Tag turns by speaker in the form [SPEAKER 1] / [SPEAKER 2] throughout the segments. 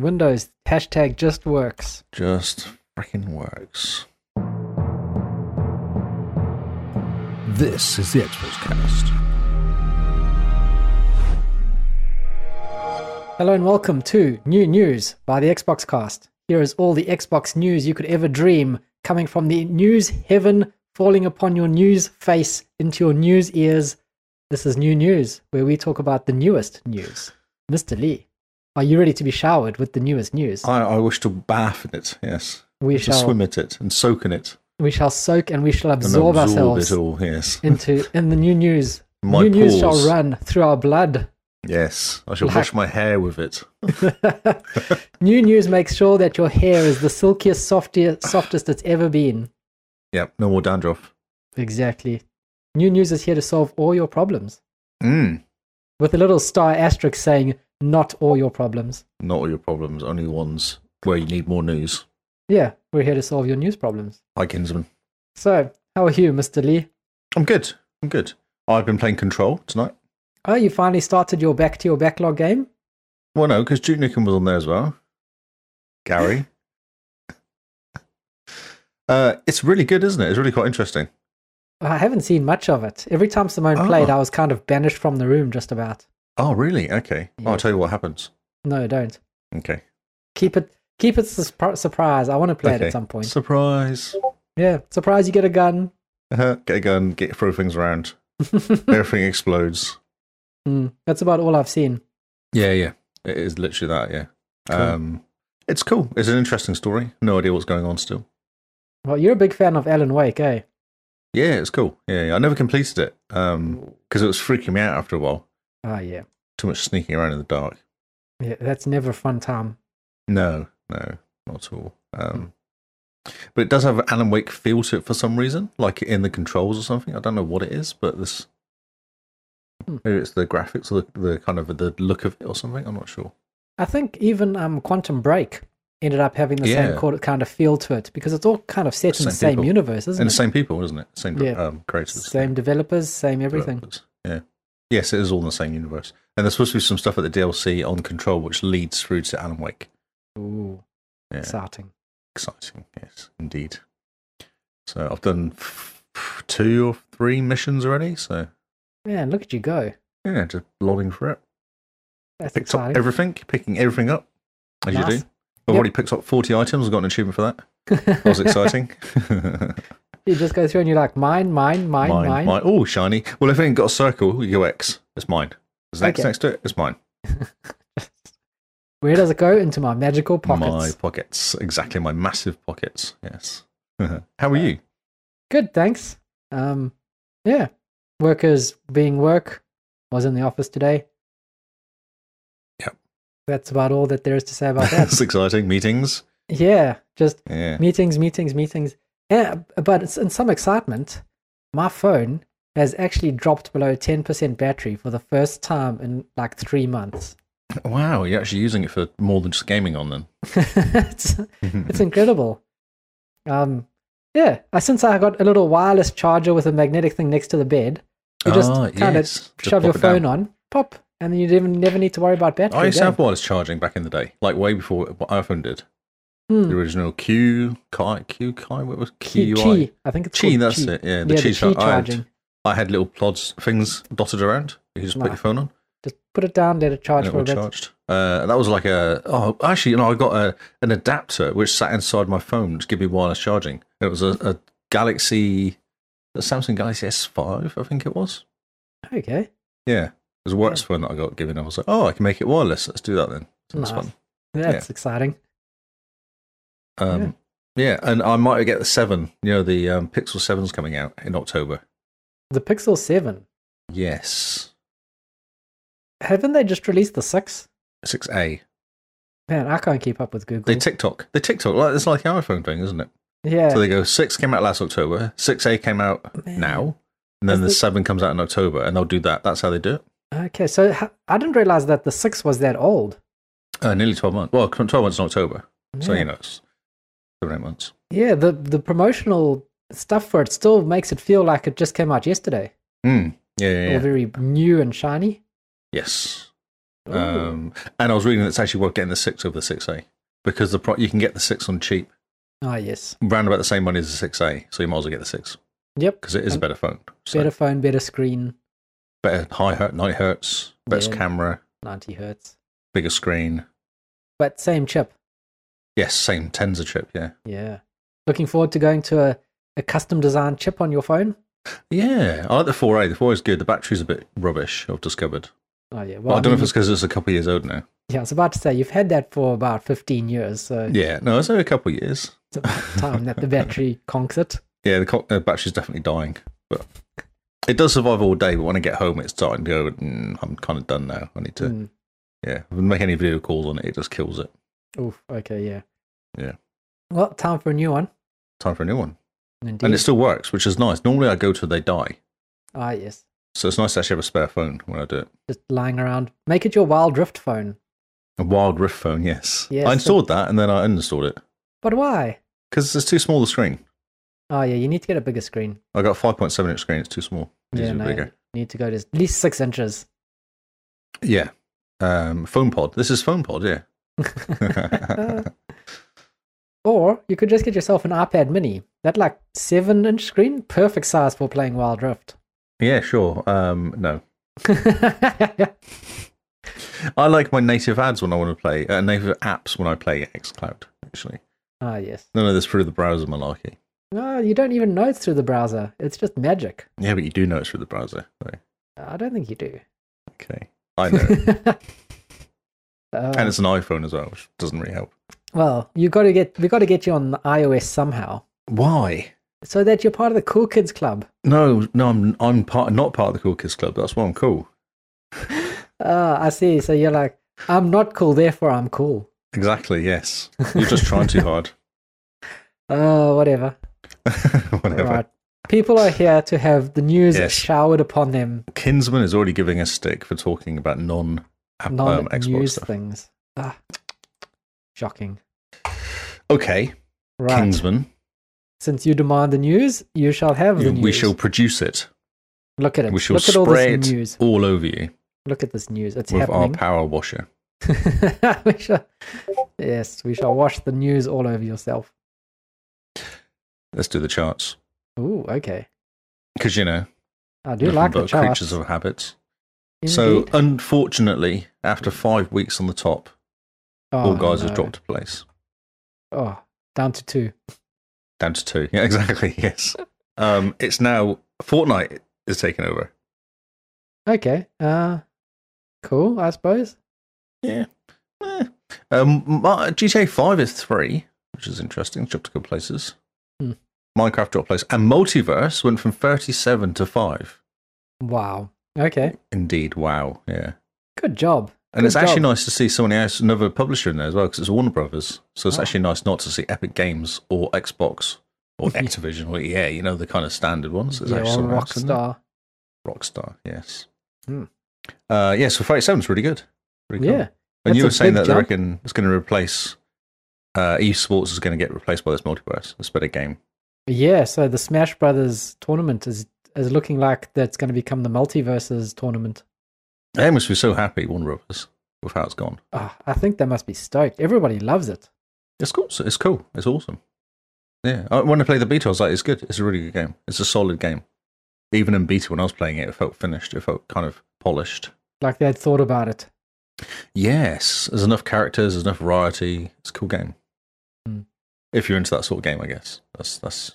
[SPEAKER 1] Windows hashtag just works.
[SPEAKER 2] Just freaking works.
[SPEAKER 3] This is the Expos Cast.
[SPEAKER 1] Hello and welcome to New News by the Xbox Cast. Here is all the Xbox news you could ever dream, coming from the news heaven, falling upon your news face into your news ears. This is New News, where we talk about the newest news. Mr. Lee, are you ready to be showered with the newest news?
[SPEAKER 2] I, I wish to bath in it, yes.
[SPEAKER 1] We
[SPEAKER 2] To
[SPEAKER 1] shall
[SPEAKER 2] swim at it and soak in it.
[SPEAKER 1] we shall soak and we shall
[SPEAKER 2] And
[SPEAKER 1] absorb, ourselves
[SPEAKER 2] it all, yes.
[SPEAKER 1] into in the new news.
[SPEAKER 2] My
[SPEAKER 1] new news shall
[SPEAKER 2] pores.
[SPEAKER 1] run through our blood.
[SPEAKER 2] Yes. I shall
[SPEAKER 1] Like-
[SPEAKER 2] wash my hair with it.
[SPEAKER 1] New news makes sure that your hair is the silkiest, softest, softest it's ever been.
[SPEAKER 2] Yep, no more dandruff.
[SPEAKER 1] Exactly. New news is here to solve all your problems.
[SPEAKER 2] Mm.
[SPEAKER 1] With a little star asterisk saying, not all your problems.
[SPEAKER 2] Not all your problems, only ones where you need more news.
[SPEAKER 1] Yeah, we're here to solve your news problems.
[SPEAKER 2] Hi, Kinsman.
[SPEAKER 1] So, how are you, Mr. Lee?
[SPEAKER 2] I'm good. I'm good. I've been playing Control tonight.
[SPEAKER 1] Oh, you finally started your back to your backlog game?
[SPEAKER 2] Well, no, because Duke Nukem was on there as well. Gary. uh, it's really good, isn't it? It's really quite interesting.
[SPEAKER 1] I haven't seen much of it. Every time Simone
[SPEAKER 2] Oh.
[SPEAKER 1] played, I was kind of banished from the room just about.
[SPEAKER 2] Oh, really? Okay. I'll
[SPEAKER 1] Yeah.
[SPEAKER 2] tell you what happens.
[SPEAKER 1] No, don't.
[SPEAKER 2] Okay.
[SPEAKER 1] Keep it keep it sus- surprise. I want to play it
[SPEAKER 2] Okay.
[SPEAKER 1] at some point.
[SPEAKER 2] Surprise.
[SPEAKER 1] yeah, surprise you get a gun.
[SPEAKER 2] Uh, get a gun, get throw things around. Everything explodes.
[SPEAKER 1] Mm, that's about all I've seen.
[SPEAKER 2] Yeah, yeah. It is literally that, yeah.
[SPEAKER 1] Cool.
[SPEAKER 2] Um, it's cool. It's an interesting story. No idea what's going on still.
[SPEAKER 1] Well, you're a big fan of Alan Wake, eh?
[SPEAKER 2] Yeah, it's cool. Yeah, yeah. I never completed it because it was freaking me out after a while.
[SPEAKER 1] Ah, yeah.
[SPEAKER 2] Too much sneaking around in the dark.
[SPEAKER 1] Yeah, that's never a fun time.
[SPEAKER 2] No, no, not at all. Um, but it does have an Alan Wake feel to it for some reason, like in the controls or something. I don't know what it is, but this
[SPEAKER 1] Hmm.
[SPEAKER 2] maybe it's the graphics or the, the kind of the look of it or something. I'm not sure.
[SPEAKER 1] I think even um, Quantum Break ended up having the
[SPEAKER 2] Yeah.
[SPEAKER 1] same sort of- kind of feel to it because it's all kind of set in the same
[SPEAKER 2] Same people.
[SPEAKER 1] universe, isn't
[SPEAKER 2] and
[SPEAKER 1] it?
[SPEAKER 2] the same people, isn't it? Same
[SPEAKER 1] Yeah.
[SPEAKER 2] um, creators,
[SPEAKER 1] Same developers, same everything.
[SPEAKER 2] developers. Yeah. Yes, it is all in the same universe. And there's supposed to be some stuff at the DLC on Control, which leads through to Alan Wake.
[SPEAKER 1] Ooh,
[SPEAKER 2] Yeah.
[SPEAKER 1] exciting.
[SPEAKER 2] Exciting, yes, indeed. So I've done f- f- two or three missions already. So
[SPEAKER 1] Man, look at you go.
[SPEAKER 2] yeah, just logging for it.
[SPEAKER 1] That's
[SPEAKER 2] Picked
[SPEAKER 1] exciting.
[SPEAKER 2] up everything, picking everything up as you do.
[SPEAKER 1] Nice.
[SPEAKER 2] I've
[SPEAKER 1] Yep.
[SPEAKER 2] already picked up 40 items. I've got an achievement for that. That was exciting.
[SPEAKER 1] you just go through and you're like, mine, mine, mine, mine.
[SPEAKER 2] Oh, shiny. Well, if it ain't got a circle, you go X. It's mine. There's an X
[SPEAKER 1] Okay.
[SPEAKER 2] next to it. It's mine.
[SPEAKER 1] Where does it go? Into my magical pockets.
[SPEAKER 2] My pockets. Exactly. My massive pockets. Yes. How are you?
[SPEAKER 1] Good, thanks. Um, yeah, workers being work. Was in the office today.
[SPEAKER 2] Yep.
[SPEAKER 1] That's about all that there is to say about that.
[SPEAKER 2] That's exciting. Meetings.
[SPEAKER 1] yeah, just
[SPEAKER 2] Yeah.
[SPEAKER 1] meetings, meetings, meetings. Yeah, but it's in some excitement. My phone has actually dropped below ten percent battery for the first time in like three months.
[SPEAKER 2] Wow. You're actually using it for more than just gaming on then.
[SPEAKER 1] it's, it's incredible. Um, yeah, I, since I got a little wireless charger with a magnetic thing next to the bed, you just
[SPEAKER 2] Ah,
[SPEAKER 1] kind of
[SPEAKER 2] yes. Just
[SPEAKER 1] shove your
[SPEAKER 2] pop it down.
[SPEAKER 1] phone on, pop, and then you never, never need to worry about battery.
[SPEAKER 2] I used to
[SPEAKER 1] again.
[SPEAKER 2] have wireless charging back in the day, like way before what iPhone did.
[SPEAKER 1] Hmm.
[SPEAKER 2] The original Q, Kai, Q, Kai, what was it?
[SPEAKER 1] Qi-
[SPEAKER 2] QI?
[SPEAKER 1] Qi, I think it's
[SPEAKER 2] Qi,
[SPEAKER 1] called
[SPEAKER 2] that's
[SPEAKER 1] Qi.
[SPEAKER 2] it. Yeah, the
[SPEAKER 1] Yeah, the
[SPEAKER 2] Qi,
[SPEAKER 1] Qi
[SPEAKER 2] char- I had-
[SPEAKER 1] charging.
[SPEAKER 2] I had little plods, things dotted around. You just put your
[SPEAKER 1] Nice.
[SPEAKER 2] phone on.
[SPEAKER 1] Just put it down, let it charge
[SPEAKER 2] and
[SPEAKER 1] for a
[SPEAKER 2] it
[SPEAKER 1] bit.
[SPEAKER 2] all charged. Uh, that was like a oh, actually, you know, I got a an adapter which sat inside my phone to give me wireless charging. It was a, a Galaxy, a Samsung Galaxy S5, I think it was.
[SPEAKER 1] Okay,
[SPEAKER 2] Yeah, it was a works phone that I got given. I was like, oh, I can make it wireless. Let's do that then. So It's
[SPEAKER 1] Nice.
[SPEAKER 2] fun.
[SPEAKER 1] that's exciting.
[SPEAKER 2] Um, yeah. and I might get the seven. You know, the um, Pixel Seven's coming out in October.
[SPEAKER 1] The Pixel Seven,
[SPEAKER 2] Yes,
[SPEAKER 1] haven't they just released the six?
[SPEAKER 2] six A.
[SPEAKER 1] Man, I can't keep up with Google.
[SPEAKER 2] They TikTok. They TikTok. Like it's like the iPhone thing, isn't it?
[SPEAKER 1] yeah,
[SPEAKER 2] So they go six came out last October, six A came out
[SPEAKER 1] Man.
[SPEAKER 2] now, and
[SPEAKER 1] That's
[SPEAKER 2] then the
[SPEAKER 1] the-
[SPEAKER 2] seven comes out in October, and they'll do that. That's how they do it.
[SPEAKER 1] Okay, so ho- I didn't realize that the six was that old.
[SPEAKER 2] Uh, nearly twelve months. Well, twelve months in October, so
[SPEAKER 1] Yeah.
[SPEAKER 2] you know it's seven eight months.
[SPEAKER 1] Yeah, the the promotional stuff for it still makes it feel like it just came out yesterday.
[SPEAKER 2] Mm. Hmm. Yeah, yeah,
[SPEAKER 1] All
[SPEAKER 2] yeah.
[SPEAKER 1] very new and shiny.
[SPEAKER 2] yes.
[SPEAKER 1] Oh.
[SPEAKER 2] Um, and I was reading it's actually worth getting the six over the six A because the pro- you can get the six on cheap,
[SPEAKER 1] Ah, yes.
[SPEAKER 2] round about the same money as the six A, so you might as well get the six
[SPEAKER 1] Yep.
[SPEAKER 2] because it is a
[SPEAKER 1] And
[SPEAKER 2] better phone. So
[SPEAKER 1] Better
[SPEAKER 2] better,
[SPEAKER 1] phone, better screen,
[SPEAKER 2] high hertz, ninety hertz, better
[SPEAKER 1] Yeah.
[SPEAKER 2] camera,
[SPEAKER 1] 90 hertz.
[SPEAKER 2] bigger screen.
[SPEAKER 1] But same chip.
[SPEAKER 2] Yes, same Tensor chip. Yeah,
[SPEAKER 1] Yeah. Looking forward to going to a, a custom designed chip on your phone.
[SPEAKER 2] yeah. I like the four A. The four is good. The battery's a bit rubbish. I've discovered.
[SPEAKER 1] Oh, yeah. Well,
[SPEAKER 2] But I don't know if
[SPEAKER 1] mean,
[SPEAKER 2] it's because it's a couple of years old now.
[SPEAKER 1] Yeah, I was about to say, you've had that for about 15 years. So
[SPEAKER 2] Yeah, no, it's only a couple of years.
[SPEAKER 1] it's about time that the battery conks it.
[SPEAKER 2] Yeah, the co- uh, battery's definitely dying, but it does survive all day. But when I get home, it's starting to go. Mm, I'm kind of done now. I need to.
[SPEAKER 1] Mm.
[SPEAKER 2] Yeah, if I make any video calls on it, it just kills it.
[SPEAKER 1] Oof. Okay. Yeah.
[SPEAKER 2] Yeah.
[SPEAKER 1] Well, time for a new one.
[SPEAKER 2] Time for a new one,
[SPEAKER 1] Indeed.
[SPEAKER 2] and it still works, which is nice. Normally, I go to they die,
[SPEAKER 1] ah, yes.
[SPEAKER 2] so it's nice to actually have a spare phone when I do it.
[SPEAKER 1] Just lying around. Make it your Wild Rift phone.
[SPEAKER 2] A Wild Rift phone, yes.
[SPEAKER 1] Yes,
[SPEAKER 2] I
[SPEAKER 1] so-
[SPEAKER 2] installed that and then I uninstalled it
[SPEAKER 1] But why?
[SPEAKER 2] because it's too small the screen.
[SPEAKER 1] Oh, yeah. You need to get a bigger screen.
[SPEAKER 2] I got a 5.7 inch screen. It's too small. It needs
[SPEAKER 1] yeah.
[SPEAKER 2] to be
[SPEAKER 1] No,
[SPEAKER 2] bigger.
[SPEAKER 1] you need to go to at least six inches.
[SPEAKER 2] Yeah. Um, phone pod. This is phone pod. Yeah.
[SPEAKER 1] Or you could just get yourself an iPad Mini. That like seven inch screen, perfect size for playing Wild Rift.
[SPEAKER 2] yeah. Sure. Um, no. I like my native ads when I want to play uh, native apps when I play XCloud. Actually,
[SPEAKER 1] ah, yes.
[SPEAKER 2] none of this through the browser malarkey.
[SPEAKER 1] No, you don't even know it's through the browser. It's just magic.
[SPEAKER 2] Yeah, but you do know it's through the browser. Though.
[SPEAKER 1] I don't think you do.
[SPEAKER 2] Okay, I know,
[SPEAKER 1] Uh,
[SPEAKER 2] and it's an iPhone as well, which doesn't really help.
[SPEAKER 1] well, you got to get we got to get you on the iOS somehow,
[SPEAKER 2] Why?
[SPEAKER 1] so that you're part of the cool kids club.
[SPEAKER 2] No, no, I'm I'm part not part of the Cool Kids Club. That's why I'm cool.
[SPEAKER 1] Ah, I see. So you're like, I'm not cool, therefore I'm cool.
[SPEAKER 2] Exactly. Yes, you're just trying too hard.
[SPEAKER 1] Oh, whatever.
[SPEAKER 2] Whatever.
[SPEAKER 1] Right. People are here to have the news
[SPEAKER 2] Yes.
[SPEAKER 1] showered upon them,
[SPEAKER 2] Kinsman is already giving us stick for talking about non um, Xbox
[SPEAKER 1] non-news
[SPEAKER 2] stuff.
[SPEAKER 1] things. Ah, shocking.
[SPEAKER 2] Okay,
[SPEAKER 1] Right.
[SPEAKER 2] Kinsman,
[SPEAKER 1] Since you demand the news, you shall have the news.
[SPEAKER 2] we shall produce it.
[SPEAKER 1] look at it.
[SPEAKER 2] We shall
[SPEAKER 1] look at all
[SPEAKER 2] spray
[SPEAKER 1] this news.
[SPEAKER 2] it all over you.
[SPEAKER 1] Look at this news. It's
[SPEAKER 2] with our
[SPEAKER 1] happening.
[SPEAKER 2] power washer.
[SPEAKER 1] we shall, yes, we shall wash the news all over yourself.
[SPEAKER 2] Let's do the charts
[SPEAKER 1] Ooh, okay.
[SPEAKER 2] because you know
[SPEAKER 1] I do
[SPEAKER 2] nothing
[SPEAKER 1] like the
[SPEAKER 2] but
[SPEAKER 1] charts.
[SPEAKER 2] creatures of habits. So uh,
[SPEAKER 1] Indeed.
[SPEAKER 2] unfortunately, after five weeks on the top, all
[SPEAKER 1] Oh,
[SPEAKER 2] guys have
[SPEAKER 1] no.
[SPEAKER 2] dropped a place
[SPEAKER 1] Oh, down to two.
[SPEAKER 2] down to two. Yeah, exactly. Yes, um, it's now Fortnite is taking over.
[SPEAKER 1] Okay. Uh, cool. I suppose.
[SPEAKER 2] Yeah. Eh. Um, Mi- GTA Five is three, which is interesting. It's dropped a couple places.
[SPEAKER 1] Hmm.
[SPEAKER 2] Minecraft dropped a place, and Multiverse went from thirty-seven to five.
[SPEAKER 1] Wow. Okay.
[SPEAKER 2] Indeed. Wow. Yeah.
[SPEAKER 1] Good job.
[SPEAKER 2] And
[SPEAKER 1] Good
[SPEAKER 2] it's actually
[SPEAKER 1] job.
[SPEAKER 2] nice to see someone else, another publisher in there as well, because it's Warner Brothers. So it's
[SPEAKER 1] Ah.
[SPEAKER 2] actually nice not to see Epic Games or Xbox or Activision or EA, you know, the kind of standard ones. It's
[SPEAKER 1] Yeah,
[SPEAKER 2] actually
[SPEAKER 1] well,
[SPEAKER 2] someone else in there.
[SPEAKER 1] Rockstar.
[SPEAKER 2] Rockstar, yes.
[SPEAKER 1] Hmm.
[SPEAKER 2] Uh, yeah, so 37 is really good. Really cool.
[SPEAKER 1] Yeah.
[SPEAKER 2] And you were
[SPEAKER 1] that's a
[SPEAKER 2] saying
[SPEAKER 1] big
[SPEAKER 2] that they
[SPEAKER 1] jump.
[SPEAKER 2] reckon it's going to replace, uh, esports is going to get replaced by this multiverse, this better game.
[SPEAKER 1] Yeah. So the Smash Brothers tournament is is looking like that's going to become the multiverses tournament.
[SPEAKER 2] They must be so happy, Warner Brothers, with how it's gone.
[SPEAKER 1] Ah, I think they must be stoked. Everybody loves it.
[SPEAKER 2] It's cool. It's cool. It's awesome. Yeah. I, when I played the beta, I was like, it's good. It's a really good game. It's a solid game. Even in beta, when I was playing it, it felt finished. It felt kind of polished.
[SPEAKER 1] Like they had thought about it.
[SPEAKER 2] Yes. There's enough characters. There's enough variety. It's a cool game.
[SPEAKER 1] Mm.
[SPEAKER 2] If you're into that sort of game, I guess that's that's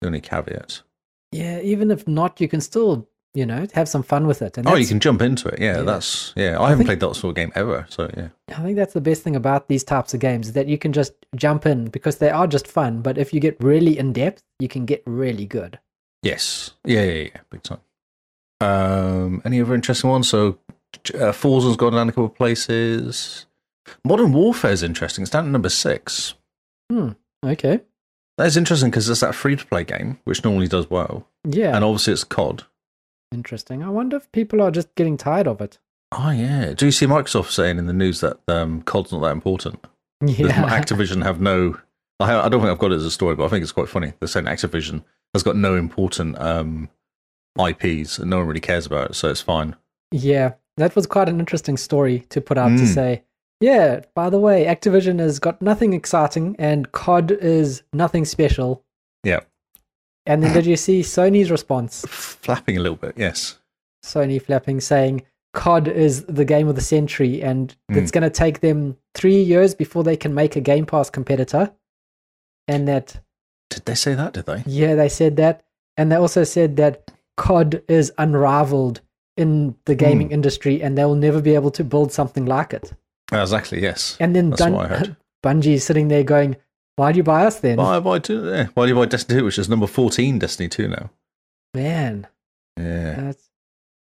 [SPEAKER 2] the only caveat.
[SPEAKER 1] Yeah, even if not, you can still, you know, have some fun with it. And
[SPEAKER 2] Oh, you
[SPEAKER 1] that's-
[SPEAKER 2] can jump into it. Yeah,
[SPEAKER 1] Yeah.
[SPEAKER 2] That's yeah. I haven't
[SPEAKER 1] think-
[SPEAKER 2] played that sort of game ever. So yeah.
[SPEAKER 1] I think that's the best thing about these types of games is that you can just jump in because they are just fun. But if you get really in depth, you can get really good.
[SPEAKER 2] Yes. Yeah, yeah, yeah. Big time. Um, any other interesting ones? So, uh, Forza's gone down a couple of places. Modern Warfare's interesting. It's down at number six.
[SPEAKER 1] Okay.
[SPEAKER 2] That's interesting because it's that free to play game, which normally does well.
[SPEAKER 1] Yeah.
[SPEAKER 2] And obviously, it's COD.
[SPEAKER 1] Interesting. I wonder if people are just getting tired of it.
[SPEAKER 2] Oh, yeah. Do you see Microsoft saying in the news that um, COD's not that important? That
[SPEAKER 1] Yeah.
[SPEAKER 2] Activision have no. I, ha- I don't think I've got it as a story, but I think it's quite funny. They're saying Activision has got no important um, IPs and no one really cares about it, so it's fine.
[SPEAKER 1] yeah. That was quite an interesting story to put out to
[SPEAKER 2] Mm.
[SPEAKER 1] say, yeah, by the way, Activision has got nothing exciting and COD is nothing special.
[SPEAKER 2] Yeah.
[SPEAKER 1] And then did you see Sony's response?
[SPEAKER 2] Flapping a little bit, yes.
[SPEAKER 1] Sony flapping saying COD is the game of the century and it's going to take them three years before they can make a Game Pass competitor. And that,
[SPEAKER 2] Did they say that? Did they?
[SPEAKER 1] yeah, they said that. And they also said that COD is unrivaled in the gaming industry and they will never be able to build something like it.
[SPEAKER 2] Exactly, yes.
[SPEAKER 1] And then
[SPEAKER 2] That's what
[SPEAKER 1] Dun-
[SPEAKER 2] I heard.
[SPEAKER 1] Bungie's sitting there going, why do you buy us then?
[SPEAKER 2] Why, why, do, yeah. why do you buy Destiny 2, which is number 14 Destiny 2 now?
[SPEAKER 1] Man,
[SPEAKER 2] Yeah.
[SPEAKER 1] that's,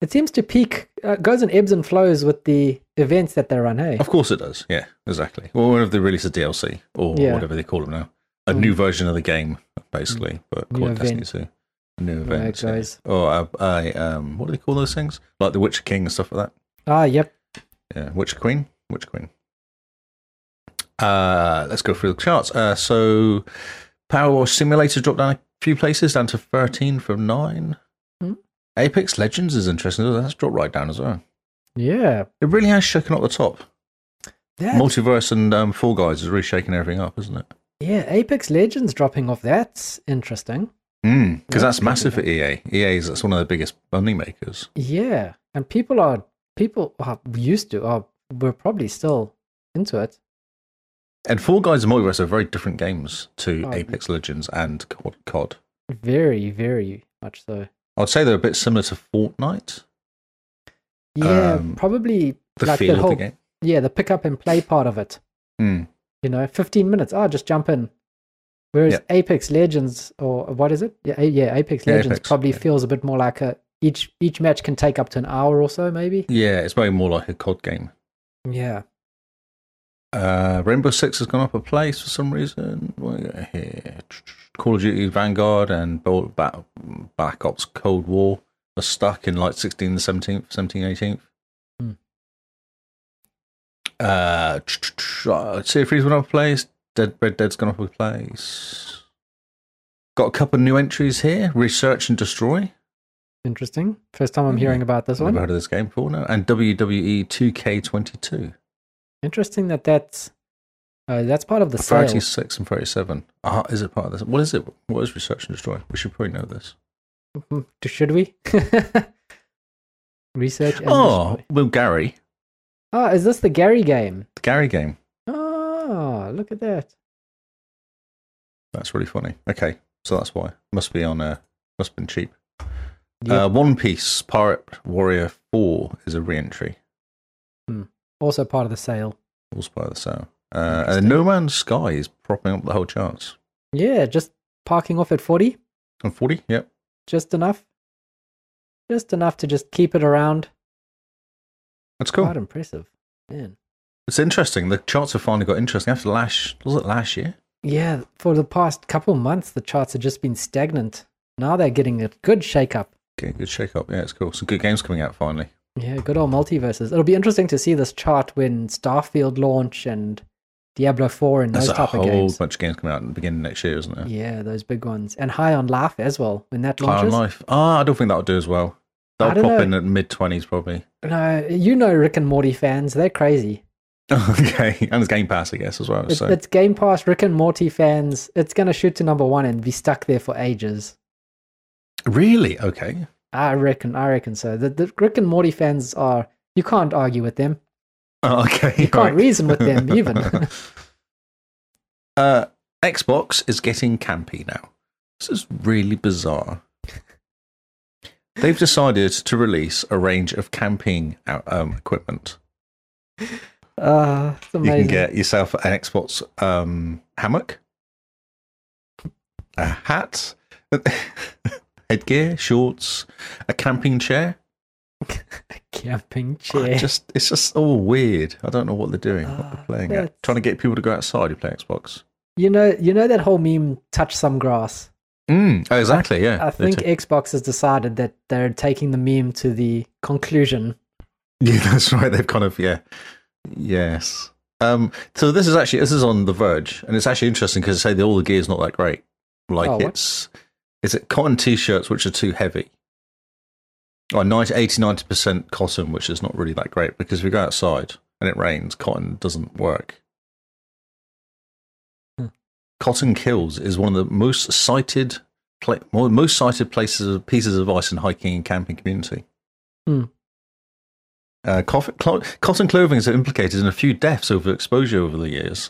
[SPEAKER 1] it seems to peak, uh, goes and ebbs and flows with the events that they run, hey?
[SPEAKER 2] Of course it does. Yeah, exactly. Well, whenever they release a DLC or
[SPEAKER 1] Yeah.
[SPEAKER 2] whatever they call them now, a
[SPEAKER 1] Mm.
[SPEAKER 2] new version of the game, basically, but
[SPEAKER 1] New
[SPEAKER 2] called Destiny
[SPEAKER 1] event.
[SPEAKER 2] 2. A new
[SPEAKER 1] Right,
[SPEAKER 2] event. yeah.
[SPEAKER 1] guys.
[SPEAKER 2] Or a, a, um, what do they call those things? Like the Witcher King and stuff like
[SPEAKER 1] Ah, yep.
[SPEAKER 2] that. Yeah, Witcher Queen. Witcher Queen. Uh, let's go through the charts. Uh, so, Power Wash Simulator dropped down a few places, down to 13 from 9.
[SPEAKER 1] Mm.
[SPEAKER 2] Apex Legends is interesting. That's dropped right down as well.
[SPEAKER 1] Yeah.
[SPEAKER 2] It really has shaken up the top.
[SPEAKER 1] That,
[SPEAKER 2] Multiverse and um, Fall Guys is really shaking everything up, isn't it?
[SPEAKER 1] yeah, Apex Legends dropping off. That's interesting.
[SPEAKER 2] Because
[SPEAKER 1] Hmm. Yeah,
[SPEAKER 2] that's
[SPEAKER 1] could be
[SPEAKER 2] massive for E EA. EA is that's one of the biggest money makers.
[SPEAKER 1] Yeah. And people are, people are used to, are, we're probably still into it.
[SPEAKER 2] And Fall Guys and Multiverse are very different games to
[SPEAKER 1] Oh,
[SPEAKER 2] Apex Legends and Co- COD.
[SPEAKER 1] Very, very much so.
[SPEAKER 2] I'd say they're a bit similar to Fortnite.
[SPEAKER 1] Yeah,
[SPEAKER 2] Um,
[SPEAKER 1] probably
[SPEAKER 2] The
[SPEAKER 1] like
[SPEAKER 2] feel
[SPEAKER 1] the
[SPEAKER 2] of
[SPEAKER 1] whole,
[SPEAKER 2] the game.
[SPEAKER 1] yeah, the pick up and play part of it.
[SPEAKER 2] Mm.
[SPEAKER 1] you know 15 minutes oh just jump in whereas
[SPEAKER 2] Yeah.
[SPEAKER 1] apex legends or what is it yeah, A- yeah apex
[SPEAKER 2] Yeah,
[SPEAKER 1] legends
[SPEAKER 2] Apex,
[SPEAKER 1] probably
[SPEAKER 2] yeah.
[SPEAKER 1] feels a bit more like a each each match can take up to an hour or so maybe
[SPEAKER 2] Yeah, it's very more like a COD game.
[SPEAKER 1] yeah
[SPEAKER 2] Uh, Rainbow Six has gone up a place for some reason. What do we got here? Call of Duty Vanguard and Bo- Ba- Black Ops Cold War are stuck in like 16th, 17th, 17th, 18th.
[SPEAKER 1] Hmm.
[SPEAKER 2] Uh, uh, Tier 3's gone up a place. Dead, Red Dead's gone up a place. Got a couple new entries here Research and Destroy.
[SPEAKER 1] interesting first time i'm
[SPEAKER 2] Mm.
[SPEAKER 1] hearing about this
[SPEAKER 2] Never
[SPEAKER 1] one
[SPEAKER 2] heard of this game before now. And E WWE 2K22.
[SPEAKER 1] interesting that that's uh, that's part of the sale
[SPEAKER 2] 36 and 37. Ah, is it part of this? What is it? What is Research and Destroy? We should probably know this.
[SPEAKER 1] Mhm. should we research and
[SPEAKER 2] oh,
[SPEAKER 1] destroy.
[SPEAKER 2] well, Gary.
[SPEAKER 1] oh is this the gary game
[SPEAKER 2] The Gary game.
[SPEAKER 1] oh look at that
[SPEAKER 2] That's really funny. Okay, so that's why. Must be on, uh, must have been cheap.
[SPEAKER 1] Yep.
[SPEAKER 2] Uh, One Piece Pirate Warrior 4 is a re entry.
[SPEAKER 1] also part of the sale
[SPEAKER 2] Also by the sale. Uh, and
[SPEAKER 1] Interesting.
[SPEAKER 2] No Man's Sky is propping up the whole charts.
[SPEAKER 1] yeah just parking off at 40
[SPEAKER 2] And 40? Yep.
[SPEAKER 1] just enough just enough to just keep it around
[SPEAKER 2] That's cool.
[SPEAKER 1] quite impressive man
[SPEAKER 2] It's interesting. The charts have finally got interesting after last, was it last year?
[SPEAKER 1] yeah for the past couple months the charts have just been stagnant now they're getting a good shake up
[SPEAKER 2] Okay, good shake up. Yeah, it's cool. Some good games coming out finally.
[SPEAKER 1] yeah good old multiverses it'll be interesting to see this chart when starfield launch and diablo 4 and
[SPEAKER 2] That's
[SPEAKER 1] those
[SPEAKER 2] a
[SPEAKER 1] type
[SPEAKER 2] whole
[SPEAKER 1] of games
[SPEAKER 2] bunch of games coming out at the beginning of next year, isn't it?
[SPEAKER 1] yeah those big ones and high on life as well when that
[SPEAKER 2] High on
[SPEAKER 1] launches
[SPEAKER 2] Life. Ah, I don't think that'll do as well.
[SPEAKER 1] I
[SPEAKER 2] That'll
[SPEAKER 1] don't
[SPEAKER 2] pop
[SPEAKER 1] know.
[SPEAKER 2] in at mid twenties probably.
[SPEAKER 1] no you know rick and morty fans they're crazy
[SPEAKER 2] okay, and it's Game Pass, I guess, as well.
[SPEAKER 1] It's
[SPEAKER 2] so
[SPEAKER 1] it's game pass rick and morty fans it's going to shoot to number one and be stuck there for ages
[SPEAKER 2] really, okay,
[SPEAKER 1] I reckon. I reckon so. The, the Rick and Morty fans are. You can't argue with them.
[SPEAKER 2] oh, okay,
[SPEAKER 1] You can't reason with them even.
[SPEAKER 2] uh, Xbox is getting campy now. This is really bizarre. They've decided to release a range of camping out- um, equipment.
[SPEAKER 1] Uh, it's amazing.
[SPEAKER 2] You can get yourself an Xbox um, hammock, a hat, headgear, shorts, a camping chair.
[SPEAKER 1] camping
[SPEAKER 2] I
[SPEAKER 1] chair.
[SPEAKER 2] Just it's just all weird. I don't know what they're doing, what
[SPEAKER 1] Ah,
[SPEAKER 2] they're playing
[SPEAKER 1] that's-
[SPEAKER 2] at. Trying to get people to go outside who play Xbox.
[SPEAKER 1] You know, you know that whole meme. Touch some grass.
[SPEAKER 2] Mm, oh, exactly. Yeah,
[SPEAKER 1] I
[SPEAKER 2] They
[SPEAKER 1] think
[SPEAKER 2] took-
[SPEAKER 1] Xbox has decided that they're taking the meme to the conclusion.
[SPEAKER 2] yeah, that's right. They've kind of yeah, yes. Um, so this is actually this is on the Verge, and it's actually interesting because they say the, all the gear's not that great. Like
[SPEAKER 1] Oh, what?
[SPEAKER 2] it's is it cotton t-shirts which are too heavy. Oh, 90, 80 90% cotton, which is not really that great because if you go outside and it rains, cotton doesn't work.
[SPEAKER 1] Hmm.
[SPEAKER 2] Cotton Kills is one of the most cited, pla- one of the most cited places of pieces of ice in hiking and camping community.
[SPEAKER 1] Hmm.
[SPEAKER 2] Uh, cof- clo- cotton clothing is implicated in a few deaths over exposure over the years.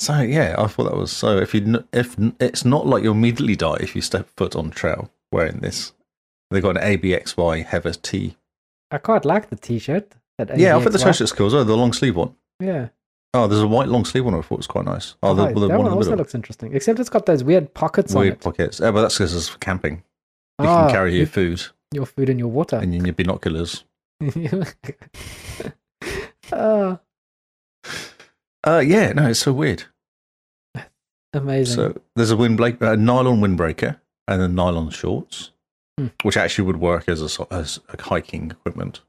[SPEAKER 2] So yeah, I thought that was so. If you kn- if n- it's not like you'll immediately die if you step foot on trail wearing this, they got an ABXY Heather T.
[SPEAKER 1] I quite like the t-shirt. That
[SPEAKER 2] Yeah, I think the
[SPEAKER 1] AVXY.
[SPEAKER 2] t-shirt's cool as well. oh, The long sleeve one.
[SPEAKER 1] Yeah,
[SPEAKER 2] Oh, there's a white long sleeve one. I thought was quite nice. Oh, the,
[SPEAKER 1] Right,
[SPEAKER 2] the
[SPEAKER 1] that
[SPEAKER 2] one
[SPEAKER 1] one
[SPEAKER 2] in the
[SPEAKER 1] also
[SPEAKER 2] middle.
[SPEAKER 1] looks interesting. Except it's got those weird pockets on
[SPEAKER 2] Weird
[SPEAKER 1] it.
[SPEAKER 2] pockets. Yeah, but that's because it's for camping. You
[SPEAKER 1] Ah,
[SPEAKER 2] can carry your
[SPEAKER 1] you-
[SPEAKER 2] food
[SPEAKER 1] your food and your water.
[SPEAKER 2] and your binoculars.
[SPEAKER 1] Ah,
[SPEAKER 2] Uh, yeah, no, it's so weird.
[SPEAKER 1] amazing.
[SPEAKER 2] So there's a windbreaker, a nylon windbreaker, and then nylon shorts,
[SPEAKER 1] Hmm.
[SPEAKER 2] which actually would work as a so- as a hiking equipment.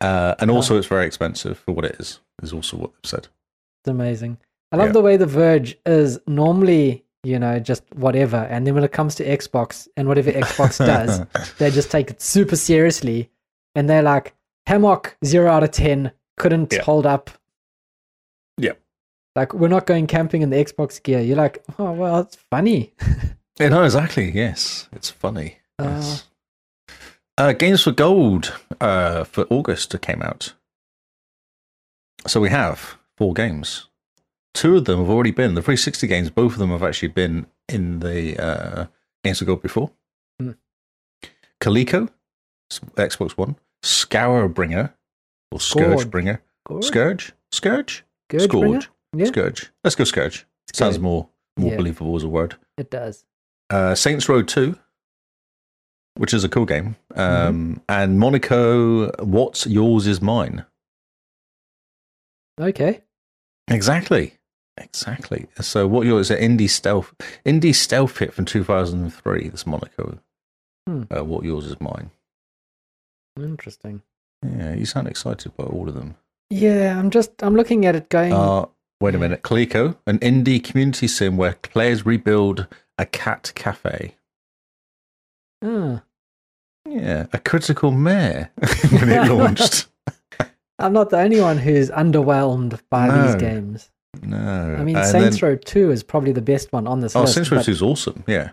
[SPEAKER 2] Uh, and also, it's very expensive for what it is. Is also what they've said.
[SPEAKER 1] It's amazing. I love
[SPEAKER 2] Yeah.
[SPEAKER 1] the way The Verge is normally, you know, just whatever. And then when it comes to Xbox and whatever Xbox does, they just take it super seriously. And they're like, Hammock, zero out of 10, couldn't
[SPEAKER 2] Yeah.
[SPEAKER 1] hold up.
[SPEAKER 2] Yeah.
[SPEAKER 1] Like, we're not going camping in the Xbox gear. You're like, oh, well, it's funny.
[SPEAKER 2] Yeah, no, exactly. Yes, it's funny.
[SPEAKER 1] Uh.
[SPEAKER 2] yes. Uh, Games for Gold uh, for August came out. So we have four games. Two of them have already been the 360 games. Both of them have actually been in the uh, Games for Gold before.
[SPEAKER 1] Hmm.
[SPEAKER 2] Coleco, s- Xbox One, Scourbringer or Scourgebringer, Scourge, Scourge,
[SPEAKER 1] Good.
[SPEAKER 2] Scourge,
[SPEAKER 1] Yeah.
[SPEAKER 2] Scourge. Let's go Scourge. Sounds
[SPEAKER 1] good.
[SPEAKER 2] more more
[SPEAKER 1] Yeah.
[SPEAKER 2] believable as a word
[SPEAKER 1] It does.
[SPEAKER 2] uh, Saints Row 2, which is a cool game,
[SPEAKER 1] Mm-hmm.
[SPEAKER 2] um, and Monaco, What's Yours Is Mine.
[SPEAKER 1] Okay.
[SPEAKER 2] Exactly. Exactly. So, what yours is an indie stealth, indie stealth hit from 2003, this Monaco.
[SPEAKER 1] Hmm.
[SPEAKER 2] Uh, what yours is mine.
[SPEAKER 1] Interesting.
[SPEAKER 2] Yeah, you sound excited by all of them.
[SPEAKER 1] Yeah, I'm just, I'm looking at it going,
[SPEAKER 2] Uh, wait a
[SPEAKER 1] Yeah.
[SPEAKER 2] minute. Coleco, an indie community sim where players rebuild a cat cafe.
[SPEAKER 1] "Ah,
[SPEAKER 2] Yeah, a critical mare when it launched.
[SPEAKER 1] I'm not the only one who's underwhelmed by these
[SPEAKER 2] No.
[SPEAKER 1] games.
[SPEAKER 2] No.
[SPEAKER 1] I mean,
[SPEAKER 2] And
[SPEAKER 1] Saints
[SPEAKER 2] then-
[SPEAKER 1] Row 2 is probably the best one on this
[SPEAKER 2] Oh,
[SPEAKER 1] list.
[SPEAKER 2] Saints Row
[SPEAKER 1] but
[SPEAKER 2] 2 is awesome. Yeah.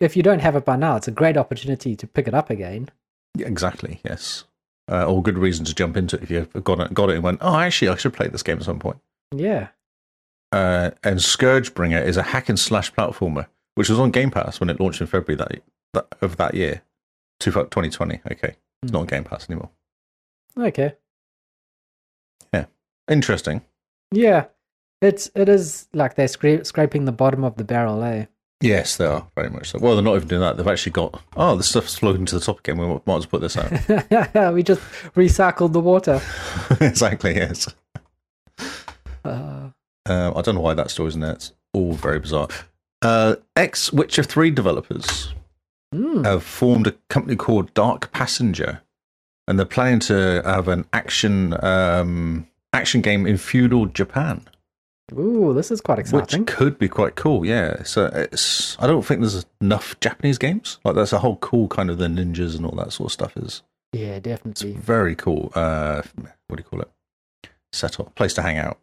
[SPEAKER 1] If you don't have it by now, it's a great opportunity to pick it up again.
[SPEAKER 2] Yeah, exactly. Yes. Uh, or good reason to jump into it if you've got it, got it and went, oh, actually, I should play this game at some point.
[SPEAKER 1] Yeah.
[SPEAKER 2] Uh, and Scourgebringer is a hack and slash platformer, which was on Game Pass when it launched in February that, that of that year, Two- 2020. Okay, it's
[SPEAKER 1] Hmm.
[SPEAKER 2] not on Game Pass anymore.
[SPEAKER 1] Okay.
[SPEAKER 2] Interesting.
[SPEAKER 1] Yeah. It's it is like they're scra- scraping the bottom of the barrel, eh?
[SPEAKER 2] Yes, they are very much so. Well, they're not even doing that. They've actually got oh, the stuff's floating to the top again. We might might as well put this out.
[SPEAKER 1] we just recycled the water.
[SPEAKER 2] exactly. Yes.
[SPEAKER 1] Uh,
[SPEAKER 2] Um, I don't know why that story's in there. It's all very bizarre. Uh, ex Witcher Three developers
[SPEAKER 1] mm,
[SPEAKER 2] have formed a company called Dark Passenger, and they're planning to have an action um, action game in feudal Japan,
[SPEAKER 1] Ooh, this is quite exciting.
[SPEAKER 2] which could be quite cool. Yeah, so it's I don't think there's enough Japanese games like that's a whole cool kind of the ninjas and all that sort of stuff is
[SPEAKER 1] yeah,
[SPEAKER 2] it's
[SPEAKER 1] definitely.
[SPEAKER 2] very cool. Uh, what do you call it? Setup place to hang out.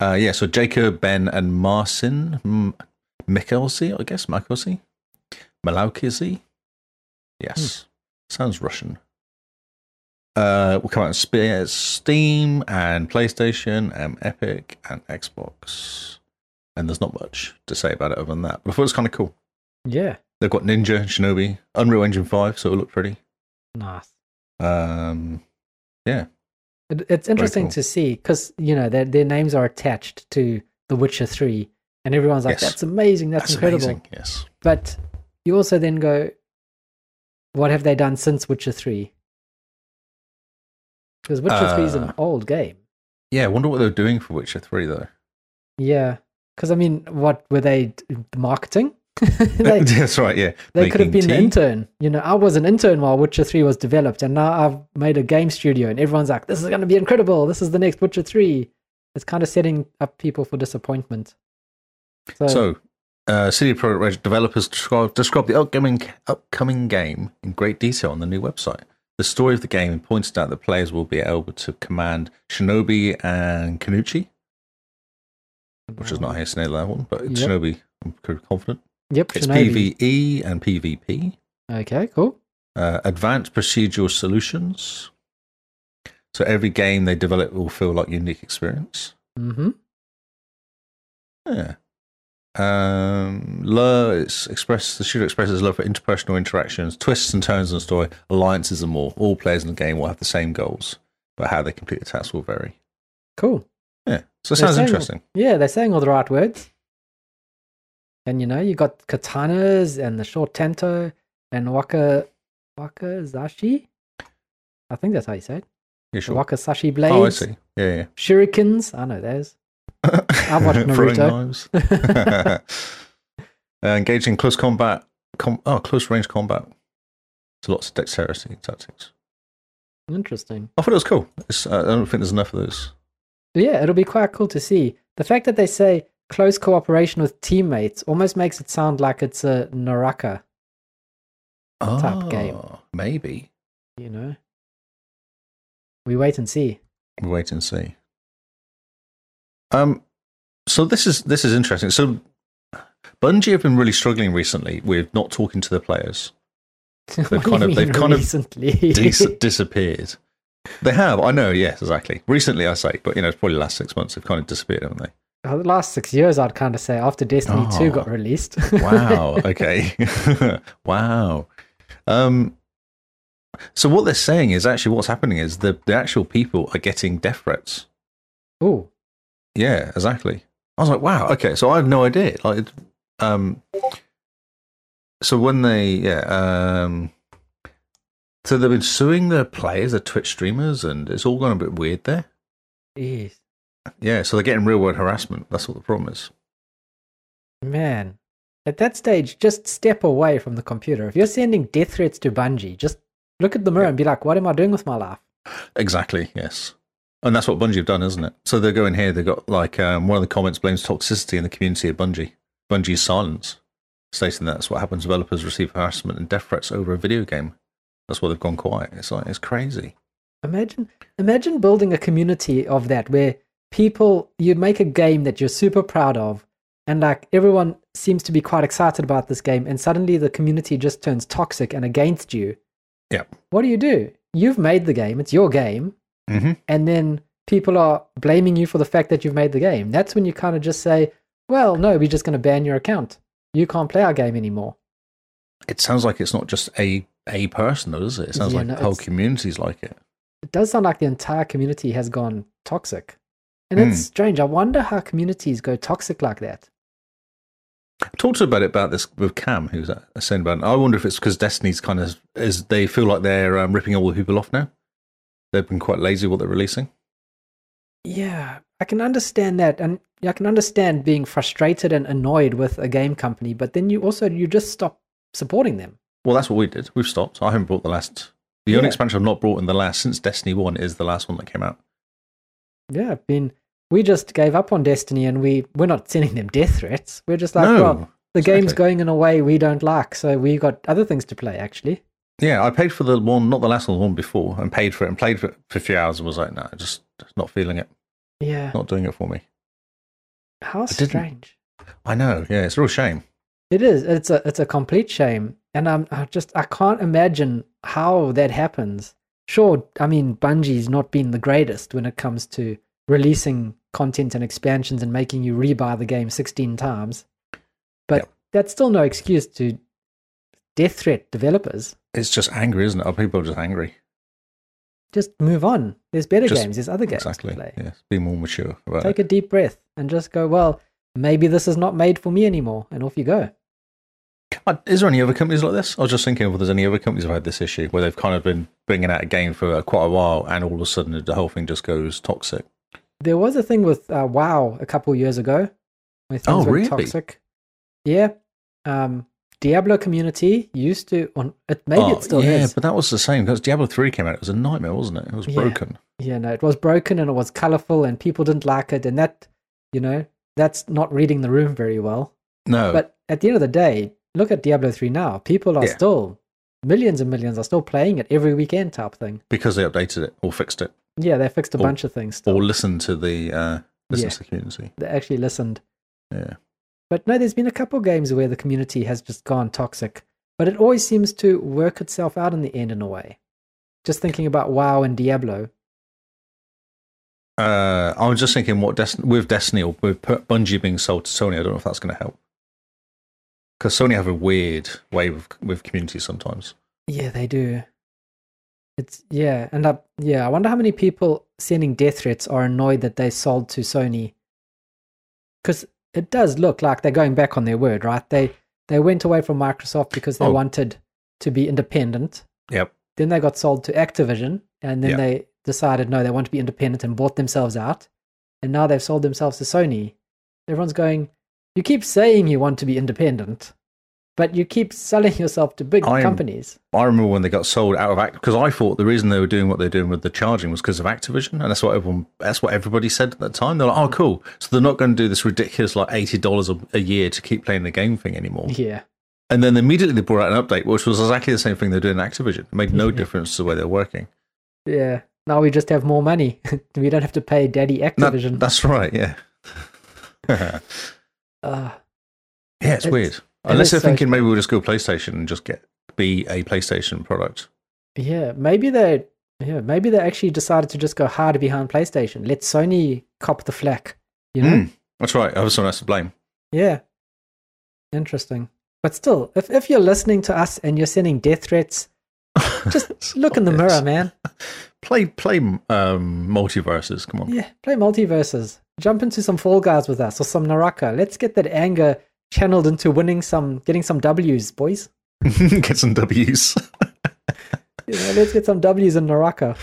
[SPEAKER 2] Uh, yeah, so Jacob, Ben, and Marcin M- Mikkelsi, I guess Mikkelsi, Malaukisi. Yes, sounds Russian. Uh, will come out on Spe- Steam and PlayStation and Epic and Xbox. And there's not much to say about it other than that. But I thought it was kind of cool.
[SPEAKER 1] Yeah.
[SPEAKER 2] They've got Ninja, Shinobi, Unreal Engine 5, so it looked pretty.
[SPEAKER 1] Nice.
[SPEAKER 2] Um,
[SPEAKER 1] It, it's interesting
[SPEAKER 2] cool.
[SPEAKER 1] to see because, you know, their, their names are attached to The Witcher 3, and everyone's like,
[SPEAKER 2] Yes.
[SPEAKER 1] that's amazing, that's, incredible.
[SPEAKER 2] amazing. Yes.
[SPEAKER 1] But you also then go, what have they done since Witcher 3? Because Witcher 3 is an
[SPEAKER 2] Uh,
[SPEAKER 1] old game.
[SPEAKER 2] Yeah, I wonder what they're doing for Witcher 3, though.
[SPEAKER 1] Yeah. Because, I mean, what were they d- marketing? they
[SPEAKER 2] That's right, yeah.
[SPEAKER 1] they could have been
[SPEAKER 2] Making
[SPEAKER 1] the
[SPEAKER 2] tea.
[SPEAKER 1] intern. You know, I was an intern while Witcher 3 was developed, and now I've made a game studio, and everyone's like, this is going to be incredible. This is the next Witcher 3. It's kind of setting up people for disappointment. So,
[SPEAKER 2] So, Uh, CD Projekt Red developers describe, describe the upcoming upcoming game in great detail on the new website. The story of the game pointed out that players will be able to command Shinobi and Kanuchi, which is not Hasten that one, but it's
[SPEAKER 1] Yep.
[SPEAKER 2] Shinobi. I'm pretty confident.
[SPEAKER 1] Yep.
[SPEAKER 2] It's
[SPEAKER 1] Shinobi.
[SPEAKER 2] PVE and PvP.
[SPEAKER 1] Okay. Cool.
[SPEAKER 2] Uh, advanced procedural solutions. So every game they develop will feel like a unique experience.
[SPEAKER 1] Mm-hmm.
[SPEAKER 2] Yeah. Um, love it's express the shooter expresses love for interpersonal interactions, twists and turns in the story, alliances, and more. All players in the game will have the same goals, but how they complete the tasks will vary.
[SPEAKER 1] Cool.
[SPEAKER 2] Yeah, so it
[SPEAKER 1] They're
[SPEAKER 2] sounds
[SPEAKER 1] saying-
[SPEAKER 2] interesting.
[SPEAKER 1] Yeah, they're saying all the right words. And you know, you got katanas and the short tento and waka waka zashi. I think that's how you say it.
[SPEAKER 2] Yeah,
[SPEAKER 1] The
[SPEAKER 2] sure.
[SPEAKER 1] Waka sashi blades.
[SPEAKER 2] Oh, I see. Yeah, yeah.
[SPEAKER 1] Shurikens. I know those. I've watched
[SPEAKER 2] Throwing
[SPEAKER 1] Naruto.
[SPEAKER 2] knives. uh, engage in close combat. Com- oh, close range combat. So lots of dexterity and tactics.
[SPEAKER 1] Interesting.
[SPEAKER 2] I thought it was cool. It's, I don't think there's enough of those.
[SPEAKER 1] But yeah, it'll be quite cool to see. The fact that they say close cooperation with teammates almost makes it sound like it's a Naraka, Type game.
[SPEAKER 2] Ah, Maybe.
[SPEAKER 1] you know. We wait and see.
[SPEAKER 2] We'll wait and see. Um, so this is this is interesting. So Bungie have been really struggling recently with not talking to the players.
[SPEAKER 1] What do you
[SPEAKER 2] kind of- they've
[SPEAKER 1] mean
[SPEAKER 2] kind of
[SPEAKER 1] recently.
[SPEAKER 2] Dis- disappeared. They have, I know. Yes, exactly. Recently, I say, but you know, it's probably the last six months. They've kind of disappeared, haven't they?
[SPEAKER 1] Uh, the last six years, I'd kind of say, after Destiny 2 got
[SPEAKER 2] Oh.
[SPEAKER 1] released.
[SPEAKER 2] Wow. okay. wow. Um. So what they're saying is actually what's happening is the the actual people are getting death threats.
[SPEAKER 1] Ooh,
[SPEAKER 2] Yeah, exactly. I was like, wow, okay. So I had no idea. Like, it- um, so when they, yeah, um, so they've been suing their players, their Twitch streamers, and it's all gone a bit weird there.
[SPEAKER 1] jeez.
[SPEAKER 2] Yeah, so they're getting real world harassment. That's what the problem is.
[SPEAKER 1] Man. At that stage, just step away from the computer. If you're sending death threats to Bungie, just look at the mirror and be like, what am I doing with my life?
[SPEAKER 2] Exactly. Yes. And that's what Bungie have done, isn't it? So they're going here. They've got like um, one of the comments blames toxicity in the community of Bungie. Bungie's silence, stating that's what happens. Developers receive harassment and death threats over a video game. That's why they've gone quiet. It's like it's crazy.
[SPEAKER 1] Imagine imagine building a community of that where people you make a game that you're super proud of and like everyone seems to be quite excited about this game and suddenly the community just turns toxic and against you.
[SPEAKER 2] Yep.
[SPEAKER 1] What do you do? You've made the game, it's your game,
[SPEAKER 2] Mm-hmm.
[SPEAKER 1] and then people are blaming you for the fact that you've made the game. That's when you kind of just say, "Well, no, we're just going to ban your account. You can't play our game anymore."
[SPEAKER 2] It sounds like it's not just a a person, though, does it? It sounds
[SPEAKER 1] Yeah,
[SPEAKER 2] like
[SPEAKER 1] no,
[SPEAKER 2] whole
[SPEAKER 1] it's-
[SPEAKER 2] communities like it.
[SPEAKER 1] it does sound like the entire community has gone toxic. And it's
[SPEAKER 2] Hmm.
[SPEAKER 1] strange. I wonder how communities go toxic like that.
[SPEAKER 2] Talk to about it about this with Cam, who's uh, saying about. It. I wonder if it's because Destiny's kind of is they feel like they're um, ripping all the people off now. They've been quite lazy with what they're releasing.
[SPEAKER 1] Yeah, I can understand that. And I can understand being frustrated and annoyed with a game company, but then you also you just stop supporting them.
[SPEAKER 2] Well, that's what we did. We've stopped. I haven't brought the last. The only
[SPEAKER 1] Yeah.
[SPEAKER 2] expansion I've not brought in the last since Destiny One is the last one that came out.
[SPEAKER 1] Yeah, I've been we just gave up on Destiny and we we're not sending them death threats. We're just like,
[SPEAKER 2] No,
[SPEAKER 1] well, the game's
[SPEAKER 2] exactly.
[SPEAKER 1] going in a way we don't like, so we got other things to play actually.
[SPEAKER 2] Yeah, I paid for the one, not the last one, the one before, and paid for it and played for it for a few hours and was like, no, just just not feeling it,
[SPEAKER 1] Yeah.
[SPEAKER 2] not doing it for me.
[SPEAKER 1] How
[SPEAKER 2] Oh, didn't-
[SPEAKER 1] strange.
[SPEAKER 2] I know. Yeah, it's a real shame.
[SPEAKER 1] It is. It's a it's a complete shame, and I'm I just I can't imagine how that happens. Sure, I mean Bungie's not been the greatest when it comes to releasing content and expansions and making you rebuy the game sixteen times, but
[SPEAKER 2] Yep.
[SPEAKER 1] that's still no excuse to death threat developers.
[SPEAKER 2] It's just angry, isn't it? Other people are just angry.
[SPEAKER 1] Just move on. There's better
[SPEAKER 2] Just-
[SPEAKER 1] games. There's other games
[SPEAKER 2] exactly.
[SPEAKER 1] to play.
[SPEAKER 2] Yes. Be more mature about
[SPEAKER 1] Take
[SPEAKER 2] it.
[SPEAKER 1] a deep breath and just go. Well, maybe this is not made for me anymore, and off you go.
[SPEAKER 2] Uh, Is there any other companies like this? I was just thinking if there's any other companies who've had this issue where they've kind of been bringing out a game for uh, quite a while and all of a sudden the whole thing just goes toxic.
[SPEAKER 1] There was a thing with uh, WoW a couple years ago, where things
[SPEAKER 2] Oh,
[SPEAKER 1] were
[SPEAKER 2] really?
[SPEAKER 1] toxic. Yeah, um, Diablo community used to. On it maybe
[SPEAKER 2] Oh,
[SPEAKER 1] it still
[SPEAKER 2] yeah,
[SPEAKER 1] is.
[SPEAKER 2] but that was the same because Diablo 3 came out. It was a nightmare, wasn't it? It was
[SPEAKER 1] Yeah.
[SPEAKER 2] broken.
[SPEAKER 1] Yeah, no, it was broken and it was colorful and people didn't like it, and that, you know, that's not reading the room very well.
[SPEAKER 2] No.
[SPEAKER 1] But at the end of the day, look at Diablo 3 now. People are
[SPEAKER 2] Yeah.
[SPEAKER 1] still, millions and millions are still playing it every weekend type thing.
[SPEAKER 2] because they updated it or fixed it
[SPEAKER 1] Yeah, they fixed a
[SPEAKER 2] Or-
[SPEAKER 1] bunch of things still.
[SPEAKER 2] or listened to the uh, listen
[SPEAKER 1] Yeah.
[SPEAKER 2] to the community.
[SPEAKER 1] They actually listened.
[SPEAKER 2] Yeah.
[SPEAKER 1] But no, there's been a couple games where the community has just gone toxic, but it always seems to work itself out in the end in a way. Just thinking about WoW and Diablo.
[SPEAKER 2] Uh, I was just thinking what Dest- with Destiny or with P- Bungie being sold to Sony, I don't know if that's going to help. Because Sony have a weird way with, with community sometimes.
[SPEAKER 1] Yeah, they do. It's yeah, and I, yeah, I wonder how many people sending death threats are annoyed that they sold to Sony. Because it does look like they're going back on their word, right? They they went away from Microsoft because they
[SPEAKER 2] Oh.
[SPEAKER 1] wanted to be independent.
[SPEAKER 2] Yep.
[SPEAKER 1] Then they got sold to Activision, and then
[SPEAKER 2] Yeah.
[SPEAKER 1] they decided no, they want to be independent and bought themselves out. And now they've sold themselves to Sony. Everyone's going, you keep saying you want to be independent, but you keep selling yourself to big
[SPEAKER 2] I am-
[SPEAKER 1] companies.
[SPEAKER 2] I remember when they got sold out of Act because I thought the reason they were doing what they're doing with the charging was because of Activision, and that's what everyone that's what everybody said at that time. They're like, "Oh, cool!" So they're not going to do this ridiculous like eighty dollars a year to keep playing the game thing anymore.
[SPEAKER 1] Yeah.
[SPEAKER 2] And then immediately they brought out an update, which was exactly the same thing they're doing at Activision. It made no
[SPEAKER 1] Yeah.
[SPEAKER 2] difference to the way they're working.
[SPEAKER 1] Yeah. Now we just have more money. we don't have to pay Daddy
[SPEAKER 2] That-
[SPEAKER 1] Activision.
[SPEAKER 2] that's right. Yeah. yeah,
[SPEAKER 1] Ah,
[SPEAKER 2] it's,
[SPEAKER 1] It's-
[SPEAKER 2] weird.
[SPEAKER 1] it
[SPEAKER 2] Unless
[SPEAKER 1] is
[SPEAKER 2] they're
[SPEAKER 1] so
[SPEAKER 2] thinking maybe we'll just go PlayStation and just get be a PlayStation product.
[SPEAKER 1] yeah. Maybe they. Yeah. Maybe they actually decided to just go hard behind PlayStation. Let Sony cop the flack. You know.
[SPEAKER 2] Mm, that's right. I was someone else to blame.
[SPEAKER 1] Yeah. Interesting. But still, if if you're listening to us and you're sending death threats, just look in the
[SPEAKER 2] it.
[SPEAKER 1] mirror, man.
[SPEAKER 2] Play play um, multiverses. Come on.
[SPEAKER 1] Yeah. Play multiverses. Jump into some Fall Guys with us or some Naraka. Let's get that anger channeled into winning some, getting some W's, boys.
[SPEAKER 2] get some W's.
[SPEAKER 1] You know, let's get some W's in Naraka.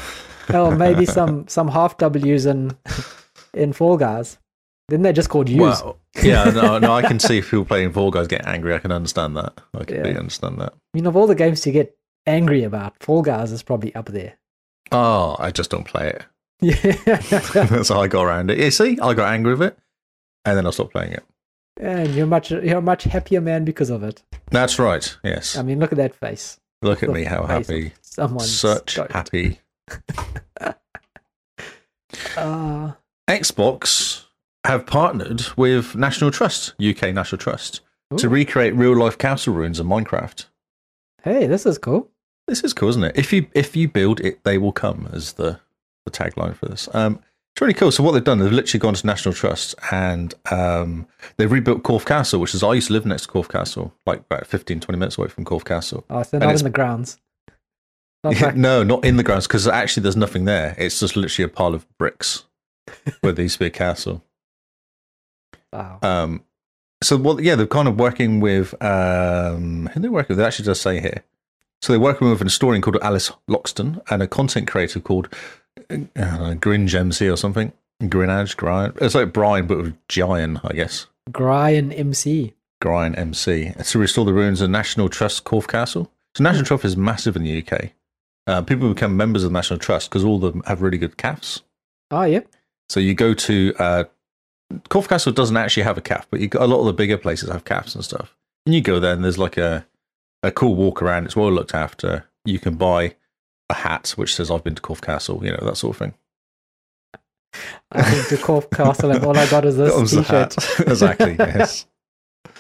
[SPEAKER 1] Or maybe some some half W's in in Fall Guys. Then they just called U's.
[SPEAKER 2] Wow. yeah, no, no, I can see if people playing Fall Guys get angry. I can understand that. I completely
[SPEAKER 1] Yeah.
[SPEAKER 2] understand that.
[SPEAKER 1] I mean, of all the games to get angry about, Fall Guys is probably up there.
[SPEAKER 2] Oh, I just don't play it.
[SPEAKER 1] Yeah,
[SPEAKER 2] That's how I got around it. You see, I got angry with it, and then I stopped playing it.
[SPEAKER 1] and you're much you're a much happier man because of it.
[SPEAKER 2] That's right. Yes.
[SPEAKER 1] I mean, look at that face.
[SPEAKER 2] Look at
[SPEAKER 1] The
[SPEAKER 2] me, how
[SPEAKER 1] face of
[SPEAKER 2] happy.
[SPEAKER 1] Someone
[SPEAKER 2] Such happy.
[SPEAKER 1] Uh,
[SPEAKER 2] Xbox have partnered with National Trust, UK National Trust, to
[SPEAKER 1] Ooh.
[SPEAKER 2] recreate real life castle ruins in Minecraft.
[SPEAKER 1] hey, this is cool.
[SPEAKER 2] This is cool, isn't it? If you if you build it, they will come as the the tagline for this. Um, it's really cool. So what they've done, they've literally gone to National Trust and um, they've rebuilt Corfe Castle, which is I used to live next to Corfe Castle, like about 15, 20 minutes away from Corfe Castle.
[SPEAKER 1] Oh, so they're
[SPEAKER 2] And
[SPEAKER 1] not
[SPEAKER 2] it's-
[SPEAKER 1] in the grounds. Not like-
[SPEAKER 2] no, not in the grounds because actually there's nothing there. It's just literally a pile of bricks where there used to be a castle.
[SPEAKER 1] wow.
[SPEAKER 2] Um, so well, yeah, they're kind of working with um, who they working with. They actually does say here. So they're working with an historian called Alice Loxton and a content creator called uh, uh, Gringe MC or something. Grinage, Grind. It's like Brian, but with Giant, I guess.
[SPEAKER 1] Grian MC.
[SPEAKER 2] Grind MC to restore the ruins of National Trust Corfe Castle. So National Trust is massive in the UK. Uh, people become members of the National Trust because all of them have really good calves.
[SPEAKER 1] Oh, yep.
[SPEAKER 2] So you go to uh, Corfe Castle doesn't actually have a calf, but you got a lot of the bigger places have calves and stuff. And you go there, and there's like a a cool walk around. It's well looked after. You can buy a hat which says "I've been to Corfe Castle," you know that sort of thing.
[SPEAKER 1] I went to Corf Castle and all I got is this
[SPEAKER 2] That was the
[SPEAKER 1] t-shirt.
[SPEAKER 2] hat. exactly. Yes.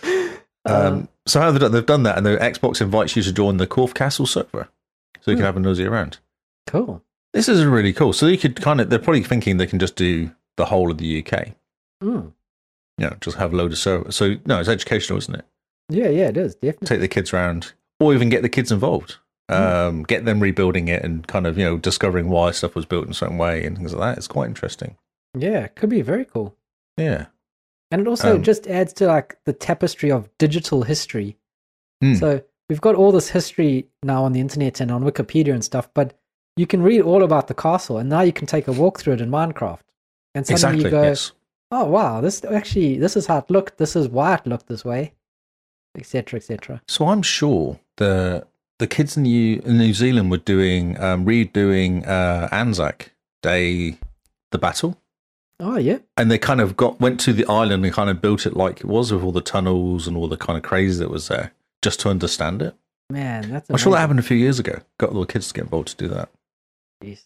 [SPEAKER 1] Um,
[SPEAKER 2] Um, so how have they done? They've done that, and the Xbox invites you to join the Corfe Castle server, so you can
[SPEAKER 1] Hmm.
[SPEAKER 2] have a nosy around.
[SPEAKER 1] cool.
[SPEAKER 2] This is really cool. So you could kind of—they're probably thinking they can just do the whole of the UK.
[SPEAKER 1] Mm.
[SPEAKER 2] You know, just have a load of servers. So no, it's educational, isn't it?
[SPEAKER 1] Yeah, yeah, it is definitely.
[SPEAKER 2] Take the kids around, or even get the kids involved.
[SPEAKER 1] Mm.
[SPEAKER 2] Um, Get them rebuilding it and kind of you know discovering why stuff was built in a certain way and things like that. It's quite interesting.
[SPEAKER 1] Yeah, it could be very cool.
[SPEAKER 2] Yeah.
[SPEAKER 1] And it also
[SPEAKER 2] Um,
[SPEAKER 1] just adds to like the tapestry of digital history.
[SPEAKER 2] Hmm.
[SPEAKER 1] So we've got all this history now on the internet and on Wikipedia and stuff, but you can read all about the castle and now you can take a walk through it in Minecraft. And suddenly
[SPEAKER 2] Exactly.
[SPEAKER 1] you go,
[SPEAKER 2] Yes.
[SPEAKER 1] oh wow, this actually this is how it looked, this is why it looked this way, etc. etc.
[SPEAKER 2] So I'm sure the the kids in New in New Zealand were doing um, redoing uh, Anzac Day, the battle.
[SPEAKER 1] Oh yeah.
[SPEAKER 2] and they kind of got went to the island and kind of built it like it was with all the tunnels and all the kind of crazy that was there just to understand it.
[SPEAKER 1] Man, that's.
[SPEAKER 2] I'm sure that
[SPEAKER 1] amazing.
[SPEAKER 2] happened a few years ago. Got little kids to get involved to do that.
[SPEAKER 1] Jeez.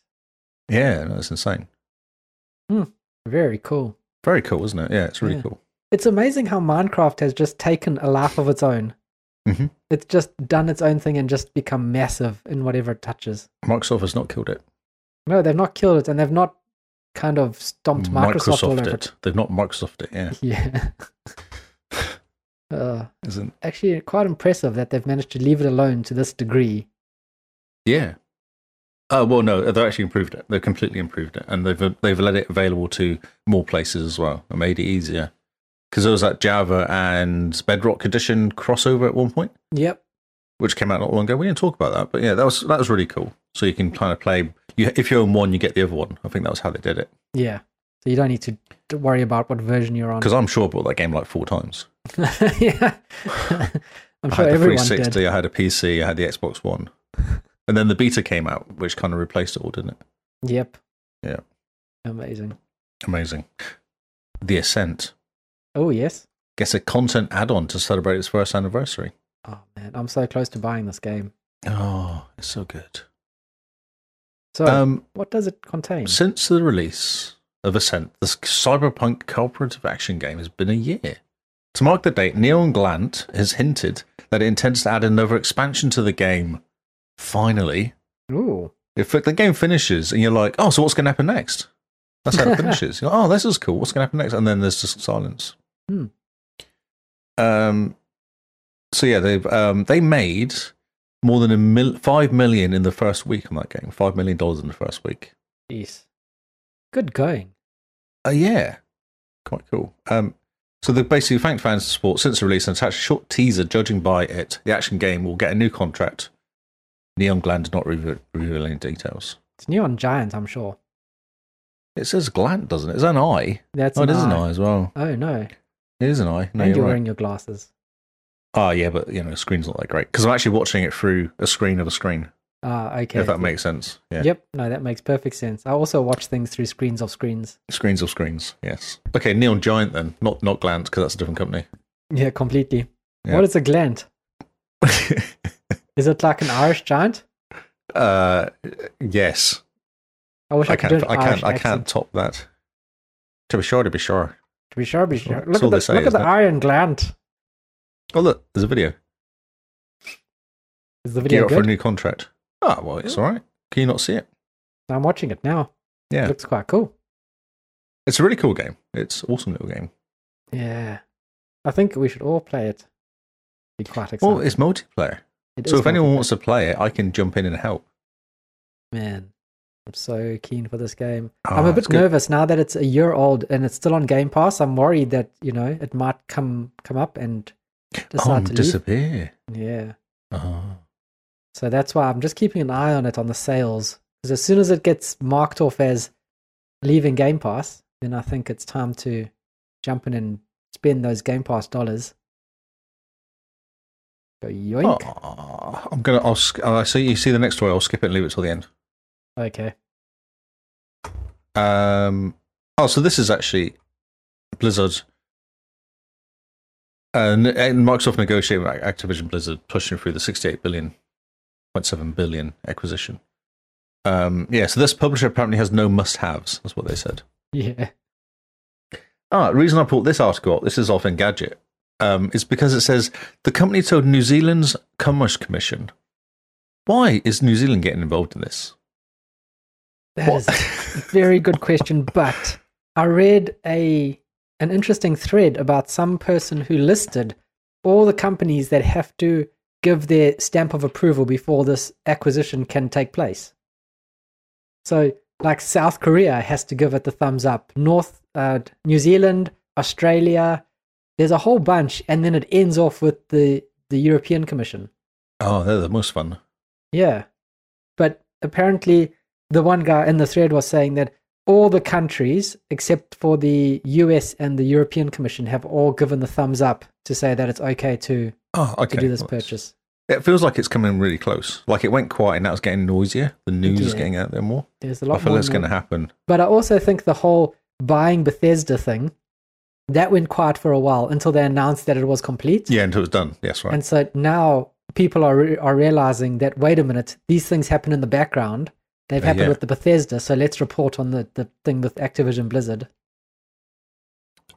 [SPEAKER 2] Yeah, no, that's insane.
[SPEAKER 1] Very cool.
[SPEAKER 2] Very cool, isn't it? Yeah, it's really
[SPEAKER 1] Yeah.
[SPEAKER 2] cool.
[SPEAKER 1] It's amazing how Minecraft has just taken a life of its own.
[SPEAKER 2] Mhm.
[SPEAKER 1] It's just done its own thing and just become massive in whatever it touches.
[SPEAKER 2] Microsoft has not killed it.
[SPEAKER 1] No, they've not killed it, and they've not kind of stomped Microsoft, all over it.
[SPEAKER 2] it. They've not Microsoft it. Yeah,
[SPEAKER 1] Yeah. uh,
[SPEAKER 2] isn't?
[SPEAKER 1] actually, quite impressive that they've managed to leave it alone to this degree.
[SPEAKER 2] Yeah. Oh well, no, they've actually improved it. They've completely improved it, and they've they've let it available to more places as well. and made it easier because there was that Java and Bedrock edition crossover at one point.
[SPEAKER 1] Yep.
[SPEAKER 2] which came out not long ago. We didn't talk about that, but yeah, that was that was really cool. So you can kind of play. You, if you're on one, you get the other one. I think that was how they did it.
[SPEAKER 1] Yeah. So you don't need to d- worry about what version you're on.
[SPEAKER 2] Because I'm sure I bought that game like four times.
[SPEAKER 1] yeah. I'm
[SPEAKER 2] I
[SPEAKER 1] sure
[SPEAKER 2] had the
[SPEAKER 1] everyone
[SPEAKER 2] 360,
[SPEAKER 1] did.
[SPEAKER 2] I had a PC, I had the Xbox One, and then the beta came out, which kind of replaced it all, didn't it?
[SPEAKER 1] Yep.
[SPEAKER 2] Yeah.
[SPEAKER 1] Amazing.
[SPEAKER 2] Amazing. The Ascent
[SPEAKER 1] Oh yes.
[SPEAKER 2] gets a content add-on to celebrate its first anniversary.
[SPEAKER 1] Oh man, I'm so close to buying this game.
[SPEAKER 2] Oh, it's so good.
[SPEAKER 1] So
[SPEAKER 2] um,
[SPEAKER 1] what does it contain?
[SPEAKER 2] Since the release of Ascent, this cyberpunk cooperative action game has been a year. To mark the date, Neon Glant has hinted that it intends to add another expansion to the game. Finally,
[SPEAKER 1] Ooh.
[SPEAKER 2] if the game finishes and you're like, oh, so what's going to happen next? That's how it finishes. You're like, oh, this is cool. What's going to happen next? And then there's just silence.
[SPEAKER 1] Hmm.
[SPEAKER 2] Um. So yeah, they've um they made more than a mil- five million in the first week on that game. Five million dollars in the first week.
[SPEAKER 1] Jeez. Good going.
[SPEAKER 2] Uh, yeah, quite cool. Um, so they basically thanked fans for support since the release and attached a short teaser. Judging by it, the action game will get a new contract. Neon Gland did not reveal, reveal any details.
[SPEAKER 1] It's Neon Giant, I'm sure.
[SPEAKER 2] It says Gland, doesn't it? Is that an eye?
[SPEAKER 1] That's
[SPEAKER 2] oh, it
[SPEAKER 1] an
[SPEAKER 2] is an
[SPEAKER 1] eye.
[SPEAKER 2] eye as well.
[SPEAKER 1] Oh no.
[SPEAKER 2] It is an eye. No,
[SPEAKER 1] and
[SPEAKER 2] you're
[SPEAKER 1] you're
[SPEAKER 2] right.
[SPEAKER 1] wearing your glasses.
[SPEAKER 2] Oh, yeah, but you know, the screen's not that great because I'm actually watching it through a screen of a screen.
[SPEAKER 1] Ah, okay.
[SPEAKER 2] If that makes sense. Yeah.
[SPEAKER 1] Yep, no, that makes perfect sense. I also watch things through screens of screens.
[SPEAKER 2] Screens of screens. Yes. Okay, Neon Giant then, not not Gland because that's a different company.
[SPEAKER 1] Yeah, completely.
[SPEAKER 2] Yeah.
[SPEAKER 1] What is a gland? Is it like an Irish giant?
[SPEAKER 2] uh, yes.
[SPEAKER 1] I wish I,
[SPEAKER 2] I
[SPEAKER 1] could do
[SPEAKER 2] can't.
[SPEAKER 1] an
[SPEAKER 2] I
[SPEAKER 1] Irish
[SPEAKER 2] can't. I
[SPEAKER 1] accent.
[SPEAKER 2] can't top that. To be sure, to be sure.
[SPEAKER 1] To be sure, be
[SPEAKER 2] That's all-
[SPEAKER 1] sure.
[SPEAKER 2] that's
[SPEAKER 1] Look
[SPEAKER 2] all
[SPEAKER 1] at
[SPEAKER 2] they
[SPEAKER 1] the,
[SPEAKER 2] say,
[SPEAKER 1] look at
[SPEAKER 2] isn't
[SPEAKER 1] the
[SPEAKER 2] it?
[SPEAKER 1] iron gland.
[SPEAKER 2] Oh look, there's a video.
[SPEAKER 1] Is the
[SPEAKER 2] Gear
[SPEAKER 1] video
[SPEAKER 2] up for a
[SPEAKER 1] good?
[SPEAKER 2] new contract. Ah, well, it's all right. Can you not see it?
[SPEAKER 1] I'm watching it now.
[SPEAKER 2] Yeah,
[SPEAKER 1] It looks quite cool.
[SPEAKER 2] it's a really cool game. It's an awesome little game.
[SPEAKER 1] Yeah. I think we should all play it. Be quite excited.
[SPEAKER 2] Well, it's multiplayer.
[SPEAKER 1] It
[SPEAKER 2] so
[SPEAKER 1] is
[SPEAKER 2] if anyone
[SPEAKER 1] multiplayer.
[SPEAKER 2] wants to play it, I can jump in and help.
[SPEAKER 1] Man, I'm so keen for this game.
[SPEAKER 2] Ah,
[SPEAKER 1] I'm a
[SPEAKER 2] it's
[SPEAKER 1] bit
[SPEAKER 2] good.
[SPEAKER 1] nervous now that it's a year old and it's still on Game Pass. I'm worried that, you know, it might come come up and
[SPEAKER 2] Oh,
[SPEAKER 1] decide to leave.
[SPEAKER 2] disappear.
[SPEAKER 1] Yeah.
[SPEAKER 2] Oh.
[SPEAKER 1] So that's why I'm just keeping an eye on it on the sales. Because as soon as it gets marked off as leaving Game Pass, then I think it's time to jump in and spend those Game Pass dollars. Go yoink.
[SPEAKER 2] Aw, Ah, I'm gonna. I'll. sk- Uh, so you see the next story. I'll skip it and leave it till the end. Oh.
[SPEAKER 1] Okay.
[SPEAKER 2] Um, oh, so this is actually Blizzard and, and Microsoft negotiating with Activision Blizzard, pushing through the sixty-eight billion point seven billion acquisition. Um, yeah, so this publisher apparently has no must-haves. That's what they said.
[SPEAKER 1] Yeah.
[SPEAKER 2] Ah, the reason I pulled this article up, this is off Engadget, um, is because it says the company told New Zealand's Commerce Commission. Why is New Zealand getting involved in this?
[SPEAKER 1] that is a very good question. But I read a an interesting thread about some person who listed all the companies that have to give their stamp of approval before this acquisition can take place. So, like South Korea has to give it the thumbs up. North uh, New Zealand, Australia, there's a whole bunch, and then it ends off with the the European Commission.
[SPEAKER 2] Oh, they're the most fun.
[SPEAKER 1] Yeah. But apparently, the one guy in the thread was saying that all the countries, except for the US and the European Commission, have all given the thumbs up to say that it's okay to,
[SPEAKER 2] Oh, okay.
[SPEAKER 1] to do this
[SPEAKER 2] Well, that's-
[SPEAKER 1] purchase.
[SPEAKER 2] It feels like it's coming really close. Like it went quiet and now it's getting noisier. The news is
[SPEAKER 1] Yeah.
[SPEAKER 2] getting out there more.
[SPEAKER 1] There's a
[SPEAKER 2] I
[SPEAKER 1] lot
[SPEAKER 2] feel
[SPEAKER 1] more.
[SPEAKER 2] that's
[SPEAKER 1] now.
[SPEAKER 2] going to happen.
[SPEAKER 1] But I also think the whole buying Bethesda thing. That went quiet for a while until they announced that it was complete.
[SPEAKER 2] Yeah, until it's done. Yes, right.
[SPEAKER 1] And so now people are re- are realizing that wait a minute, these things happen in the background. They've
[SPEAKER 2] Uh,
[SPEAKER 1] happened
[SPEAKER 2] yeah.
[SPEAKER 1] with the Bethesda, so let's report on the, the thing with Activision Blizzard.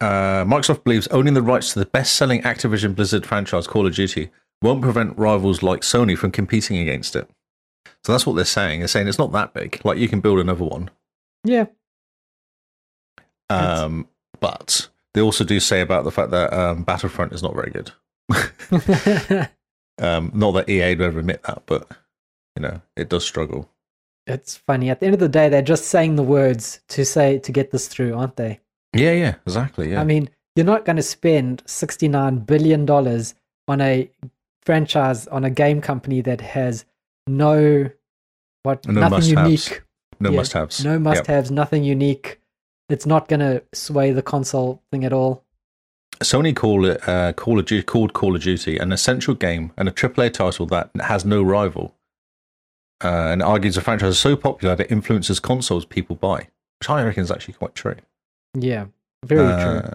[SPEAKER 2] Uh, Microsoft believes owning the rights to the best-selling Activision Blizzard franchise, Call of Duty, won't prevent rivals like Sony from competing against it. So that's what they're saying. They're saying it's not that big. Like you can build another one.
[SPEAKER 1] Yeah, That's-
[SPEAKER 2] Um, but they also do say about the fact that um, Battlefront is not very good. Um, not that EA would ever admit that, but you know it does struggle.
[SPEAKER 1] it's funny. At the end of the day, they're just saying the words to say to get this through, aren't they?
[SPEAKER 2] Yeah, yeah, exactly. Yeah,
[SPEAKER 1] I mean, you're not going to spend $69 billion on a franchise, on a game company that has no, what,
[SPEAKER 2] No
[SPEAKER 1] nothing
[SPEAKER 2] must-haves.
[SPEAKER 1] unique.
[SPEAKER 2] no
[SPEAKER 1] yeah,
[SPEAKER 2] must-haves.
[SPEAKER 1] No
[SPEAKER 2] Yep.
[SPEAKER 1] must haves, nothing unique. It's not going to sway the console thing at all.
[SPEAKER 2] Sony call it uh, Call of Duty, called Call of Duty an essential game and a AAA title that has no rival, uh, and argues the franchise is so popular that it influences consoles people buy, which I reckon is actually quite true.
[SPEAKER 1] Yeah, very true.
[SPEAKER 2] Uh,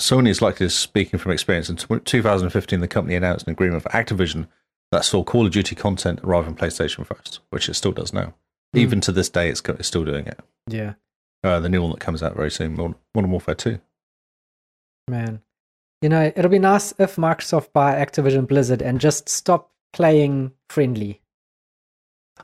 [SPEAKER 2] Sony is likely speaking from experience. In tw 2015, the company announced an agreement for Activision that saw Call of Duty content arrive on PlayStation first, which it still does now.
[SPEAKER 1] Hmm.
[SPEAKER 2] Even to this day, it's, co- it's still doing it.
[SPEAKER 1] Yeah,
[SPEAKER 2] Uh, the new one that comes out very soon, Modern Modern Warfare 2.
[SPEAKER 1] man. You know, it'll be nice if Microsoft buy Activision Blizzard and just stop playing friendly.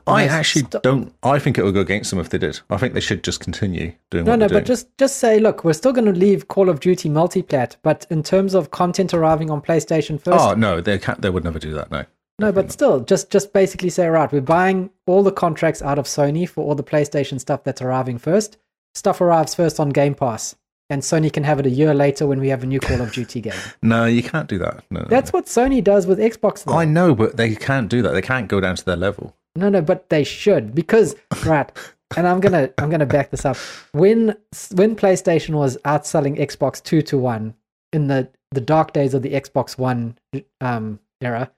[SPEAKER 2] I
[SPEAKER 1] Nice.
[SPEAKER 2] actually
[SPEAKER 1] Stop-
[SPEAKER 2] don't. I think it would go against them if they did. I think they should just continue doing.
[SPEAKER 1] No,
[SPEAKER 2] what
[SPEAKER 1] no,
[SPEAKER 2] they're
[SPEAKER 1] but
[SPEAKER 2] doing.
[SPEAKER 1] just just say, look, we're still going to leave Call of Duty multiplat, but in terms of content arriving on PlayStation first,
[SPEAKER 2] Oh no, they can't, they would never do that. No,
[SPEAKER 1] no, but still, just just basically say, right, we're buying all the contracts out of Sony for all the PlayStation stuff that's arriving first. Stuff arrives first on Game Pass, and Sony can have it a year later when we have a new Call of Duty game.
[SPEAKER 2] no, you can't do that. No, no,
[SPEAKER 1] That's what Sony does with Xbox.
[SPEAKER 2] no.
[SPEAKER 1] Though.
[SPEAKER 2] I know, but they can't do that. They can't go down to their level.
[SPEAKER 1] No, no, but they should because right. And I'm gonna I'm gonna back this up. When when PlayStation was outselling Xbox two to one in the the dark days of the Xbox One um, era,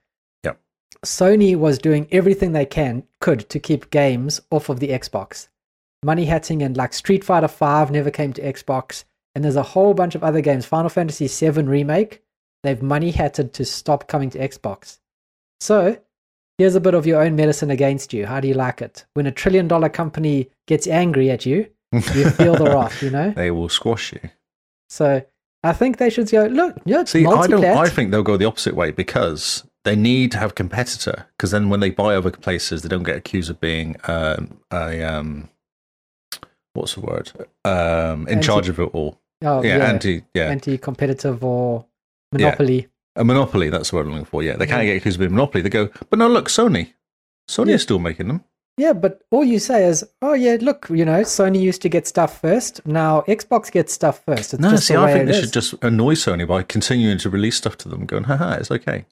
[SPEAKER 2] Yep.
[SPEAKER 1] Sony was doing everything they can could to keep games off of the Xbox. Money Hatting and like Street Fighter Five never came to Xbox, and there's a whole bunch of other games. Final Fantasy VII remake, they've money hatted to stop coming to Xbox. So Here's a bit of your own medicine against you. How do you like it? When a trillion dollar company gets angry at you, you feel the wrath, you know?
[SPEAKER 2] They will squash you.
[SPEAKER 1] So I think they should go, look, yeah, it's
[SPEAKER 2] See, I don't.
[SPEAKER 1] multiplat.
[SPEAKER 2] I think they'll go the opposite way because they need to have a competitor. Because then, when they buy other places, they don't get accused of being um, a um, what's the word um, in
[SPEAKER 1] Anti-
[SPEAKER 2] charge of it all.
[SPEAKER 1] oh,
[SPEAKER 2] yeah, anti. Yeah,
[SPEAKER 1] competitive or
[SPEAKER 2] Yeah.
[SPEAKER 1] monopoly.
[SPEAKER 2] A monopoly, that's the word I'm looking for. Yeah, they can't get accused of being a monopoly. They go, but no, look, Sony. Sony
[SPEAKER 1] Yeah.
[SPEAKER 2] is still making them.
[SPEAKER 1] Yeah. but all you say is, oh, yeah, look, you know, Sony used to get stuff first. Now Xbox gets stuff first. It's
[SPEAKER 2] no,
[SPEAKER 1] just
[SPEAKER 2] see,
[SPEAKER 1] the way
[SPEAKER 2] I think
[SPEAKER 1] it
[SPEAKER 2] they
[SPEAKER 1] is.
[SPEAKER 2] should just annoy Sony by continuing to release stuff to them, going, haha, it's okay.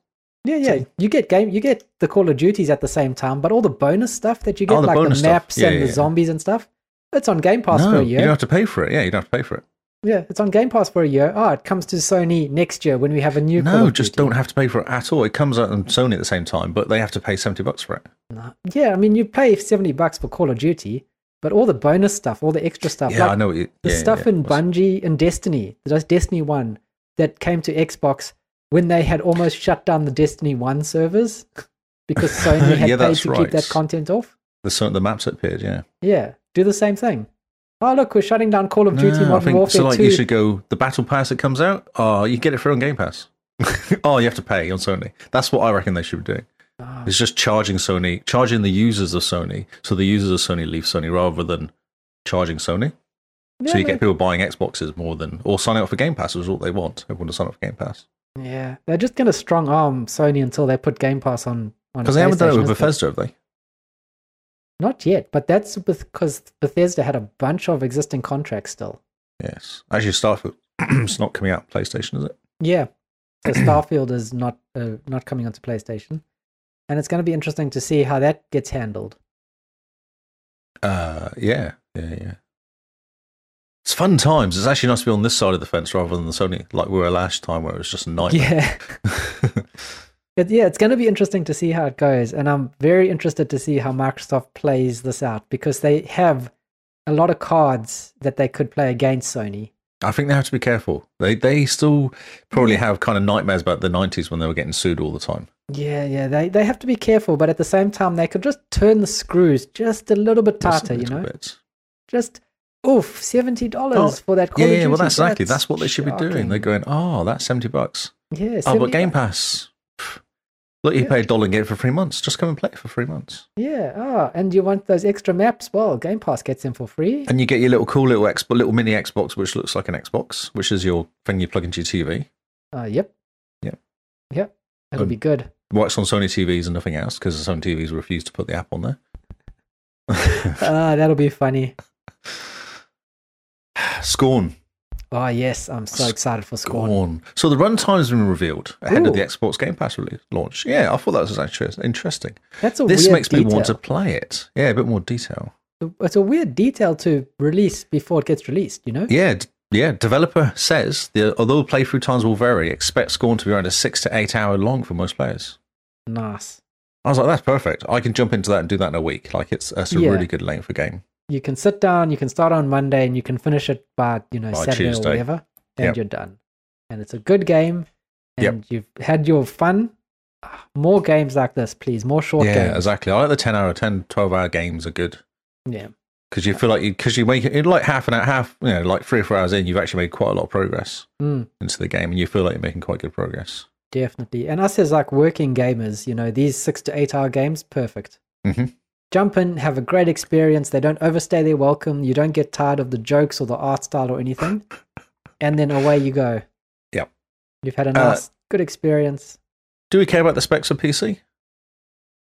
[SPEAKER 1] Yeah, yeah. You get game you get the Call of Duties at the same time, but all the bonus stuff that you get,
[SPEAKER 2] Oh, the
[SPEAKER 1] like
[SPEAKER 2] bonus
[SPEAKER 1] the
[SPEAKER 2] stuff.
[SPEAKER 1] maps
[SPEAKER 2] Yeah,
[SPEAKER 1] and
[SPEAKER 2] yeah,
[SPEAKER 1] the
[SPEAKER 2] yeah.
[SPEAKER 1] zombies and stuff, it's on Game Pass for
[SPEAKER 2] no,
[SPEAKER 1] a
[SPEAKER 2] you
[SPEAKER 1] year.
[SPEAKER 2] don't have to pay for it. Yeah, you don't have to pay for it.
[SPEAKER 1] Yeah, it's on Game Pass for a year. Oh, it comes to Sony next year when we have a new. Call
[SPEAKER 2] no,
[SPEAKER 1] of
[SPEAKER 2] just
[SPEAKER 1] Duty.
[SPEAKER 2] don't have to pay for it at all. It comes out on Sony at the same time, but they have to pay 70 bucks for it.
[SPEAKER 1] No. Yeah, I mean, you pay seventy bucks for Call of Duty, but all the bonus stuff, all the extra stuff,
[SPEAKER 2] yeah,
[SPEAKER 1] like
[SPEAKER 2] I know. What you,
[SPEAKER 1] the
[SPEAKER 2] yeah,
[SPEAKER 1] stuff
[SPEAKER 2] yeah,
[SPEAKER 1] in
[SPEAKER 2] what's-
[SPEAKER 1] Bungie and Destiny, the Destiny One that came to Xbox when they had almost shut down the Destiny One servers because Sony had paid
[SPEAKER 2] Yeah, that's
[SPEAKER 1] to keep
[SPEAKER 2] right.
[SPEAKER 1] that content off.
[SPEAKER 2] The, so- the maps appeared, yeah.
[SPEAKER 1] Yeah, do the same thing. Oh, look, we're shutting down Call of Duty
[SPEAKER 2] No, Ah, I
[SPEAKER 1] Modern
[SPEAKER 2] think,
[SPEAKER 1] Warfare
[SPEAKER 2] so, like,
[SPEAKER 1] Two.
[SPEAKER 2] you should go, the Battle Pass that comes out, oh, you get it for on Game Pass. oh, you have to pay on Sony. That's what I reckon they should be doing.
[SPEAKER 1] Oh,
[SPEAKER 2] It's just charging Sony, charging the users of Sony, so the users of Sony leave Sony rather than charging Sony. so
[SPEAKER 1] yeah,
[SPEAKER 2] you
[SPEAKER 1] no,
[SPEAKER 2] get people buying Xboxes more than, or signing up for Game Pass is what they want. Everyone to sign up for Game Pass
[SPEAKER 1] Yeah, they're just going to strong arm Sony until they put Game Pass on.
[SPEAKER 2] because they haven't done it with Bethesda, have they?
[SPEAKER 1] Not yet, but that's because Bethesda had a bunch of existing contracts still.
[SPEAKER 2] Yes. Actually, Starfield, it's not coming out on PlayStation, is it?
[SPEAKER 1] Yeah, so Starfield is not uh, not coming onto PlayStation, and it's going to be interesting to see how that gets handled.
[SPEAKER 2] Uh, yeah, yeah, yeah. It's fun times. It's actually nice to be on this side of the fence rather than the Sony, like we were last time, where it was just a nightmare.
[SPEAKER 1] Yeah, it, yeah, it's going to be interesting to see how it goes, and I'm very interested to see how Microsoft plays this out because they have a lot of cards that they could play against Sony.
[SPEAKER 2] I think they have to be careful. They they still probably have kind of nightmares about the '90s when they were getting sued all the time.
[SPEAKER 1] Yeah, yeah, they they have to be careful, but at the same time, they could just turn the screws just a little bit
[SPEAKER 2] Just
[SPEAKER 1] tighter, you
[SPEAKER 2] little
[SPEAKER 1] know,
[SPEAKER 2] bits.
[SPEAKER 1] just oof, seventy dollars
[SPEAKER 2] Oh,
[SPEAKER 1] for that. Call
[SPEAKER 2] Yeah,
[SPEAKER 1] of
[SPEAKER 2] yeah. Well,
[SPEAKER 1] Duty,
[SPEAKER 2] that's exactly that's what they should be doing.
[SPEAKER 1] shocking.
[SPEAKER 2] They're going, oh, that's seventy bucks.
[SPEAKER 1] yeah,
[SPEAKER 2] Oh,
[SPEAKER 1] 70
[SPEAKER 2] but Game Pass. Pff, Look, you
[SPEAKER 1] Yeah.
[SPEAKER 2] pay a dollar and get it for three months. Just come and play it for three months,
[SPEAKER 1] Yeah, ah, and you want those extra maps? Well, Game Pass gets them for free.
[SPEAKER 2] and you get your little cool little Xbox, little mini Xbox, which looks like an Xbox, which is your thing you plug into your TV.
[SPEAKER 1] Uh, yep.
[SPEAKER 2] Yep.
[SPEAKER 1] Yep. It'll
[SPEAKER 2] Um,
[SPEAKER 1] be good.
[SPEAKER 2] Works on Sony TVs and nothing else because Sony TVs refuse to put the app on there.
[SPEAKER 1] Ah, that'll be funny.
[SPEAKER 2] Scorn.
[SPEAKER 1] Oh, yes, I'm so excited for Scorn.
[SPEAKER 2] Scorn. So the runtime has been revealed ahead of
[SPEAKER 1] Ooh.
[SPEAKER 2] the Xbox Game Pass release launch. Yeah, I thought that was actually interesting.
[SPEAKER 1] That's a
[SPEAKER 2] This
[SPEAKER 1] Oh, weird
[SPEAKER 2] makes me want to
[SPEAKER 1] detail.
[SPEAKER 2] play it. Yeah, a bit more detail.
[SPEAKER 1] It's a weird detail to release before it gets released, you know?
[SPEAKER 2] Yeah, d- yeah. Developer says the although playthrough times will vary, expect Scorn to be around a six to eight hour long for most players.
[SPEAKER 1] Nice.
[SPEAKER 2] I was like, that's perfect. I can jump into that and do that in a week. Like it's that's a
[SPEAKER 1] Yeah.
[SPEAKER 2] really good length for game.
[SPEAKER 1] You can sit down, you can start on Monday, and you can finish it by, you know,
[SPEAKER 2] By
[SPEAKER 1] Saturday
[SPEAKER 2] Tuesday.
[SPEAKER 1] or whatever, and
[SPEAKER 2] Yep.
[SPEAKER 1] you're done. And it's a good game,
[SPEAKER 2] Yep.
[SPEAKER 1] and you've had your fun. Ah, More games like this, please. More short
[SPEAKER 2] yeah,
[SPEAKER 1] games.
[SPEAKER 2] exactly. I like the 10 hour, 10, 12 hour games are good.
[SPEAKER 1] Yeah.
[SPEAKER 2] Because you feel like you, because you make it in like half an hour, half, you know, like three or four hours in, you've actually made quite a lot of progress
[SPEAKER 1] Mm,
[SPEAKER 2] into the game and you feel like you're making quite good progress.
[SPEAKER 1] definitely. And us as like working gamers, you know, these six to eight hour games, perfect.
[SPEAKER 2] Mhm.
[SPEAKER 1] Jump in, have a great experience. They don't overstay their welcome. You don't get tired of the jokes or the art style or anything. and then away you go.
[SPEAKER 2] Yep. Uh,
[SPEAKER 1] You've had a nice, good experience.
[SPEAKER 2] Do we care about the specs of PC?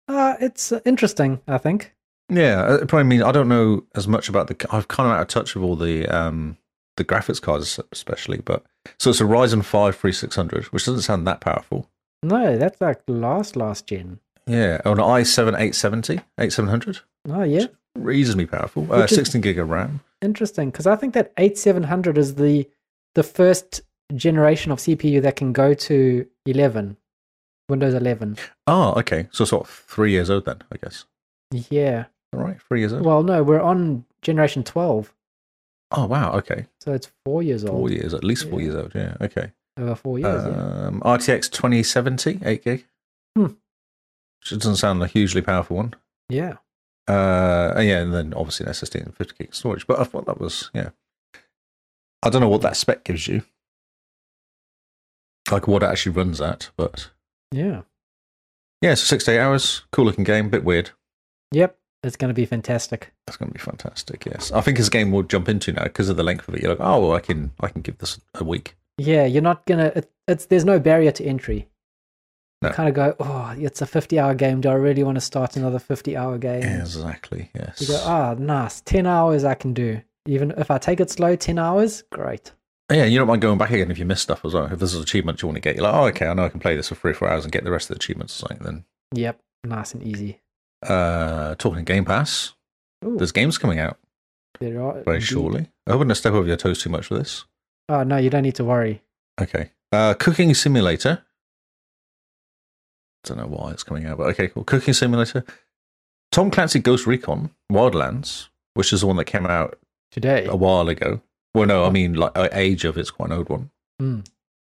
[SPEAKER 1] Uh, it's uh, interesting, I think.
[SPEAKER 2] Yeah, uh, it probably means I don't know as much about the. I've kind of out of touch with all the um the graphics cards, especially. But so it's a Ryzen five three six hundred, which doesn't sound that powerful.
[SPEAKER 1] No, that's like last last gen.
[SPEAKER 2] Yeah, on an i7 870, 8700,
[SPEAKER 1] Oh yeah,
[SPEAKER 2] reasonably powerful. Uh,
[SPEAKER 1] Which is-
[SPEAKER 2] sixteen gig of RAM.
[SPEAKER 1] interesting. Because I think that eight seven hundred is the the first generation of CPU that can go to eleven, Windows eleven.
[SPEAKER 2] Oh, okay. So it's what three years old then, I guess.
[SPEAKER 1] Yeah.
[SPEAKER 2] All right, three years old.
[SPEAKER 1] Well, no, we're on generation twelve,
[SPEAKER 2] oh wow, okay,
[SPEAKER 1] so it's four years
[SPEAKER 2] four
[SPEAKER 1] old.
[SPEAKER 2] years at least four
[SPEAKER 1] Yeah.
[SPEAKER 2] years old. Yeah, okay.
[SPEAKER 1] Over four years. yeah.
[SPEAKER 2] um, RTX twenty seventy, eight gig.
[SPEAKER 1] Hmm.
[SPEAKER 2] Which doesn't sound like a hugely powerful one.
[SPEAKER 1] yeah.
[SPEAKER 2] Uh, and yeah, and then obviously an SSD and 50 gig storage. But I thought that was yeah. I don't know what that spec gives you, like what it actually runs at. But
[SPEAKER 1] Yeah.
[SPEAKER 2] yeah, so six to eight hours, cool looking game, bit weird.
[SPEAKER 1] Yep. It's going to be fantastic.
[SPEAKER 2] That's going to be fantastic. Yes, I think it's a game we'll jump into now because of the length of it. You're like, oh, well, I can I can give this a week.
[SPEAKER 1] Yeah, you're not gonna. It, it's there's no barrier to entry.
[SPEAKER 2] No.
[SPEAKER 1] You kind of go, oh, it's a 50 hour game. Do I really want to start another 50 hour game?
[SPEAKER 2] exactly. Yes.
[SPEAKER 1] You go, ah, nice. 10 hours I can do. Even if I take it slow, 10 hours, great.
[SPEAKER 2] Yeah, you don't mind going back again if you miss stuff as well. If there's an achievement you want to get, you're like, oh, okay, I know I can play this for three or four hours and get the rest of the achievements. or something then
[SPEAKER 1] Yep, nice and easy.
[SPEAKER 2] uh, talking of Game Pass,
[SPEAKER 1] Ooh,
[SPEAKER 2] there's games coming out.
[SPEAKER 1] there are,
[SPEAKER 2] very
[SPEAKER 1] indeed.
[SPEAKER 2] shortly. I wouldn't step over your toes too much for this.
[SPEAKER 1] Oh, no, you don't need to worry.
[SPEAKER 2] Okay. Uh, Cooking Simulator. Don't know why it's coming out, but okay, cool. Cooking Simulator. Tom Clancy Ghost Recon Wildlands, which is the one that came out
[SPEAKER 1] Today.
[SPEAKER 2] a while ago. Well, no, I mean like uh, age of it's quite an old one.
[SPEAKER 1] Mm.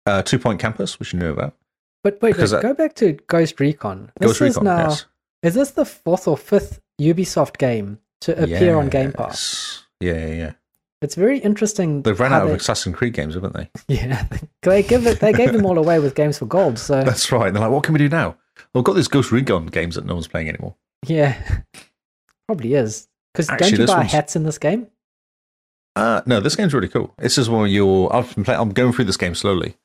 [SPEAKER 2] Uh, Two Point Campus, which you knew about.
[SPEAKER 1] But wait, wait
[SPEAKER 2] because I-
[SPEAKER 1] go back to Ghost Recon. This
[SPEAKER 2] Ghost
[SPEAKER 1] is
[SPEAKER 2] Recon,
[SPEAKER 1] now,
[SPEAKER 2] yes.
[SPEAKER 1] is this the fourth or fifth Ubisoft game to appear on Game Pass?
[SPEAKER 2] Yes. Yeah, yeah, yeah.
[SPEAKER 1] It's very interesting.
[SPEAKER 2] They've run
[SPEAKER 1] how
[SPEAKER 2] out
[SPEAKER 1] they,
[SPEAKER 2] of Assassin's Creed games, haven't they?
[SPEAKER 1] Yeah, they give it. They gave them all away with games for gold. So
[SPEAKER 2] That's right. They're like, what can we do now? Well, we've got these Ghost Recon games that no one's playing anymore.
[SPEAKER 1] yeah, probably is because don't
[SPEAKER 2] Actually,
[SPEAKER 1] you
[SPEAKER 2] this
[SPEAKER 1] buy
[SPEAKER 2] one's-
[SPEAKER 1] hats in this game?
[SPEAKER 2] Uh, no, this game's really cool. This is one of your. I've been playing. I'm going through this game slowly.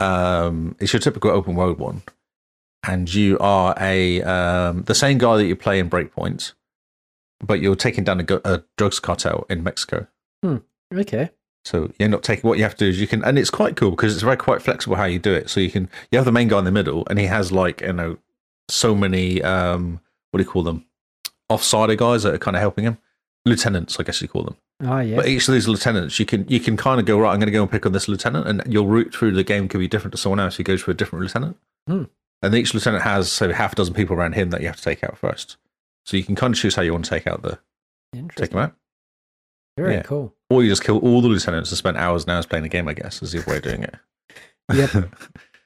[SPEAKER 2] Um, it's your typical open world one, and you are a um, the same guy that you play in Breakpoint, but you're taking down a, gu- a drugs cartel in Mexico.
[SPEAKER 1] Okay.
[SPEAKER 2] So you end up taking what you have to do is you can, and it's quite cool because it's very quite flexible how you do it. So you can you have the main guy in the middle, and he has like you know so many um, what do you call them offsider guys that are kind of helping him, lieutenants, I guess you call them.
[SPEAKER 1] Oh yeah.
[SPEAKER 2] But each of these lieutenants, you can you can kind of go right. I'm going to go and pick on this lieutenant, and your route through the game could be different to someone else who goes for a different lieutenant.
[SPEAKER 1] Hmm.
[SPEAKER 2] And each lieutenant has say half a dozen people around him that you have to take out first. So you can kind of choose how you want to take out the take
[SPEAKER 1] Interesting.
[SPEAKER 2] them out.
[SPEAKER 1] Very
[SPEAKER 2] Yeah.
[SPEAKER 1] cool.
[SPEAKER 2] Or you just kill all the lieutenants and spend hours and hours playing the game, I guess, is the other way of doing it.
[SPEAKER 1] Yep.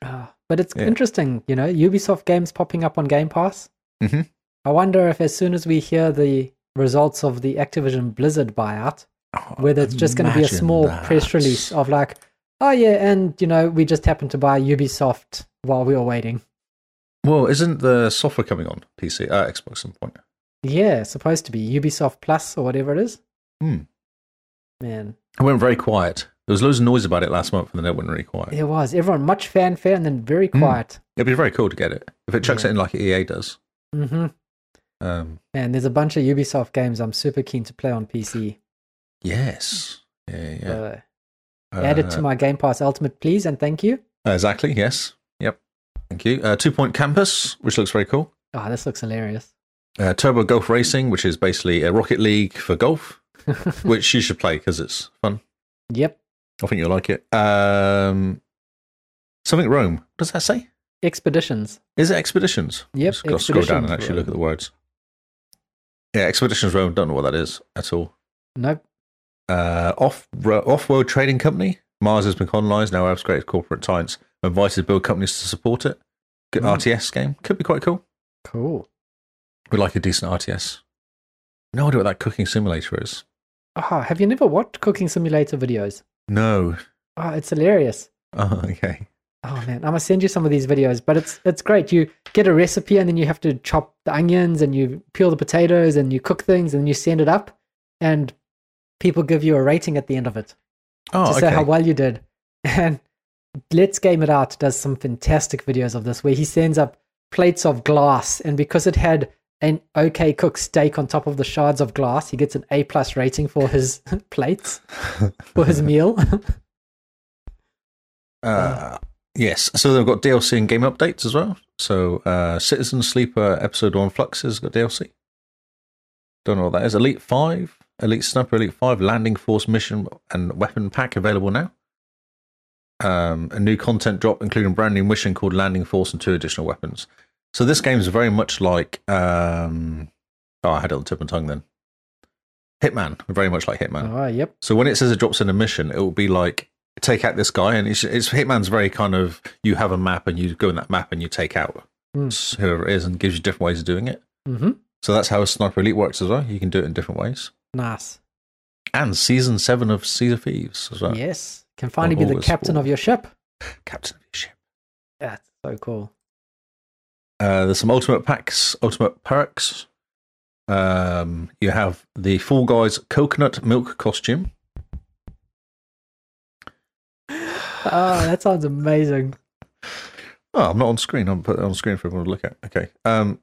[SPEAKER 1] Ah, but it's
[SPEAKER 2] Yeah.
[SPEAKER 1] interesting, you know, Ubisoft games popping up on Game Pass.
[SPEAKER 2] Mhm.
[SPEAKER 1] I wonder if, as soon as we hear the results of the Activision Blizzard buyout,
[SPEAKER 2] Oh,
[SPEAKER 1] whether it's just going to be a
[SPEAKER 2] imagine
[SPEAKER 1] small press
[SPEAKER 2] that.
[SPEAKER 1] release of like, oh yeah, and you know, we just happened to buy Ubisoft while we were waiting.
[SPEAKER 2] Well, isn't the software coming on PC, uh, Xbox at some point?
[SPEAKER 1] Yeah, supposed to be Ubisoft Plus or whatever it is.
[SPEAKER 2] Hmm.
[SPEAKER 1] Man,
[SPEAKER 2] It went very quiet. There was loads of noise about it last month, and then it went really quiet.
[SPEAKER 1] it was everyone much fanfare and then very
[SPEAKER 2] Hmm.
[SPEAKER 1] quiet.
[SPEAKER 2] It'd be very cool to get it if it chucks
[SPEAKER 1] Yeah.
[SPEAKER 2] it in like EA does.
[SPEAKER 1] hmm
[SPEAKER 2] Um,
[SPEAKER 1] Man, there's a bunch of Ubisoft games I'm super keen to play on PC.
[SPEAKER 2] yes. Yeah, yeah.
[SPEAKER 1] So add it to
[SPEAKER 2] Uh,
[SPEAKER 1] my Game Pass Ultimate, please, and thank you.
[SPEAKER 2] Exactly. Yes. Yep. Thank you. Uh, Two Point Campus, which looks very cool.
[SPEAKER 1] Oh, this looks hilarious.
[SPEAKER 2] Uh, Turbo Golf Racing, which is basically a Rocket League for golf, which you should play because it's fun.
[SPEAKER 1] Yep.
[SPEAKER 2] I think you'll like it. Um, something Rome. What does that say?
[SPEAKER 1] Expeditions.
[SPEAKER 2] Is it Expeditions?
[SPEAKER 1] Yep,
[SPEAKER 2] Just gotta scroll down
[SPEAKER 1] Expeditions
[SPEAKER 2] and actually look
[SPEAKER 1] Rome.
[SPEAKER 2] at the words. Yeah, Expeditions Rome. Don't know what that is at all.
[SPEAKER 1] Nope.
[SPEAKER 2] uh, off off world trading company. Mars has been colonized. Now Arab's greatest corporate tyrants are invited to build companies to support it. Good
[SPEAKER 1] Mm.
[SPEAKER 2] RTS game could be quite cool.
[SPEAKER 1] Cool.
[SPEAKER 2] We like a decent RTS. No idea what that cooking simulator is.
[SPEAKER 1] Ah, have you never watched Cooking Simulator videos?
[SPEAKER 2] No.
[SPEAKER 1] Oh, it's hilarious.
[SPEAKER 2] Oh, okay.
[SPEAKER 1] Oh man, I must send you some of these videos, but it's it's great. You get a recipe and then you have to chop the onions and you peel the potatoes and you cook things and you send it up and people give you a rating at the end of it
[SPEAKER 2] Oh,
[SPEAKER 1] to
[SPEAKER 2] okay.
[SPEAKER 1] say how well you did. And Let's Game It Out does some fantastic videos of this where he sends up plates of glass and because it had an okay cooked steak on top of the shards of glass, he gets an A plus rating for his plates for his meal.
[SPEAKER 2] Uh, yes. So they've got DLC and game updates as well. So uh, Citizen Sleeper Episode 1 Flux has got DLC. Don't know what that is. Elite 5, Elite Sniper, Elite 5, Landing Force Mission and Weapon Pack available now. Um, a new content drop, including a brand new mission called Landing Force and two additional weapons. So this game is very much like. Um, oh, I had it on the tip of my tongue then. Hitman, very much like Hitman.
[SPEAKER 1] oh, yep.
[SPEAKER 2] So when it says it drops in a mission, it will be like take out this guy, and it's, it's Hitman's very kind of you have a map and you go in that map and you take out
[SPEAKER 1] Hmm.
[SPEAKER 2] whoever it is, and gives you different ways of doing it.
[SPEAKER 1] hmm
[SPEAKER 2] So that's how Sniper Elite works as well. You can do it in different ways.
[SPEAKER 1] Nice.
[SPEAKER 2] And season seven of Sea of Thieves as well.
[SPEAKER 1] Yes. Can finally be
[SPEAKER 2] all
[SPEAKER 1] the
[SPEAKER 2] this
[SPEAKER 1] captain
[SPEAKER 2] war.
[SPEAKER 1] of your ship.
[SPEAKER 2] Captain of your ship.
[SPEAKER 1] That's so cool.
[SPEAKER 2] Uh, there's some ultimate packs, ultimate perks. Um, you have the Fall Guys coconut milk costume.
[SPEAKER 1] Oh, that sounds amazing.
[SPEAKER 2] Oh, I'm not on screen. I'm put it on screen for everyone to look at. Okay. Um,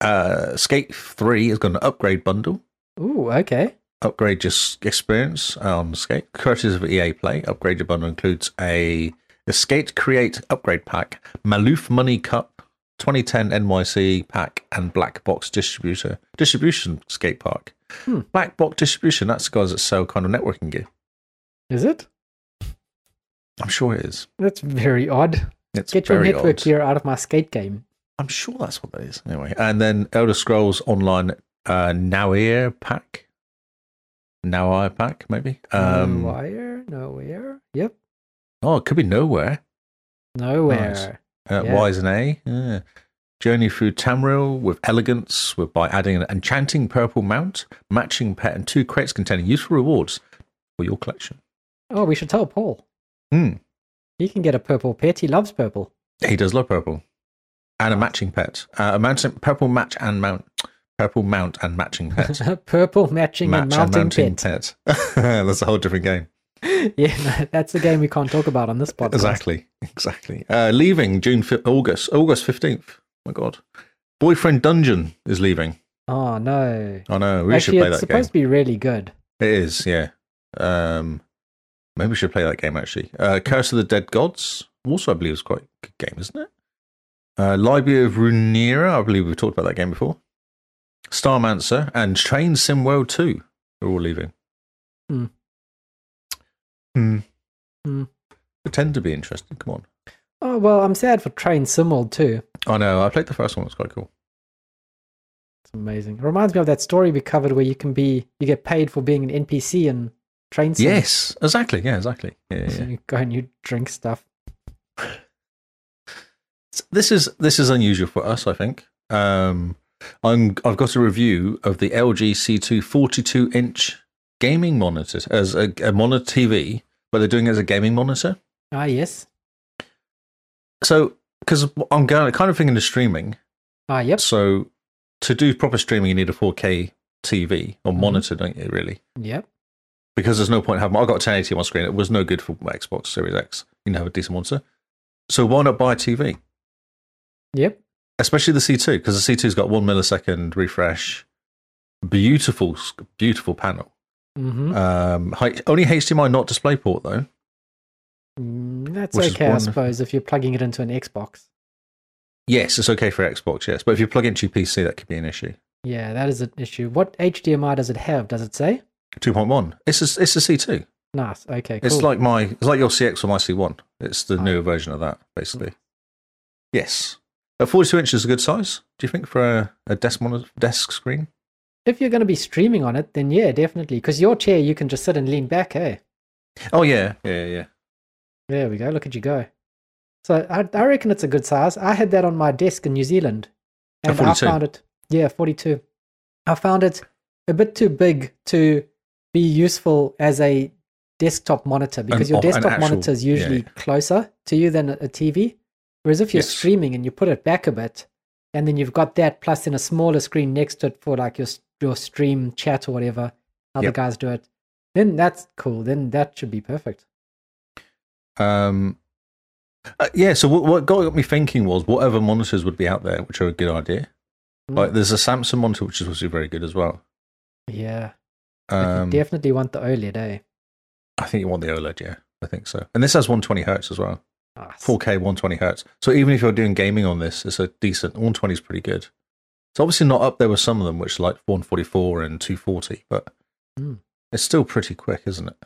[SPEAKER 2] uh, Skate 3 has got an upgrade bundle.
[SPEAKER 1] Ooh, okay.
[SPEAKER 2] Upgrade your s- experience on Skate. Courtesy of EA Play. Upgrade your bundle includes a, a Skate Create upgrade pack, Maloof Money Cup, 2010 NYC pack, and Black Box Distributor Distribution Skate Park.
[SPEAKER 1] Hmm.
[SPEAKER 2] Black Box Distribution, that's the guys that sell kind of networking gear.
[SPEAKER 1] Is it?
[SPEAKER 2] I'm sure it is.
[SPEAKER 1] That's very odd.
[SPEAKER 2] It's
[SPEAKER 1] Get your
[SPEAKER 2] very
[SPEAKER 1] network
[SPEAKER 2] odd.
[SPEAKER 1] gear out of my skate game.
[SPEAKER 2] I'm sure that's what that is. Anyway, and then Elder Scrolls Online uh, Nowhere pack, Nowhere pack, maybe. Um,
[SPEAKER 1] no wire, nowhere. Yep.
[SPEAKER 2] oh, it could be nowhere.
[SPEAKER 1] Nowhere.
[SPEAKER 2] Uh,
[SPEAKER 1] Yeah.
[SPEAKER 2] Y is an A. Yeah. Journey through Tamriel with elegance, with by adding an enchanting purple mount, matching pet, and two crates containing useful rewards for your collection.
[SPEAKER 1] Oh, we should tell Paul.
[SPEAKER 2] Hmm.
[SPEAKER 1] He can get a purple pet. He loves purple.
[SPEAKER 2] He does love purple, and a matching pet, uh, a mountain purple match and mount, purple mount and matching pet.
[SPEAKER 1] purple matching
[SPEAKER 2] Match
[SPEAKER 1] and mounting, pet.
[SPEAKER 2] pet. That's a whole different game.
[SPEAKER 1] yeah, no, that's the game we can't talk about on this podcast.
[SPEAKER 2] Exactly, exactly. Uh, leaving June fi- August August fifteenth. my God, Boyfriend Dungeon is leaving.
[SPEAKER 1] Oh, no.
[SPEAKER 2] I know we
[SPEAKER 1] Actually,
[SPEAKER 2] should play
[SPEAKER 1] it's
[SPEAKER 2] that game.
[SPEAKER 1] supposed to be really good.
[SPEAKER 2] It is, yeah. Um, maybe we should play that game actually. Uh, Curse of the Dead Gods also, I believe, is quite a good game, isn't it? Uh, Library of Runera, I believe we've talked about that game before. Starmancer and Train Sim World Two are all leaving.
[SPEAKER 1] Hmm.
[SPEAKER 2] Hmm.
[SPEAKER 1] Hmm.
[SPEAKER 2] Pretend to be interesting. Come on. Oh,
[SPEAKER 1] Oh, well, I'm sad for Train Simul, too.
[SPEAKER 2] I know. I played the first one. It's quite cool.
[SPEAKER 1] It's amazing. It reminds me of that story we covered where you can be, you get paid for being an NPC and train. some-
[SPEAKER 2] Yes, exactly. Yeah, exactly. Yeah, yeah,
[SPEAKER 1] So
[SPEAKER 2] yeah.
[SPEAKER 1] you go and you drink stuff.
[SPEAKER 2] So This is this is unusual for us, I think. Um, I'm I've got a review of the LG C2 42 inch gaming monitor as a, a monitor TV, but they're doing it as a gaming monitor.
[SPEAKER 1] Ah, yes.
[SPEAKER 2] So because I'm going, kind of thinking of streaming.
[SPEAKER 1] Ah, yep.
[SPEAKER 2] So to do proper streaming, you need a 4K TV or
[SPEAKER 1] Mhm.
[SPEAKER 2] monitor, don't you? Really,
[SPEAKER 1] Yep.
[SPEAKER 2] because there's no point having. I got 1080 on my screen. It was no good for my Xbox Series X. You know, have a decent monitor. So why not buy a TV?
[SPEAKER 1] Yep.
[SPEAKER 2] especially the C2 because the C2's got one millisecond refresh, beautiful, sc- beautiful panel.
[SPEAKER 1] Mm-hmm.
[SPEAKER 2] Um, hi- only HDMI, not DisplayPort though.
[SPEAKER 1] Mm, That's
[SPEAKER 2] Which is
[SPEAKER 1] okay, I
[SPEAKER 2] wonderful.
[SPEAKER 1] suppose, if you're plugging it into an Xbox.
[SPEAKER 2] Yes, it's okay for Xbox, yes, but if you plug into your PC, that could be an issue.
[SPEAKER 1] Yeah, that is an issue. What HDMI does it have? Does it say?
[SPEAKER 2] Two point one. It's a, it's a C2.
[SPEAKER 1] Nice. Okay, cool.
[SPEAKER 2] It's like my it's like your CX or my C1. It's the
[SPEAKER 1] Ah.
[SPEAKER 2] newer version of that, basically. Yes, a 42 inches is a good size. Do you think for a, a desk monitor, desk screen?
[SPEAKER 1] if you're going to be streaming on it, then yeah, definitely. Because your chair, you can just sit and lean back. Hey,
[SPEAKER 2] Oh yeah, yeah, yeah, yeah.
[SPEAKER 1] there we go. Look at you go. So I, I reckon it's a good size. I had that on my desk in New Zealand,
[SPEAKER 2] A
[SPEAKER 1] and I
[SPEAKER 2] 42.
[SPEAKER 1] found it. Yeah, forty-two. I found it a bit too big to be useful as a desktop monitor because your
[SPEAKER 2] op- an
[SPEAKER 1] desktop
[SPEAKER 2] actual-
[SPEAKER 1] monitor is
[SPEAKER 2] yeah,
[SPEAKER 1] usually closer to you than a a TV. Whereas if you're
[SPEAKER 2] Yes.
[SPEAKER 1] streaming and you put it back a bit, and then you've got that plus in a smaller screen next to it for like your s- your stream chat or whatever how
[SPEAKER 2] Yep.
[SPEAKER 1] the guys do it, then that's cool. Then that should be perfect.
[SPEAKER 2] Um, uh, yeah, so what, what got me thinking was whatever monitors would be out there, which are a good idea.
[SPEAKER 1] Mm.
[SPEAKER 2] Like there's a Samsung monitor, which is obviously very good as well.
[SPEAKER 1] Yeah, but
[SPEAKER 2] Um,
[SPEAKER 1] you definitely want the OLED, eh?
[SPEAKER 2] I think you want the OLED, yeah, I think so. And this has 120 hertz as well,
[SPEAKER 1] Nice.
[SPEAKER 2] 4K 120 hertz. So even if you're doing gaming on this, it's a decent 120 is pretty good. It's obviously not up there with some of them, which are like 144 and 240, but
[SPEAKER 1] Mm.
[SPEAKER 2] it's still pretty quick, isn't it?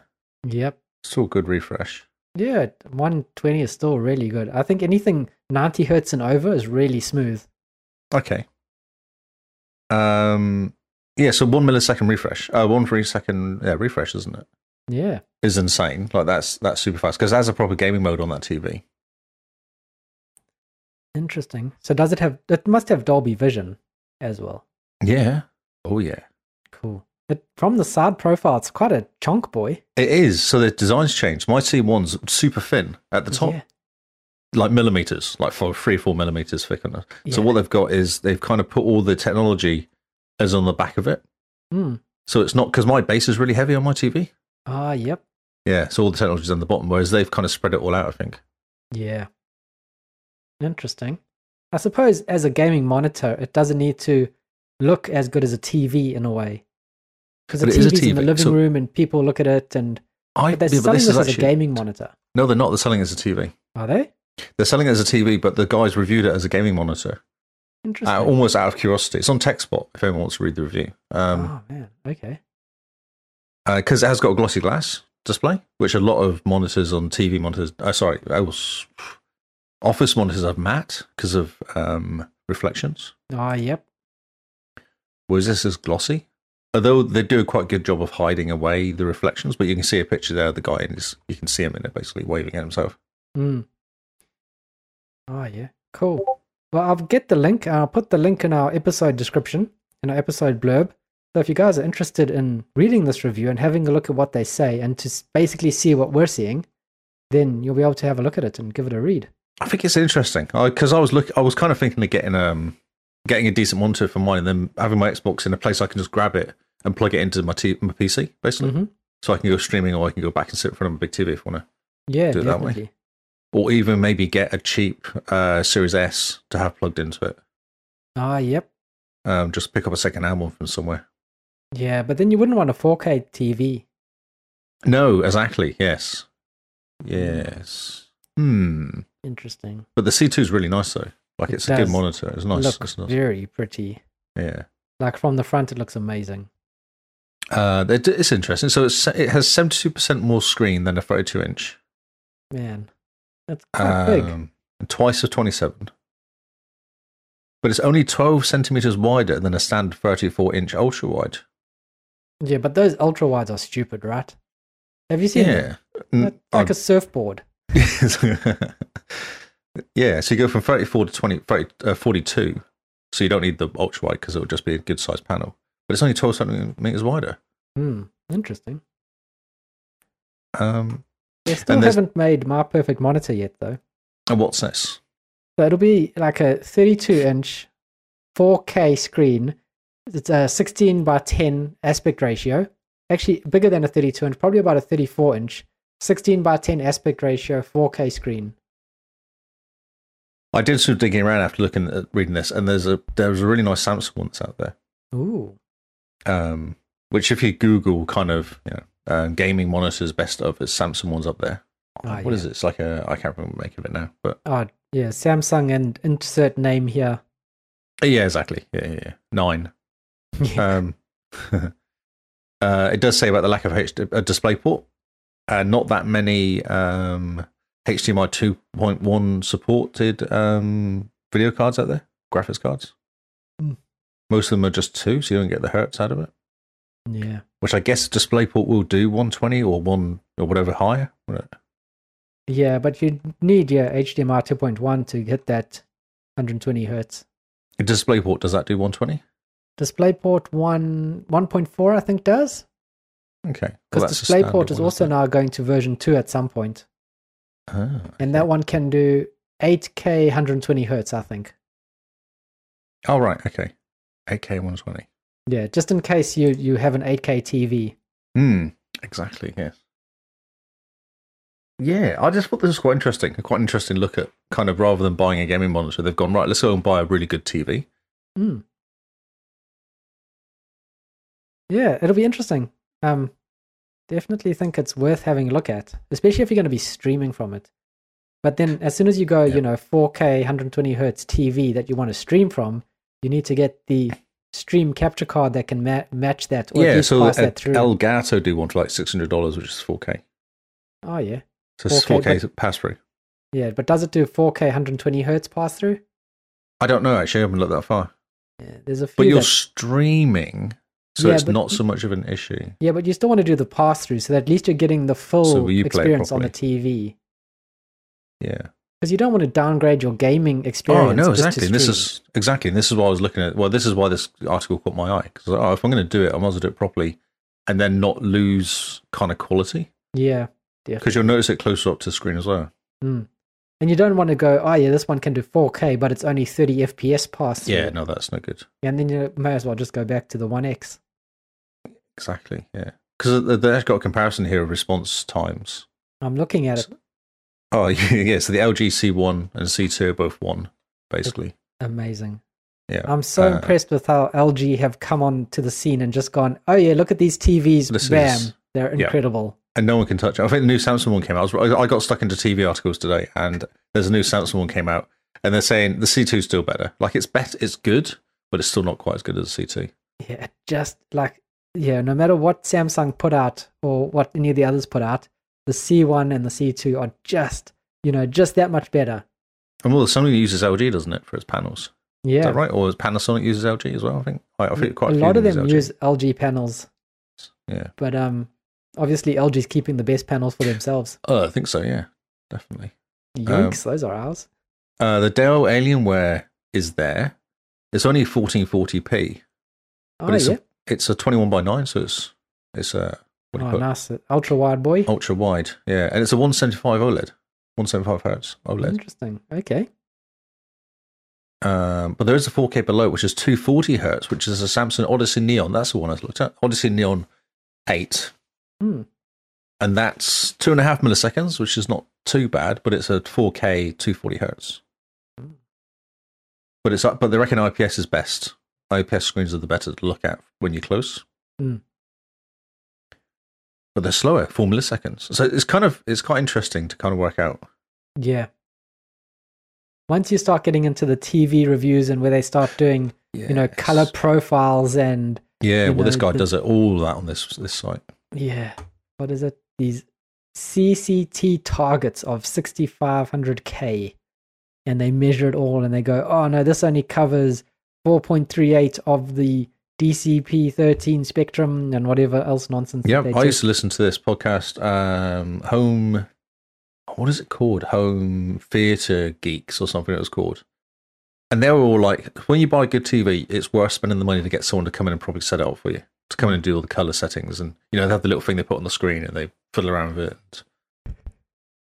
[SPEAKER 1] Yep.
[SPEAKER 2] Still good refresh.
[SPEAKER 1] Yeah, 120 is still really good. I think anything 90 hertz and over is really smooth.
[SPEAKER 2] Okay. Um. Yeah. So one millisecond refresh. Uh, one three second yeah, refresh, isn't it?
[SPEAKER 1] Yeah.
[SPEAKER 2] Is insane. Like that's that's super fast because that's a proper gaming mode on that TV.
[SPEAKER 1] Interesting. So does it have? It must have Dolby Vision as well.
[SPEAKER 2] Yeah. Oh yeah.
[SPEAKER 1] Cool. It, from the side profile, it's quite a chunk, boy.
[SPEAKER 2] It is. So the design's changed. My T1's super thin at the top,
[SPEAKER 1] Yeah.
[SPEAKER 2] like millimeters, like for three or four millimeters thick on it. So
[SPEAKER 1] Yeah.
[SPEAKER 2] what they've got is they've kind of put all the technology as on the back of it.
[SPEAKER 1] Mm.
[SPEAKER 2] So it's not because my base is really heavy on my TV.
[SPEAKER 1] Ah, yep.
[SPEAKER 2] Yeah. So all the technology's on the bottom, whereas they've kind of spread it all out. I think.
[SPEAKER 1] Yeah. Interesting. I suppose as a gaming monitor, it doesn't need to look as good as a TV in a way. Because a
[SPEAKER 2] But it is a
[SPEAKER 1] TV's in the
[SPEAKER 2] TV,
[SPEAKER 1] living
[SPEAKER 2] so-
[SPEAKER 1] room and people look at it and
[SPEAKER 2] I
[SPEAKER 1] but they're
[SPEAKER 2] yeah,
[SPEAKER 1] selling this, as a
[SPEAKER 2] actually-
[SPEAKER 1] gaming monitor.
[SPEAKER 2] No, they're not. They're selling it as a TV.
[SPEAKER 1] Are they?
[SPEAKER 2] They're selling it as a TV, but the guys reviewed it as a gaming monitor,
[SPEAKER 1] Interesting.
[SPEAKER 2] uh, almost out of curiosity. It's on TechSpot if anyone wants to read the review. Because um,
[SPEAKER 1] oh man. Okay.
[SPEAKER 2] uh 'cause it has got a glossy glass display, which a lot of monitors on TV monitors, uh, sorry, I was, office monitors have matte because of um, reflections,
[SPEAKER 1] Ah, yep.
[SPEAKER 2] whereas this is glossy. Although they do a quite good job of hiding away the reflections, but you can see a picture there of the guy and he's- you can see him in it basically waving at himself.
[SPEAKER 1] Mm. Oh yeah. Cool. Well, I'll get the link. and I'll put the link in our episode description in our episode blurb. So if you guys are interested in reading this review and having a look at what they say and to s- basically see what we're seeing, then you'll be able to have a look at it and give it a read.
[SPEAKER 2] I think it's interesting because I, was look, I was kind of thinking of getting um getting a decent monitor for mine, and then having my Xbox in a place I can just grab it and plug it into my, t- my PC basically,
[SPEAKER 1] Mhm.
[SPEAKER 2] so I can go streaming or I can go back and sit in front of a big TV if I want to,
[SPEAKER 1] Yeah,
[SPEAKER 2] Do it that way.
[SPEAKER 1] definitely.
[SPEAKER 2] or even maybe get a cheap uh, Series S to have plugged into it.
[SPEAKER 1] Ah, yep.
[SPEAKER 2] Um, just pick up a second hand one from somewhere.
[SPEAKER 1] Yeah, but then you wouldn't want a 4K TV.
[SPEAKER 2] No, exactly. Yes, yes. Hmm.
[SPEAKER 1] Interesting.
[SPEAKER 2] But the C2 is really nice though. Like
[SPEAKER 1] It
[SPEAKER 2] it's a good
[SPEAKER 1] does
[SPEAKER 2] monitor. It's nice.
[SPEAKER 1] Looks
[SPEAKER 2] It's nice.
[SPEAKER 1] very pretty.
[SPEAKER 2] Yeah.
[SPEAKER 1] Like from the front, it looks amazing.
[SPEAKER 2] Uh, it- it's interesting. So it's, it has seventy-two percent more screen than a thirty-two inch,
[SPEAKER 1] Man, that's quite Oh, big.
[SPEAKER 2] um, and twice of twenty-seven. but it's only 12 centimeters wider than a standard 34 inch ultra wide.
[SPEAKER 1] Yeah, but those ultra wides are stupid, right? Have you seen them?
[SPEAKER 2] Yeah. N-
[SPEAKER 1] That- Like a surfboard.
[SPEAKER 2] I'd- yeah, so you go from 34 to 20, 30, uh, 42. So you don't need the ultra wide because it'll just be a good sized panel. But it's only 12 centimeters wider.
[SPEAKER 1] Hmm. Interesting.
[SPEAKER 2] Um,
[SPEAKER 1] They still
[SPEAKER 2] there's-
[SPEAKER 1] haven't made my perfect monitor yet, though.
[SPEAKER 2] and what's this?
[SPEAKER 1] So it'll be like a 32 inch 4K screen. It's a 16 by 10 aspect ratio. Actually, bigger than a 32 inch, probably about a 34 inch. 16 by 10 aspect ratio 4K screen.
[SPEAKER 2] I did some digging around after looking at reading this, and there's a there's a really nice Samsung one that's out there.
[SPEAKER 1] Ooh.
[SPEAKER 2] Um, which if you Google kind of you know um, gaming monitors best of, it's Samsung ones up there.
[SPEAKER 1] Ah,
[SPEAKER 2] What is
[SPEAKER 1] yeah.
[SPEAKER 2] it? It's like a I can't remember the make of it now, but
[SPEAKER 1] Oh, yeah. Samsung and insert name here.
[SPEAKER 2] uh, yeah, exactly. Yeah, yeah, yeah. nine. Um, uh, it does say about the lack of H- a display port, uh, not that many um, HDMI 2.1 supported um, video cards out there, graphics cards.
[SPEAKER 1] Hmm.
[SPEAKER 2] Most of them are just two, so you don't get the hertz out of it.
[SPEAKER 1] yeah.
[SPEAKER 2] Which I guess DisplayPort will do 120 or one or whatever higher. won't it?
[SPEAKER 1] Yeah, but you need your HDMI 2.1 to hit that 120 hertz.
[SPEAKER 2] DisplayPort does that do 120?
[SPEAKER 1] DisplayPort 1 1.4 I think does
[SPEAKER 2] Okay,
[SPEAKER 1] because
[SPEAKER 2] Well, that's a standard
[SPEAKER 1] DisplayPort is
[SPEAKER 2] one,
[SPEAKER 1] also
[SPEAKER 2] isn't it?
[SPEAKER 1] now going to version 2 at some point
[SPEAKER 2] Ah,
[SPEAKER 1] and that one can do 8K 120 hertz I think.
[SPEAKER 2] oh right, okay, 8K 120.
[SPEAKER 1] Yeah, just in case you you have an 8K TV.
[SPEAKER 2] Hmm. Exactly. Yes. Yeah, I just thought this was quite interesting. Quite an interesting look at kind of rather than buying a gaming monitor, they've gone right. Let's go and buy a really good TV.
[SPEAKER 1] Hmm. Yeah, it'll be interesting. Um definitely think it's worth having a look at, especially if you're going to be streaming from it. But then as soon as you go,
[SPEAKER 2] Yeah.
[SPEAKER 1] you know, 4K 120 hertz TV that you want to stream from, you need to get the stream capture card that can ma- match that or at
[SPEAKER 2] yeah,
[SPEAKER 1] least
[SPEAKER 2] so
[SPEAKER 1] pass
[SPEAKER 2] uh,
[SPEAKER 1] that through.
[SPEAKER 2] Elgato do one for like six hundred dollars, which is four K.
[SPEAKER 1] oh yeah.
[SPEAKER 2] So it's
[SPEAKER 1] 4K,
[SPEAKER 2] four K pass through.
[SPEAKER 1] Yeah, but does it do 4K 120 hertz pass through?
[SPEAKER 2] I don't know actually. I haven't looked that far.
[SPEAKER 1] Yeah, there's a few
[SPEAKER 2] But you're
[SPEAKER 1] that-
[SPEAKER 2] streaming, so
[SPEAKER 1] Yeah,
[SPEAKER 2] it's
[SPEAKER 1] but-
[SPEAKER 2] not so much of an issue.
[SPEAKER 1] Yeah, but you still want to do the pass through so that at least you're getting the full
[SPEAKER 2] will you play it
[SPEAKER 1] experience on the TV.
[SPEAKER 2] Yeah.
[SPEAKER 1] Because you don't want to downgrade your gaming experience.
[SPEAKER 2] oh no,
[SPEAKER 1] just to
[SPEAKER 2] exactly. And this
[SPEAKER 1] stream.
[SPEAKER 2] is exactly. And this is what I was looking at. Well, this is why this article caught my eye because oh, if I'm going to do it, I might as well do it properly, and then not lose kind of quality.
[SPEAKER 1] yeah,
[SPEAKER 2] Because
[SPEAKER 1] definitely.
[SPEAKER 2] you'll notice it closer up to the screen as well.
[SPEAKER 1] Mm. And you don't want to go, oh yeah, this one can do 4K, but it's only 30 FPS pass through.
[SPEAKER 2] Yeah, no, that's no good.
[SPEAKER 1] And then you may as well just go back to the One X.
[SPEAKER 2] Exactly. Yeah, because they've got a comparison here of response times.
[SPEAKER 1] I'm looking at it.
[SPEAKER 2] Oh yeah, so the LG C1 and C2 are both one, basically.
[SPEAKER 1] Amazing.
[SPEAKER 2] Yeah,
[SPEAKER 1] I'm so
[SPEAKER 2] uh,
[SPEAKER 1] impressed with how LG have come on to the scene and just gone, oh yeah, look at these TVs.
[SPEAKER 2] This
[SPEAKER 1] Bam.
[SPEAKER 2] is-
[SPEAKER 1] They're
[SPEAKER 2] yeah.
[SPEAKER 1] incredible.
[SPEAKER 2] and no one can touch it. I think the new Samsung one came out. I, was, I got stuck into TV articles today, and there's a new Samsung one came out, and they're saying the C2 is still better. Like it's bet it's good, but it's still not quite as good as the C2.
[SPEAKER 1] Yeah, just like yeah, no matter what Samsung put out or what any of the others put out, the C1 and the C2 are just you know just that much better.
[SPEAKER 2] And well, Sony uses LG, doesn't it, for its panels? Is
[SPEAKER 1] Yeah,
[SPEAKER 2] that right? Or is Panasonic uses LG as well? I think. I, I think quite
[SPEAKER 1] a
[SPEAKER 2] a, few
[SPEAKER 1] lot of them
[SPEAKER 2] LG.
[SPEAKER 1] use LG panels,
[SPEAKER 2] Yeah.
[SPEAKER 1] but um, obviously LG's keeping the best panels for themselves.
[SPEAKER 2] Oh, I think so. Yeah, definitely. Um,
[SPEAKER 1] Yoinks, those are ours.
[SPEAKER 2] Uh, the Dell Alienware is there. It's only 1440p, but
[SPEAKER 1] Oh
[SPEAKER 2] it's
[SPEAKER 1] yeah,
[SPEAKER 2] a it's a 21 by 9, so it's it's a what do you Oh,
[SPEAKER 1] oh
[SPEAKER 2] call it?
[SPEAKER 1] nice, ultra wide boy.
[SPEAKER 2] ultra wide. Yeah, and it's a 175 OLED, 175 hertz E OLED.
[SPEAKER 1] Interesting. Okay.
[SPEAKER 2] Um, but there is a 4K below, which is 240 hertz, which is a Samsung Odyssey Neon. That's the one I looked at. Odyssey Neon 8,
[SPEAKER 1] Hmm.
[SPEAKER 2] and that's two and a half milliseconds, which is not too bad, but it's a 4K 240 hertz.
[SPEAKER 1] Hmm.
[SPEAKER 2] But it's but they reckon IPS is best. IPS screens are the better to look at when you're close.
[SPEAKER 1] Mm.
[SPEAKER 2] But they're slower, four milliseconds. So it's kind of it's quite interesting to kind of work out.
[SPEAKER 1] Yeah. Once you start getting into the TV reviews and where they start doing you know color profiles and
[SPEAKER 2] Yeah,
[SPEAKER 1] you
[SPEAKER 2] well, this
[SPEAKER 1] know,
[SPEAKER 2] guy
[SPEAKER 1] the-
[SPEAKER 2] does it all that on this this site.
[SPEAKER 1] yeah what is it these cct targets of 6500k and they measure it all and they go, oh no, this only covers 4.38 of the DCP 13 spectrum and whatever else nonsense. that
[SPEAKER 2] Yeah,
[SPEAKER 1] they
[SPEAKER 2] I
[SPEAKER 1] do.
[SPEAKER 2] used to listen to this podcast, um, Home. What is it called? Home Theatre Geeks or something it was called. And they were all like, when you buy a good TV, it's worth spending the money to get someone to come in and probably set it up for you, to come in and do all the color settings. And, you know, they have the little thing they put on the screen and they fiddle around with it.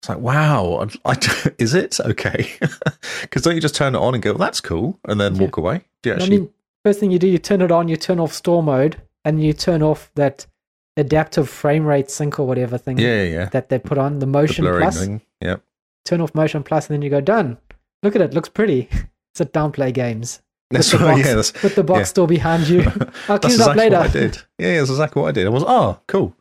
[SPEAKER 2] It's like, wow, I, I- is it? Okay. Because don't you just turn it on and go, that's cool, and then
[SPEAKER 1] Yeah.
[SPEAKER 2] walk away? Do you
[SPEAKER 1] I
[SPEAKER 2] actually
[SPEAKER 1] mean, first thing you do, you turn it on, you turn off store mode, and you turn off that adaptive frame rate sync or whatever thing
[SPEAKER 2] Yeah, yeah, yeah.
[SPEAKER 1] that they put on the
[SPEAKER 2] The
[SPEAKER 1] motion
[SPEAKER 2] blurring
[SPEAKER 1] plus.
[SPEAKER 2] thing. Yep.
[SPEAKER 1] Turn off motion plus, and then you go done. Look at it, looks pretty. Sit down, play games.
[SPEAKER 2] That's
[SPEAKER 1] the
[SPEAKER 2] right.
[SPEAKER 1] box.
[SPEAKER 2] Yeah, that's,
[SPEAKER 1] Put the box
[SPEAKER 2] Yeah.
[SPEAKER 1] still behind you. I'll clean it
[SPEAKER 2] That's
[SPEAKER 1] up
[SPEAKER 2] exactly
[SPEAKER 1] later.
[SPEAKER 2] what I did. Yeah, yeah, that's exactly what I did. I was, oh, cool.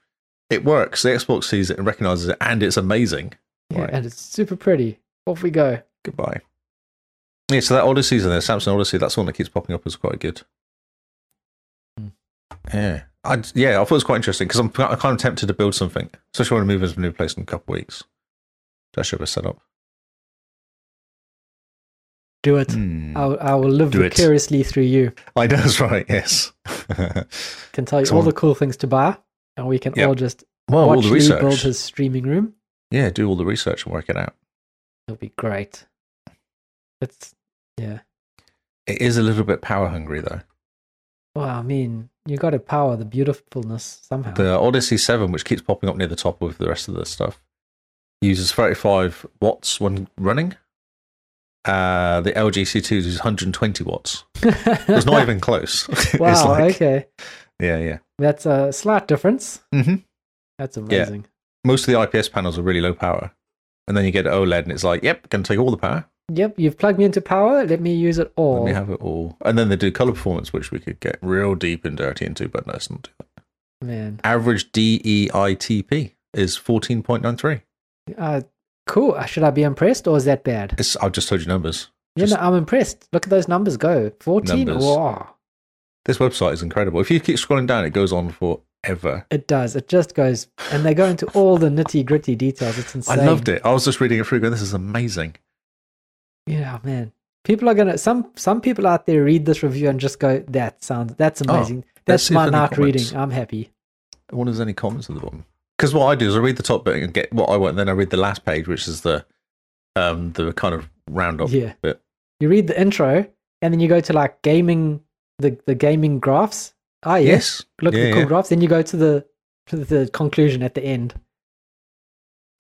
[SPEAKER 2] It works. The Xbox sees it and recognizes it, and it's amazing.
[SPEAKER 1] Yeah,
[SPEAKER 2] Right.
[SPEAKER 1] and it's super pretty. Off we go.
[SPEAKER 2] Goodbye. Yeah, so that Odyssey's in there, Samsung Odyssey. That's the one that keeps popping up as quite good.
[SPEAKER 1] Hmm.
[SPEAKER 2] Yeah, I yeah, I thought it was quite interesting because I'm ki- kind of tempted to build something, especially when I move into a new place in a couple of weeks. That should have set up.
[SPEAKER 1] Do it. I, will- I will live
[SPEAKER 2] Mm. Do it.
[SPEAKER 1] vicariously through you.
[SPEAKER 2] I know that's right. Yes.
[SPEAKER 1] Can tell you all
[SPEAKER 2] Someone-
[SPEAKER 1] the cool things to buy, and we can
[SPEAKER 2] Yep.
[SPEAKER 1] all just
[SPEAKER 2] well, all
[SPEAKER 1] watch
[SPEAKER 2] the
[SPEAKER 1] Lee build
[SPEAKER 2] research.
[SPEAKER 1] his streaming room.
[SPEAKER 2] yeah, do all the research and work it out.
[SPEAKER 1] It'll be great. It's yeah.
[SPEAKER 2] It is a little bit power hungry though.
[SPEAKER 1] Well, I mean, you got to power the beautifulness somehow.
[SPEAKER 2] The Odyssey 7, which keeps popping up near the top with the rest of the stuff, uses 35 watts when running. Uh, the LG C2 uses 120 watts. It's not even close. it's
[SPEAKER 1] wow.
[SPEAKER 2] like,
[SPEAKER 1] okay,
[SPEAKER 2] Yeah, yeah.
[SPEAKER 1] that's a slight difference.
[SPEAKER 2] Mhm.
[SPEAKER 1] That's amazing.
[SPEAKER 2] Most of the IPS panels are really low power. And then you get OLED and it's like, yep, can take all the power.
[SPEAKER 1] Yep, you've plugged me into power. Let me use it all.
[SPEAKER 2] Let me have it all. And then they do color performance, which we could get real deep and dirty into, but let's not do that.
[SPEAKER 1] Man,
[SPEAKER 2] Average E DEITP is 14.93.
[SPEAKER 1] uh, cool. Uh, Should I be impressed or is that bad?
[SPEAKER 2] It's, I've just told you numbers.
[SPEAKER 1] You
[SPEAKER 2] just-
[SPEAKER 1] know, I'm impressed. Look at those numbers go. Fourteen.
[SPEAKER 2] Numbers.
[SPEAKER 1] Wow.
[SPEAKER 2] This website is incredible. If you keep scrolling down, it goes on forever.
[SPEAKER 1] It does. It just goes, and they go into all the nitty gritty details. It's insane.
[SPEAKER 2] I loved it. I was just reading it through, going, "This is amazing."
[SPEAKER 1] Yeah, man. People are gonna some some people out there read this review and just go, "That sounds that's amazing.
[SPEAKER 2] let's
[SPEAKER 1] that's
[SPEAKER 2] see if
[SPEAKER 1] my
[SPEAKER 2] any
[SPEAKER 1] night
[SPEAKER 2] Oh, comments.
[SPEAKER 1] reading. I'm happy."
[SPEAKER 2] I wonder if there's any comments at the bottom. Because what I do is I read the top bit and get what I want, and then I read the last page, which is the um the kind of roundup
[SPEAKER 1] Yeah.
[SPEAKER 2] bit.
[SPEAKER 1] You read the intro and then you go to like gaming the the gaming graphs. Ah, yes. Look at
[SPEAKER 2] Yeah,
[SPEAKER 1] the cool
[SPEAKER 2] yeah.
[SPEAKER 1] graphs. Then you go to the to the conclusion at the end.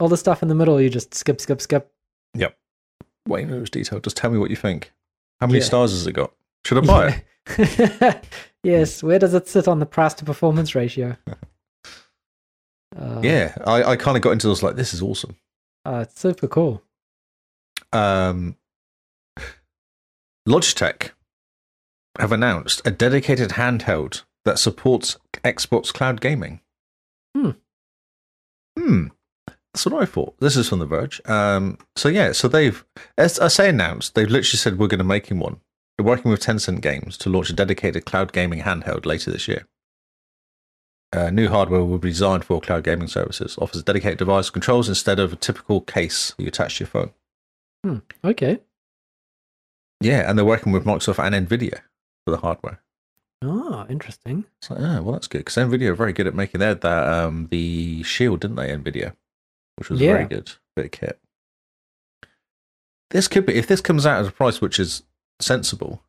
[SPEAKER 1] All the stuff in the middle, you just skip, skip, skip.
[SPEAKER 2] Wait, no, it's detailed. Just tell me what you think. How many
[SPEAKER 1] Yeah.
[SPEAKER 2] stars has it got? Should I buy it?
[SPEAKER 1] yes. Where does it sit on the price to performance ratio? Uh,
[SPEAKER 2] Yeah, I, I kind of got into this like this is awesome.
[SPEAKER 1] uh, it's super cool.
[SPEAKER 2] um, Logitech have announced a dedicated handheld that supports Xbox cloud gaming.
[SPEAKER 1] Hmm.
[SPEAKER 2] Hmm. That's what I thought. This is from The Verge. Um, so yeah, so they've, as I say, announced they've literally said we're going to make him one. They're working with Tencent Games to launch a dedicated cloud gaming handheld later this year. Uh, new hardware will be designed for cloud gaming services. Offers a dedicated device controls instead of a typical case you attach to your phone.
[SPEAKER 1] Hmm. Okay.
[SPEAKER 2] Yeah, and they're working with Microsoft and Nvidia for the hardware.
[SPEAKER 1] Ah, interesting.
[SPEAKER 2] It's like, oh, well, that's good because Nvidia are very good at making their that um the Shield, didn't they? Nvidia, which was a very
[SPEAKER 1] Yeah.
[SPEAKER 2] good bit of kit. This could be if this comes out at a price which is sensible.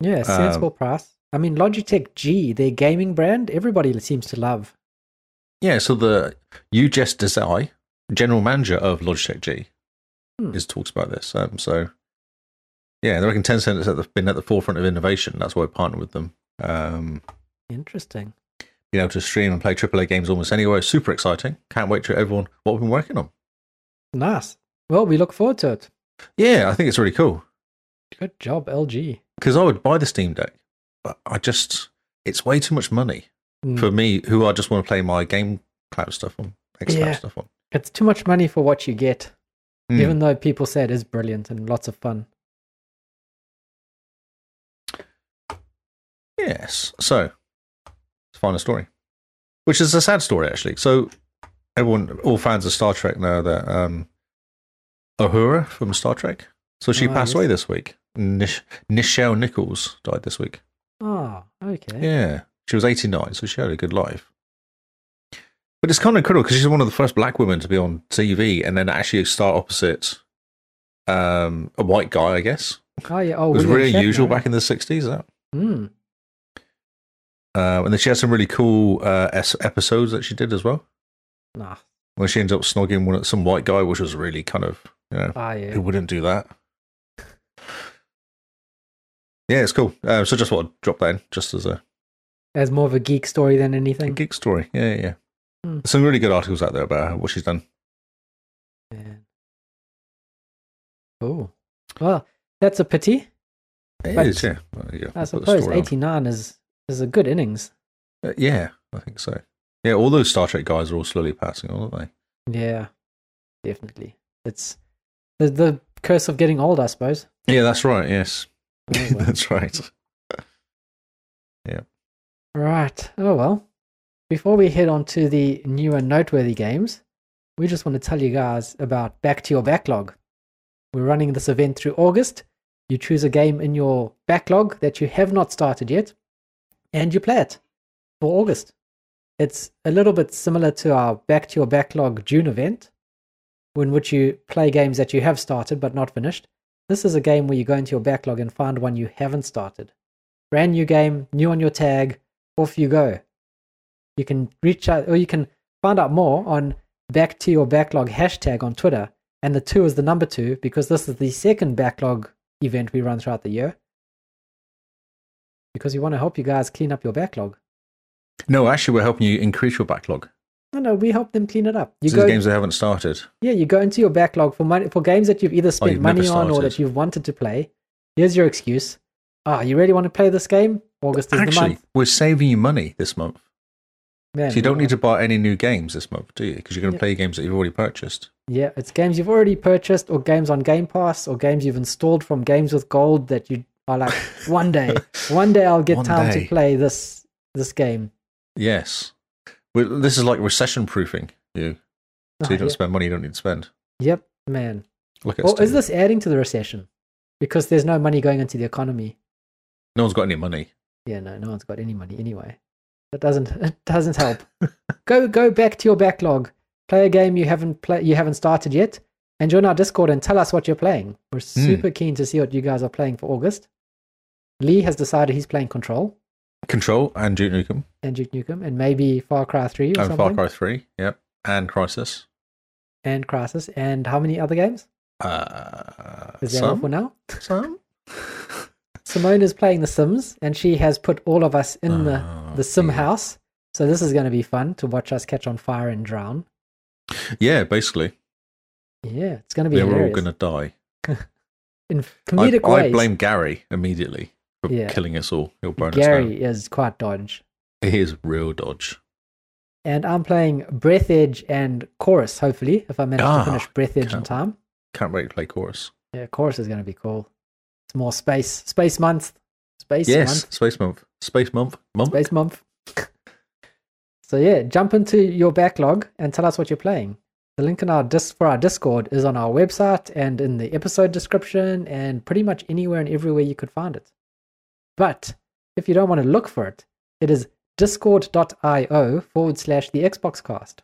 [SPEAKER 1] Yeah, sensible
[SPEAKER 2] Um,
[SPEAKER 1] price. I mean, Logitech G, their gaming brand, everybody seems to love.
[SPEAKER 2] Yeah, so the Ujes Desai, general manager of Logitech G,
[SPEAKER 1] Hmm.
[SPEAKER 2] is talks about this. Um, so yeah, they reckon Tencent has at the- been at the forefront of innovation. That's why we partnered with them. Um,
[SPEAKER 1] Interesting.
[SPEAKER 2] being able to stream and play AAA games almost anywhere is super exciting. Can't wait to everyone what we've been working on.
[SPEAKER 1] Nice. Well, we look forward to it.
[SPEAKER 2] Yeah, I think it's really cool
[SPEAKER 1] Good job, LG.
[SPEAKER 2] because I would buy the Steam Deck, but I just it's way too much money
[SPEAKER 1] Mm.
[SPEAKER 2] for me, who I just want to play my game cloud stuff on, Xbox
[SPEAKER 1] Yeah.
[SPEAKER 2] stuff on.
[SPEAKER 1] It's too much money for what you get,
[SPEAKER 2] Mm.
[SPEAKER 1] even though people say it is brilliant and lots of fun.
[SPEAKER 2] Yes. So, it's final story, which is a sad story actually. So, everyone, all fans of Star Trek know that um, Uhura from Star Trek So she
[SPEAKER 1] Oh,
[SPEAKER 2] passed
[SPEAKER 1] yes.
[SPEAKER 2] away this week. Nish- Nichelle Nichols died this week.
[SPEAKER 1] Oh, okay.
[SPEAKER 2] Yeah. She was 89, so she had a good life. But it's kind of incredible because she's one of the first black women to be on TV and then actually start opposite um, a white guy, I guess.
[SPEAKER 1] Oh, yeah. Oh,
[SPEAKER 2] It was
[SPEAKER 1] William
[SPEAKER 2] really
[SPEAKER 1] Shatner.
[SPEAKER 2] usual back in the 60s, that.
[SPEAKER 1] Mm.
[SPEAKER 2] Uh, and then she had some really cool uh, es- episodes that she did as well.
[SPEAKER 1] Nah.
[SPEAKER 2] When she ends up snogging one, some white guy, which was really kind of, you know,
[SPEAKER 1] Ah,
[SPEAKER 2] who
[SPEAKER 1] yeah.
[SPEAKER 2] wouldn't do that? Yeah, it's cool. Uh, so just want to drop that in, just as a
[SPEAKER 1] That's more of a geek story than
[SPEAKER 2] A
[SPEAKER 1] anything.
[SPEAKER 2] geek story. Yeah, yeah. yeah.
[SPEAKER 1] Hmm.
[SPEAKER 2] Some really good articles out there about her, what she's done.
[SPEAKER 1] Man. Oh. Well, that's a pity.
[SPEAKER 2] It
[SPEAKER 1] Right.
[SPEAKER 2] is, yeah. Well, there you
[SPEAKER 1] I
[SPEAKER 2] go. Put the
[SPEAKER 1] suppose
[SPEAKER 2] story on.
[SPEAKER 1] 89 is, is a good innings.
[SPEAKER 2] Uh, yeah, I think so. Yeah, all those Star Trek guys are all slowly passing, on, aren't they?
[SPEAKER 1] Yeah, definitely. It's the, the curse of getting old, I suppose.
[SPEAKER 2] Yeah, that's right. Yes,
[SPEAKER 1] Oh, well.
[SPEAKER 2] that's right.
[SPEAKER 1] Right. Oh well. Before we head on to the new and noteworthy games, we just want to tell you guys about Back to Your Backlog. We're running this event through August. You choose a game in your backlog that you have not started yet, and you play it for August. It's a little bit similar to our Back to Your Backlog June event, in which you play games that you have started but not finished. This is a game where you go into your backlog and find one you haven't started. Brand new game, new on your tag, off you go. You can reach out or you can find out more on back to your backlog hashtag on Twitter. And the two is the number two because this is the second backlog event we run throughout the year. Because we want to help you guys clean up your backlog.
[SPEAKER 2] No, actually, we're helping you increase your backlog.
[SPEAKER 1] No, no, we help them clean it up. You
[SPEAKER 2] These
[SPEAKER 1] go,
[SPEAKER 2] are games that haven't started.
[SPEAKER 1] yeah, you go into your backlog for money for games that you've either spent
[SPEAKER 2] Oh, you've never
[SPEAKER 1] money on or
[SPEAKER 2] started.
[SPEAKER 1] that you've wanted to play. Here's your excuse. Ah, you really want to play this game? August is the
[SPEAKER 2] Actually,
[SPEAKER 1] month.
[SPEAKER 2] we're saving you money this month,
[SPEAKER 1] Man,
[SPEAKER 2] so you don't
[SPEAKER 1] we
[SPEAKER 2] need to buy any new games this month, do you? Because you're going to
[SPEAKER 1] Yeah.
[SPEAKER 2] play games that you've already purchased.
[SPEAKER 1] Yeah, it's games you've already purchased, or games on Game Pass, or games you've installed from Games with Gold that you are like, one day, one day I'll get
[SPEAKER 2] One
[SPEAKER 1] time
[SPEAKER 2] day."
[SPEAKER 1] to play this this game.
[SPEAKER 2] Yes, we this is like recession proofing you, so
[SPEAKER 1] Ah,
[SPEAKER 2] you don't
[SPEAKER 1] yeah.
[SPEAKER 2] spend money you don't need to spend.
[SPEAKER 1] Yep, man.
[SPEAKER 2] Look at
[SPEAKER 1] Or
[SPEAKER 2] Steam.
[SPEAKER 1] is this adding to the recession? Because there's no money going into the economy.
[SPEAKER 2] No one's got any money.
[SPEAKER 1] Yeah, no, no one's got any money anyway. That doesn't it doesn't help. go go back to your backlog. Play a game you haven't play, you haven't started yet, and join our Discord and tell us what you're playing. We're
[SPEAKER 2] Hmm.
[SPEAKER 1] super keen to see what you guys are playing for August. Lee has decided he's playing Control
[SPEAKER 2] Control and Duke Nukem
[SPEAKER 1] and Duke Nukem, and maybe Far Cry Three or
[SPEAKER 2] and
[SPEAKER 1] something,
[SPEAKER 2] Far Cry 3. Yep. And Crisis.
[SPEAKER 1] and Crisis, and how many other games?
[SPEAKER 2] Uh,
[SPEAKER 1] Is that all for
[SPEAKER 2] some?
[SPEAKER 1] now?
[SPEAKER 2] Some?
[SPEAKER 1] Simone is playing The Sims, and she has put all of us in
[SPEAKER 2] Oh,
[SPEAKER 1] the the Sim
[SPEAKER 2] yeah.
[SPEAKER 1] house. So this is going to be fun to watch us catch on fire and drown.
[SPEAKER 2] Yeah, basically.
[SPEAKER 1] Yeah, it's going to be
[SPEAKER 2] They were all
[SPEAKER 1] hilarious.
[SPEAKER 2] going to die.
[SPEAKER 1] in
[SPEAKER 2] I,
[SPEAKER 1] comedic
[SPEAKER 2] I
[SPEAKER 1] ways.
[SPEAKER 2] blame Gary immediately for
[SPEAKER 1] Yeah.
[SPEAKER 2] killing us all. He'll burn us
[SPEAKER 1] Gary is quite dodge.
[SPEAKER 2] down. He is real dodge.
[SPEAKER 1] And I'm playing Breath Edge and Chorus, hopefully, if I manage
[SPEAKER 2] Ah,
[SPEAKER 1] to finish Breath Edge in
[SPEAKER 2] can't-
[SPEAKER 1] time.
[SPEAKER 2] Can't wait to play Chorus.
[SPEAKER 1] Yeah, Chorus is going to be cool. It's more space. Space month. Space
[SPEAKER 2] yes,
[SPEAKER 1] month.
[SPEAKER 2] Space Month. Space Month. Month?
[SPEAKER 1] Space month. so yeah, jump into your backlog and tell us what you're playing. The link in our dis- for our Discord is on our website and in the episode description and pretty much anywhere and everywhere you could find it. But if you don't want to look for it, it is discord.io forward slash the Xbox cast.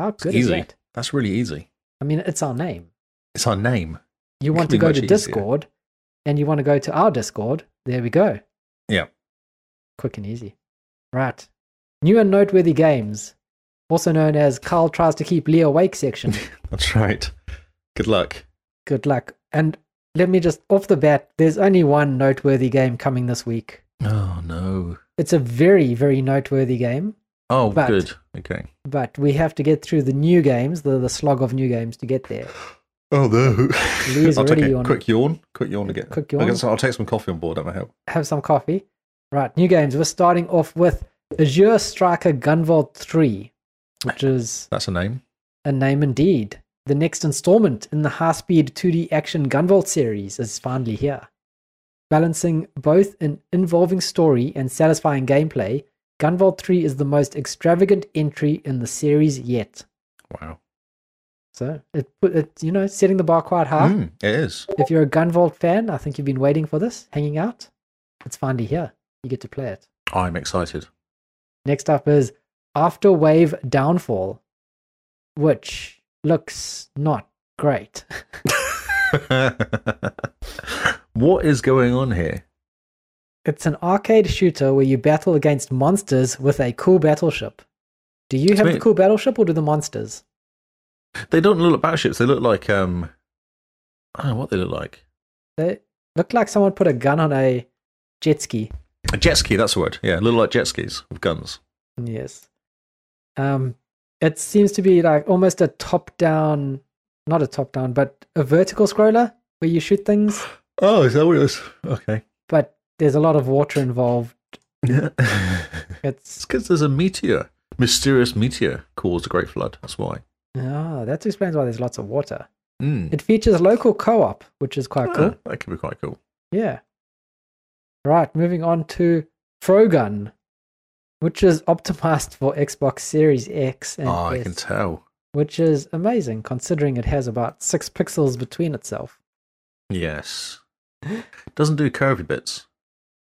[SPEAKER 1] How good is
[SPEAKER 2] easy.
[SPEAKER 1] that?
[SPEAKER 2] That's really easy.
[SPEAKER 1] I mean, it's our name
[SPEAKER 2] It's our name.
[SPEAKER 1] you want
[SPEAKER 2] could
[SPEAKER 1] to
[SPEAKER 2] be
[SPEAKER 1] go
[SPEAKER 2] much
[SPEAKER 1] to
[SPEAKER 2] easier.
[SPEAKER 1] Discord and you want to go to our Discord, there we go.
[SPEAKER 2] Yeah.
[SPEAKER 1] Quick and easy. Right. New and noteworthy games, also known as Carl tries to keep Lee awake section.
[SPEAKER 2] That's right. Good luck.
[SPEAKER 1] Good luck. And let me just, off the bat, there's only one noteworthy game coming this week.
[SPEAKER 2] Oh, no.
[SPEAKER 1] It's a very, very noteworthy game,
[SPEAKER 2] Oh,
[SPEAKER 1] But-
[SPEAKER 2] good. Okay.
[SPEAKER 1] but we have to get through the new games, the, the slog of new games to get there.
[SPEAKER 2] Oh no!
[SPEAKER 1] Lee's
[SPEAKER 2] I'll take
[SPEAKER 1] already
[SPEAKER 2] a
[SPEAKER 1] yawning.
[SPEAKER 2] quick yawn. Quick yawn again.
[SPEAKER 1] Quick
[SPEAKER 2] I
[SPEAKER 1] yawn.
[SPEAKER 2] guess I'll take some coffee on board. That might help.
[SPEAKER 1] have some coffee. Right, new games. We're starting off with Azure Striker Gunvolt 3, which is
[SPEAKER 2] That's a name.
[SPEAKER 1] a name indeed. The next installment in the high speed 2D action Gunvolt series is finally here. Balancing both an involving story and satisfying gameplay, Gunvolt 3 is the most extravagant entry in the series yet.
[SPEAKER 2] Wow.
[SPEAKER 1] So it put it, you know, setting the bar quite high.
[SPEAKER 2] Mm, it is.
[SPEAKER 1] If you're a Gunvolt fan, I think you've been waiting for this, hanging out. It's finally here. You get to play it.
[SPEAKER 2] I'm excited.
[SPEAKER 1] Next up is After Wave Downfall, which looks not great.
[SPEAKER 2] what is going on here?
[SPEAKER 1] It's an arcade shooter where you battle against monsters with a cool battleship. Do you have
[SPEAKER 2] me-
[SPEAKER 1] the cool battleship or do the monsters?
[SPEAKER 2] They don't look like battleships. They look like um, I don't know what they look like.
[SPEAKER 1] They look like someone put a gun on a jet ski.
[SPEAKER 2] A jet ski. That's the word. Yeah, look like jet skis with guns.
[SPEAKER 1] Yes. Um, it seems to be like almost a top down, not a top down, but a vertical scroller where you shoot things,
[SPEAKER 2] Oh, is that what it is? Okay.
[SPEAKER 1] but there's a lot of water involved.
[SPEAKER 2] Yeah.
[SPEAKER 1] It's
[SPEAKER 2] it's because there's a meteor. Mysterious meteor caused a great flood. That's why.
[SPEAKER 1] ah, that explains why there's lots of water.
[SPEAKER 2] Mm.
[SPEAKER 1] It features local co-op, which is quite cool.
[SPEAKER 2] Ah, that could be quite cool.
[SPEAKER 1] Yeah. Right, moving on to Frogun, which is optimized for Xbox Series X and
[SPEAKER 2] Ah, I
[SPEAKER 1] S,
[SPEAKER 2] can tell.
[SPEAKER 1] which is amazing considering it has about six pixels between itself.
[SPEAKER 2] Yes. Doesn't do curvy bits.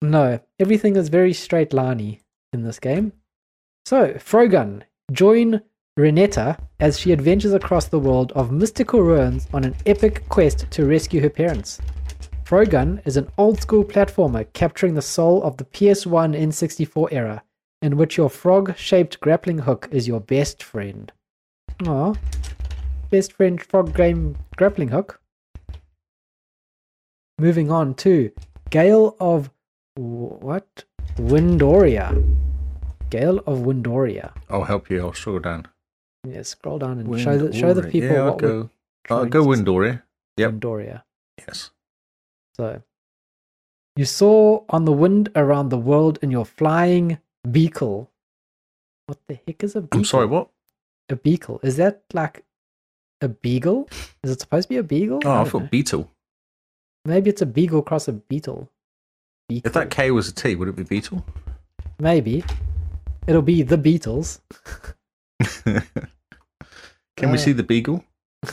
[SPEAKER 1] No, everything is very straight liney in this game. So, Frogun, join Renetta as she adventures across the world of mystical ruins on an epic quest to rescue her parents. Frogun is an old school platformer capturing the soul of the PS1 N64 era, in which your frog shaped grappling hook is your best friend. Aw. Best friend frog game grappling hook. Moving on to Gale of Wh- What? Windoria. Gale of Windoria.
[SPEAKER 2] I'll help you. I'll struggle down.
[SPEAKER 1] Yeah, scroll down and show the, show the
[SPEAKER 2] Windoria.
[SPEAKER 1] people
[SPEAKER 2] Yeah, I'll
[SPEAKER 1] what we're
[SPEAKER 2] go. I'll
[SPEAKER 1] trying
[SPEAKER 2] Uh, go eh?
[SPEAKER 1] to-
[SPEAKER 2] Windoria. Yep.
[SPEAKER 1] Windoria.
[SPEAKER 2] Yes.
[SPEAKER 1] So, you saw on the wind around the world in your flying beagle. What the heck is a beagle?
[SPEAKER 2] I'm sorry. What?
[SPEAKER 1] A beagle. Is that like a beagle? Is it supposed to be a beagle?
[SPEAKER 2] Oh, I,
[SPEAKER 1] don't
[SPEAKER 2] thought
[SPEAKER 1] know.
[SPEAKER 2] beetle.
[SPEAKER 1] Maybe it's a beagle cross a beetle.
[SPEAKER 2] If
[SPEAKER 1] Beagle.
[SPEAKER 2] that K was a T, would it be beetle?
[SPEAKER 1] Maybe. It'll be the Beatles.
[SPEAKER 2] Can
[SPEAKER 1] Uh,
[SPEAKER 2] we see the beagle?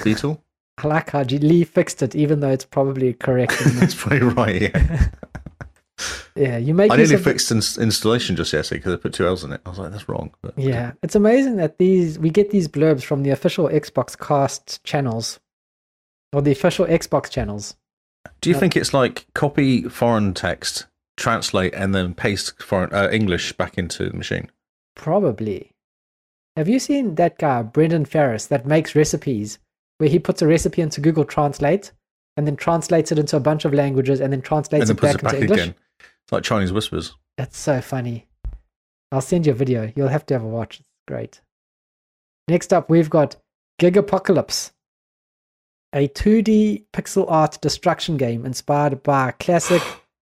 [SPEAKER 2] Beetle.
[SPEAKER 1] I like how G- Lee fixed it, even though it's probably correct. in the-
[SPEAKER 2] That's probably right. Yeah.
[SPEAKER 1] yeah, you make
[SPEAKER 2] I
[SPEAKER 1] use
[SPEAKER 2] nearly
[SPEAKER 1] of the-
[SPEAKER 2] fixed ins- installation just yesterday because I put two L's in it. I was like, that's wrong. But
[SPEAKER 1] Yeah, it's amazing that these we get these blurbs from the official Xbox Cast channels, or the official Xbox channels.
[SPEAKER 2] Do you
[SPEAKER 1] Uh,
[SPEAKER 2] think it's like copy foreign text, translate, and then paste foreign uh, English back into the machine?
[SPEAKER 1] Probably. Have you seen that guy Brendan Ferris that makes recipes, where he puts a recipe into Google Translate, and then translates it into a bunch of languages, and then translates
[SPEAKER 2] and then
[SPEAKER 1] it back
[SPEAKER 2] puts
[SPEAKER 1] into
[SPEAKER 2] it back
[SPEAKER 1] English?
[SPEAKER 2] again. It's like Chinese whispers.
[SPEAKER 1] That's so funny. I'll send you a video. You'll have to have a watch. It's great. Next up, we've got Gigapocalypse, a 2D pixel art destruction game inspired by classic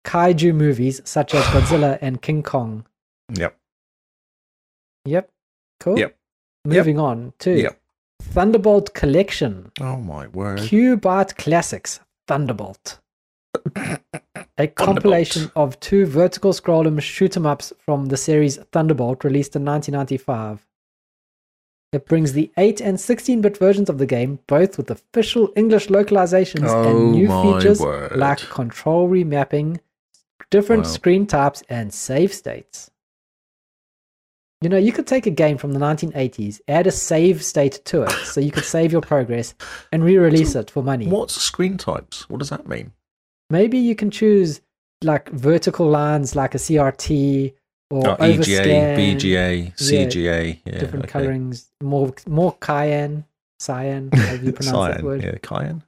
[SPEAKER 1] kaiju movies such as Godzilla and King Kong.
[SPEAKER 2] Yep.
[SPEAKER 1] Yep. Cool.
[SPEAKER 2] Yep.
[SPEAKER 1] Moving on to
[SPEAKER 2] Yep.
[SPEAKER 1] Thunderbolt Collection.
[SPEAKER 2] Oh my word.
[SPEAKER 1] Qbart Classics Thunderbolt. A compilation of two vertical scrollum shoot 'em ups from the series Thunderbolt, released in 1995. It brings the 8 and 16 bit versions of the game, both with official English localizations
[SPEAKER 2] Oh
[SPEAKER 1] and new
[SPEAKER 2] my
[SPEAKER 1] features
[SPEAKER 2] word.
[SPEAKER 1] like control remapping, different
[SPEAKER 2] Wow.
[SPEAKER 1] screen types, and save states. You know, you could take a game from the 1980s, add a save state to it so you could save your progress, and re release it for money.
[SPEAKER 2] What's screen types? What does that mean?
[SPEAKER 1] Maybe you can choose like vertical lines like a CRT or
[SPEAKER 2] Oh, EGA,
[SPEAKER 1] overscan,
[SPEAKER 2] VGA, CGA. Yeah,
[SPEAKER 1] different
[SPEAKER 2] okay.
[SPEAKER 1] colorings, more more cayenne, cyan, however you pronounce that
[SPEAKER 2] Cyan,
[SPEAKER 1] word.
[SPEAKER 2] Yeah, cayenne.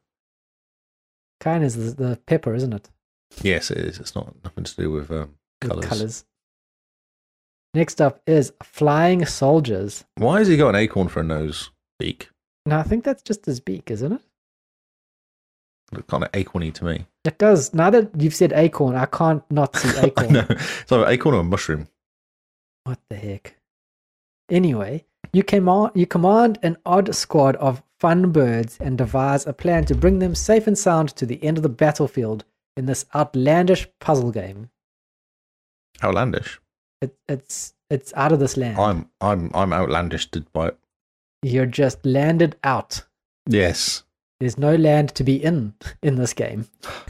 [SPEAKER 1] Cayenne is the, the pepper, isn't it?
[SPEAKER 2] Yes, it is. It's not nothing to do with um,
[SPEAKER 1] With
[SPEAKER 2] colors.
[SPEAKER 1] colors. Next up is Flying Soldiers.
[SPEAKER 2] Why has he got an acorn for a nose beak?
[SPEAKER 1] Now I think that's just his beak, isn't it?
[SPEAKER 2] Look kind of acorny to me.
[SPEAKER 1] It does. Now that you've said acorn, I can't not see acorn.
[SPEAKER 2] no, so acorn or a mushroom?
[SPEAKER 1] What the heck? Anyway, you command you command an odd squad of fun birds and devise a plan to bring them safe and sound to the end of the battlefield in this outlandish puzzle game.
[SPEAKER 2] Outlandish.
[SPEAKER 1] It, it's it's out of this land.
[SPEAKER 2] I'm I'm I'm outlandish by it.
[SPEAKER 1] You're just landed out.
[SPEAKER 2] Yes.
[SPEAKER 1] There's no land to be in in this game.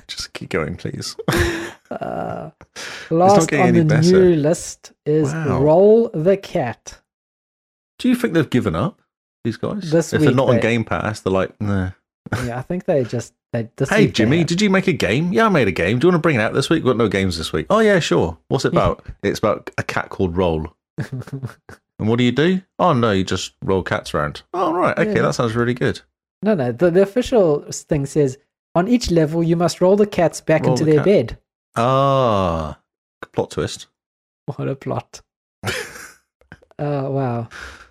[SPEAKER 2] Just keep going, please.
[SPEAKER 1] Uh, last
[SPEAKER 2] getting
[SPEAKER 1] on
[SPEAKER 2] any
[SPEAKER 1] the
[SPEAKER 2] better.
[SPEAKER 1] new list is
[SPEAKER 2] Wow.
[SPEAKER 1] Roll the Cat.
[SPEAKER 2] Do you think they've given up these guys?
[SPEAKER 1] This
[SPEAKER 2] if they're
[SPEAKER 1] week
[SPEAKER 2] not on
[SPEAKER 1] they-
[SPEAKER 2] Game Pass, they're like, nah.
[SPEAKER 1] Yeah, I think they just they. This
[SPEAKER 2] Hey
[SPEAKER 1] week they
[SPEAKER 2] Jimmy,
[SPEAKER 1] have-
[SPEAKER 2] did you make a game? Yeah, I made a game. Do you want to bring it out this week? We've got no games this week. Oh yeah, sure. What's it
[SPEAKER 1] Yeah.
[SPEAKER 2] about? It's about a cat called Roll. And what do you do? Oh no, you just roll cats around. Oh right, okay,
[SPEAKER 1] Yeah.
[SPEAKER 2] that sounds really good.
[SPEAKER 1] no, no. The, the official thing says on each level you must roll the cats back
[SPEAKER 2] Roll
[SPEAKER 1] into
[SPEAKER 2] the
[SPEAKER 1] their
[SPEAKER 2] cat.
[SPEAKER 1] bed.
[SPEAKER 2] Ah, plot twist.
[SPEAKER 1] What a plot! Oh wow.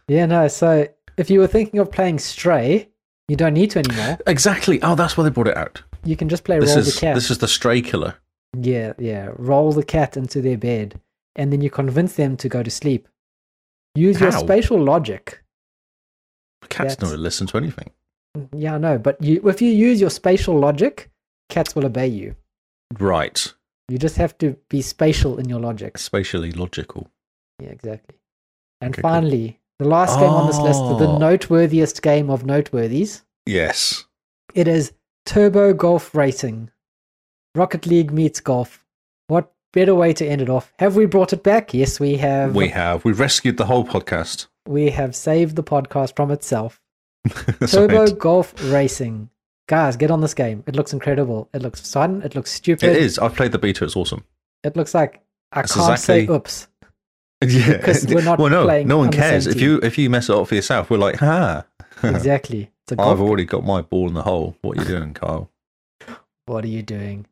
[SPEAKER 1] Yeah, no. So if you were thinking of playing Stray, you don't need to anymore.
[SPEAKER 2] Exactly. Oh, that's why they brought it out.
[SPEAKER 1] You can just play
[SPEAKER 2] This
[SPEAKER 1] Roll
[SPEAKER 2] is
[SPEAKER 1] the Cat.
[SPEAKER 2] this is the stray killer.
[SPEAKER 1] Yeah, yeah. Roll the cat into their bed, and then you convince them to go to sleep. Use your
[SPEAKER 2] How?
[SPEAKER 1] spatial logic.
[SPEAKER 2] Cats
[SPEAKER 1] That's-
[SPEAKER 2] don't listen to anything.
[SPEAKER 1] Yeah, I know, but you, if you use your spatial logic, cats will obey you.
[SPEAKER 2] Right.
[SPEAKER 1] You just have to be spatial in your logic.
[SPEAKER 2] Spatially logical.
[SPEAKER 1] Yeah, exactly. And
[SPEAKER 2] Okay, cool.
[SPEAKER 1] finally, the last game on this list, the
[SPEAKER 2] Oh.
[SPEAKER 1] noteworthiest game of noteworthies,
[SPEAKER 2] Yes.
[SPEAKER 1] it is Turbo Golf Racing. Rocket League meets golf. What better way to end it off? Have we brought it back? Yes, we have.
[SPEAKER 2] We have. We've rescued the whole podcast.
[SPEAKER 1] we have saved the podcast from itself.
[SPEAKER 2] That's
[SPEAKER 1] Turbo
[SPEAKER 2] right.
[SPEAKER 1] Golf Racing. Guys, get on this game. It looks incredible. It looks fun. It looks stupid.
[SPEAKER 2] It is. I've played the beta. It's awesome.
[SPEAKER 1] It looks like I
[SPEAKER 2] That's
[SPEAKER 1] can't say
[SPEAKER 2] exactly-
[SPEAKER 1] oops.
[SPEAKER 2] Yeah.
[SPEAKER 1] Because we're not
[SPEAKER 2] well, no,
[SPEAKER 1] playing
[SPEAKER 2] no one
[SPEAKER 1] on the same
[SPEAKER 2] cares. If
[SPEAKER 1] team.
[SPEAKER 2] you if you mess it up for yourself, we're like, ha.
[SPEAKER 1] Exactly. It's a golf.
[SPEAKER 2] I've already got my ball in the hole. What are you doing, Kyle?
[SPEAKER 1] What are you doing?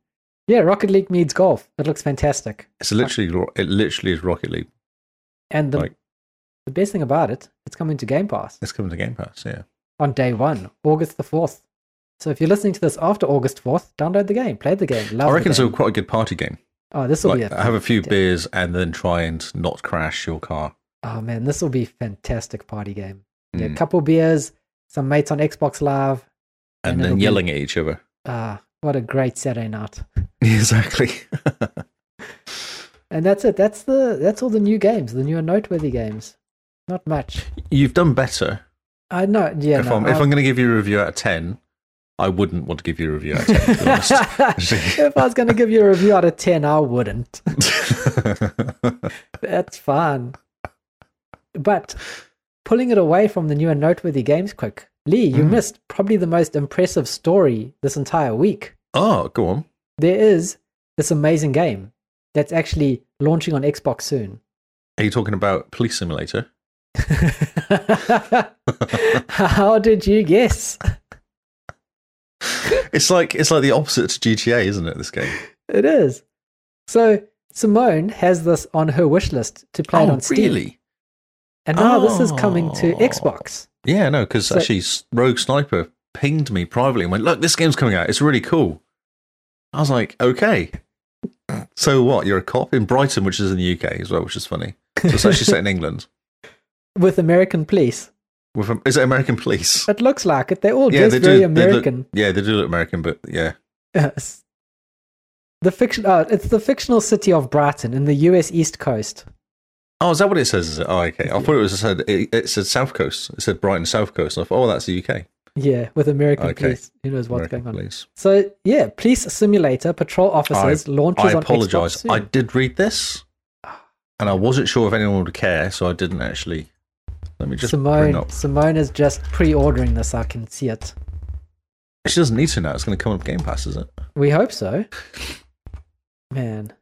[SPEAKER 1] Yeah, Rocket League meets golf. It looks fantastic.
[SPEAKER 2] It's literally ro- it literally is Rocket League.
[SPEAKER 1] And the,
[SPEAKER 2] Like-
[SPEAKER 1] the best thing about it, it's coming to Game Pass
[SPEAKER 2] It's coming to Game Pass. Yeah.
[SPEAKER 1] on day one, August the 4th. So if you're listening to this after August 4th, download the game, play the game. Love
[SPEAKER 2] I reckon
[SPEAKER 1] the
[SPEAKER 2] it's
[SPEAKER 1] game.
[SPEAKER 2] a quite a good party game.
[SPEAKER 1] Oh, this will
[SPEAKER 2] Like,
[SPEAKER 1] be a,
[SPEAKER 2] have a few
[SPEAKER 1] yeah.
[SPEAKER 2] beers and then try and not crash your car.
[SPEAKER 1] Oh man, this will be a fantastic party game. Yeah,
[SPEAKER 2] Mm.
[SPEAKER 1] couple beers, some mates on Xbox Live.
[SPEAKER 2] And,
[SPEAKER 1] And it'll
[SPEAKER 2] then
[SPEAKER 1] be-
[SPEAKER 2] yelling at each other.
[SPEAKER 1] Ah, what a great Saturday night.
[SPEAKER 2] Exactly.
[SPEAKER 1] And that's it. That's the that's all the new games, the new and noteworthy games. Not much.
[SPEAKER 2] You've done better.
[SPEAKER 1] I know. Yeah.
[SPEAKER 2] if
[SPEAKER 1] no,
[SPEAKER 2] I'm if
[SPEAKER 1] I'll-
[SPEAKER 2] I'm going to give you a review out of ten, I wouldn't want to give you a review out of ten. To be honest.
[SPEAKER 1] if I was going to give you a review out of ten, I wouldn't. That's fine. But pulling it away from the new and noteworthy games, quick, Lee, you
[SPEAKER 2] Mm.
[SPEAKER 1] missed probably the most impressive story this entire week.
[SPEAKER 2] oh, go on.
[SPEAKER 1] There is this amazing game that's actually launching on Xbox soon.
[SPEAKER 2] Are you talking about Police Simulator?
[SPEAKER 1] How did you guess?
[SPEAKER 2] It's like it's like the opposite to GTA, isn't it? This game.
[SPEAKER 1] It is. So Simone has this on her wish list to play it on Steam,
[SPEAKER 2] Oh, really?
[SPEAKER 1] and now this is coming to
[SPEAKER 2] Oh.
[SPEAKER 1] Xbox.
[SPEAKER 2] Yeah, no, because
[SPEAKER 1] So-
[SPEAKER 2] actually, S- Rogue Sniper pinged me privately and went, "Look, this game's coming out. It's really cool." I was like, "Okay." So what? You're a cop in Brighton, which is in the UK as well, which is funny. So it's actually set in England.
[SPEAKER 1] with American police.
[SPEAKER 2] With, is it American police?
[SPEAKER 1] It looks like it. They all dress very American.
[SPEAKER 2] They look, yeah, they do look American, but yeah,
[SPEAKER 1] Yes. The fiction. Oh, it's the fictional city of Brighton in the U.S. East Coast.
[SPEAKER 2] Oh, is that what it says? Is it? Oh, okay. I thought it was it said it, it said South Coast. It said Brighton South Coast. And I thought, oh, that's the UK.
[SPEAKER 1] Yeah, with American
[SPEAKER 2] Okay.
[SPEAKER 1] police. Who knows what's
[SPEAKER 2] American
[SPEAKER 1] going on?
[SPEAKER 2] police.
[SPEAKER 1] So yeah, police simulator patrol officers launches
[SPEAKER 2] I
[SPEAKER 1] on Xbox.
[SPEAKER 2] apologise.
[SPEAKER 1] soon.
[SPEAKER 2] I did read this, and I wasn't sure if anyone would care, so I didn't actually. Let me just bring
[SPEAKER 1] Simone.
[SPEAKER 2] up.
[SPEAKER 1] Simone is just pre-ordering this. I can see it.
[SPEAKER 2] She doesn't need to know. It's going to come up Game Pass, is it?
[SPEAKER 1] We hope so. Man.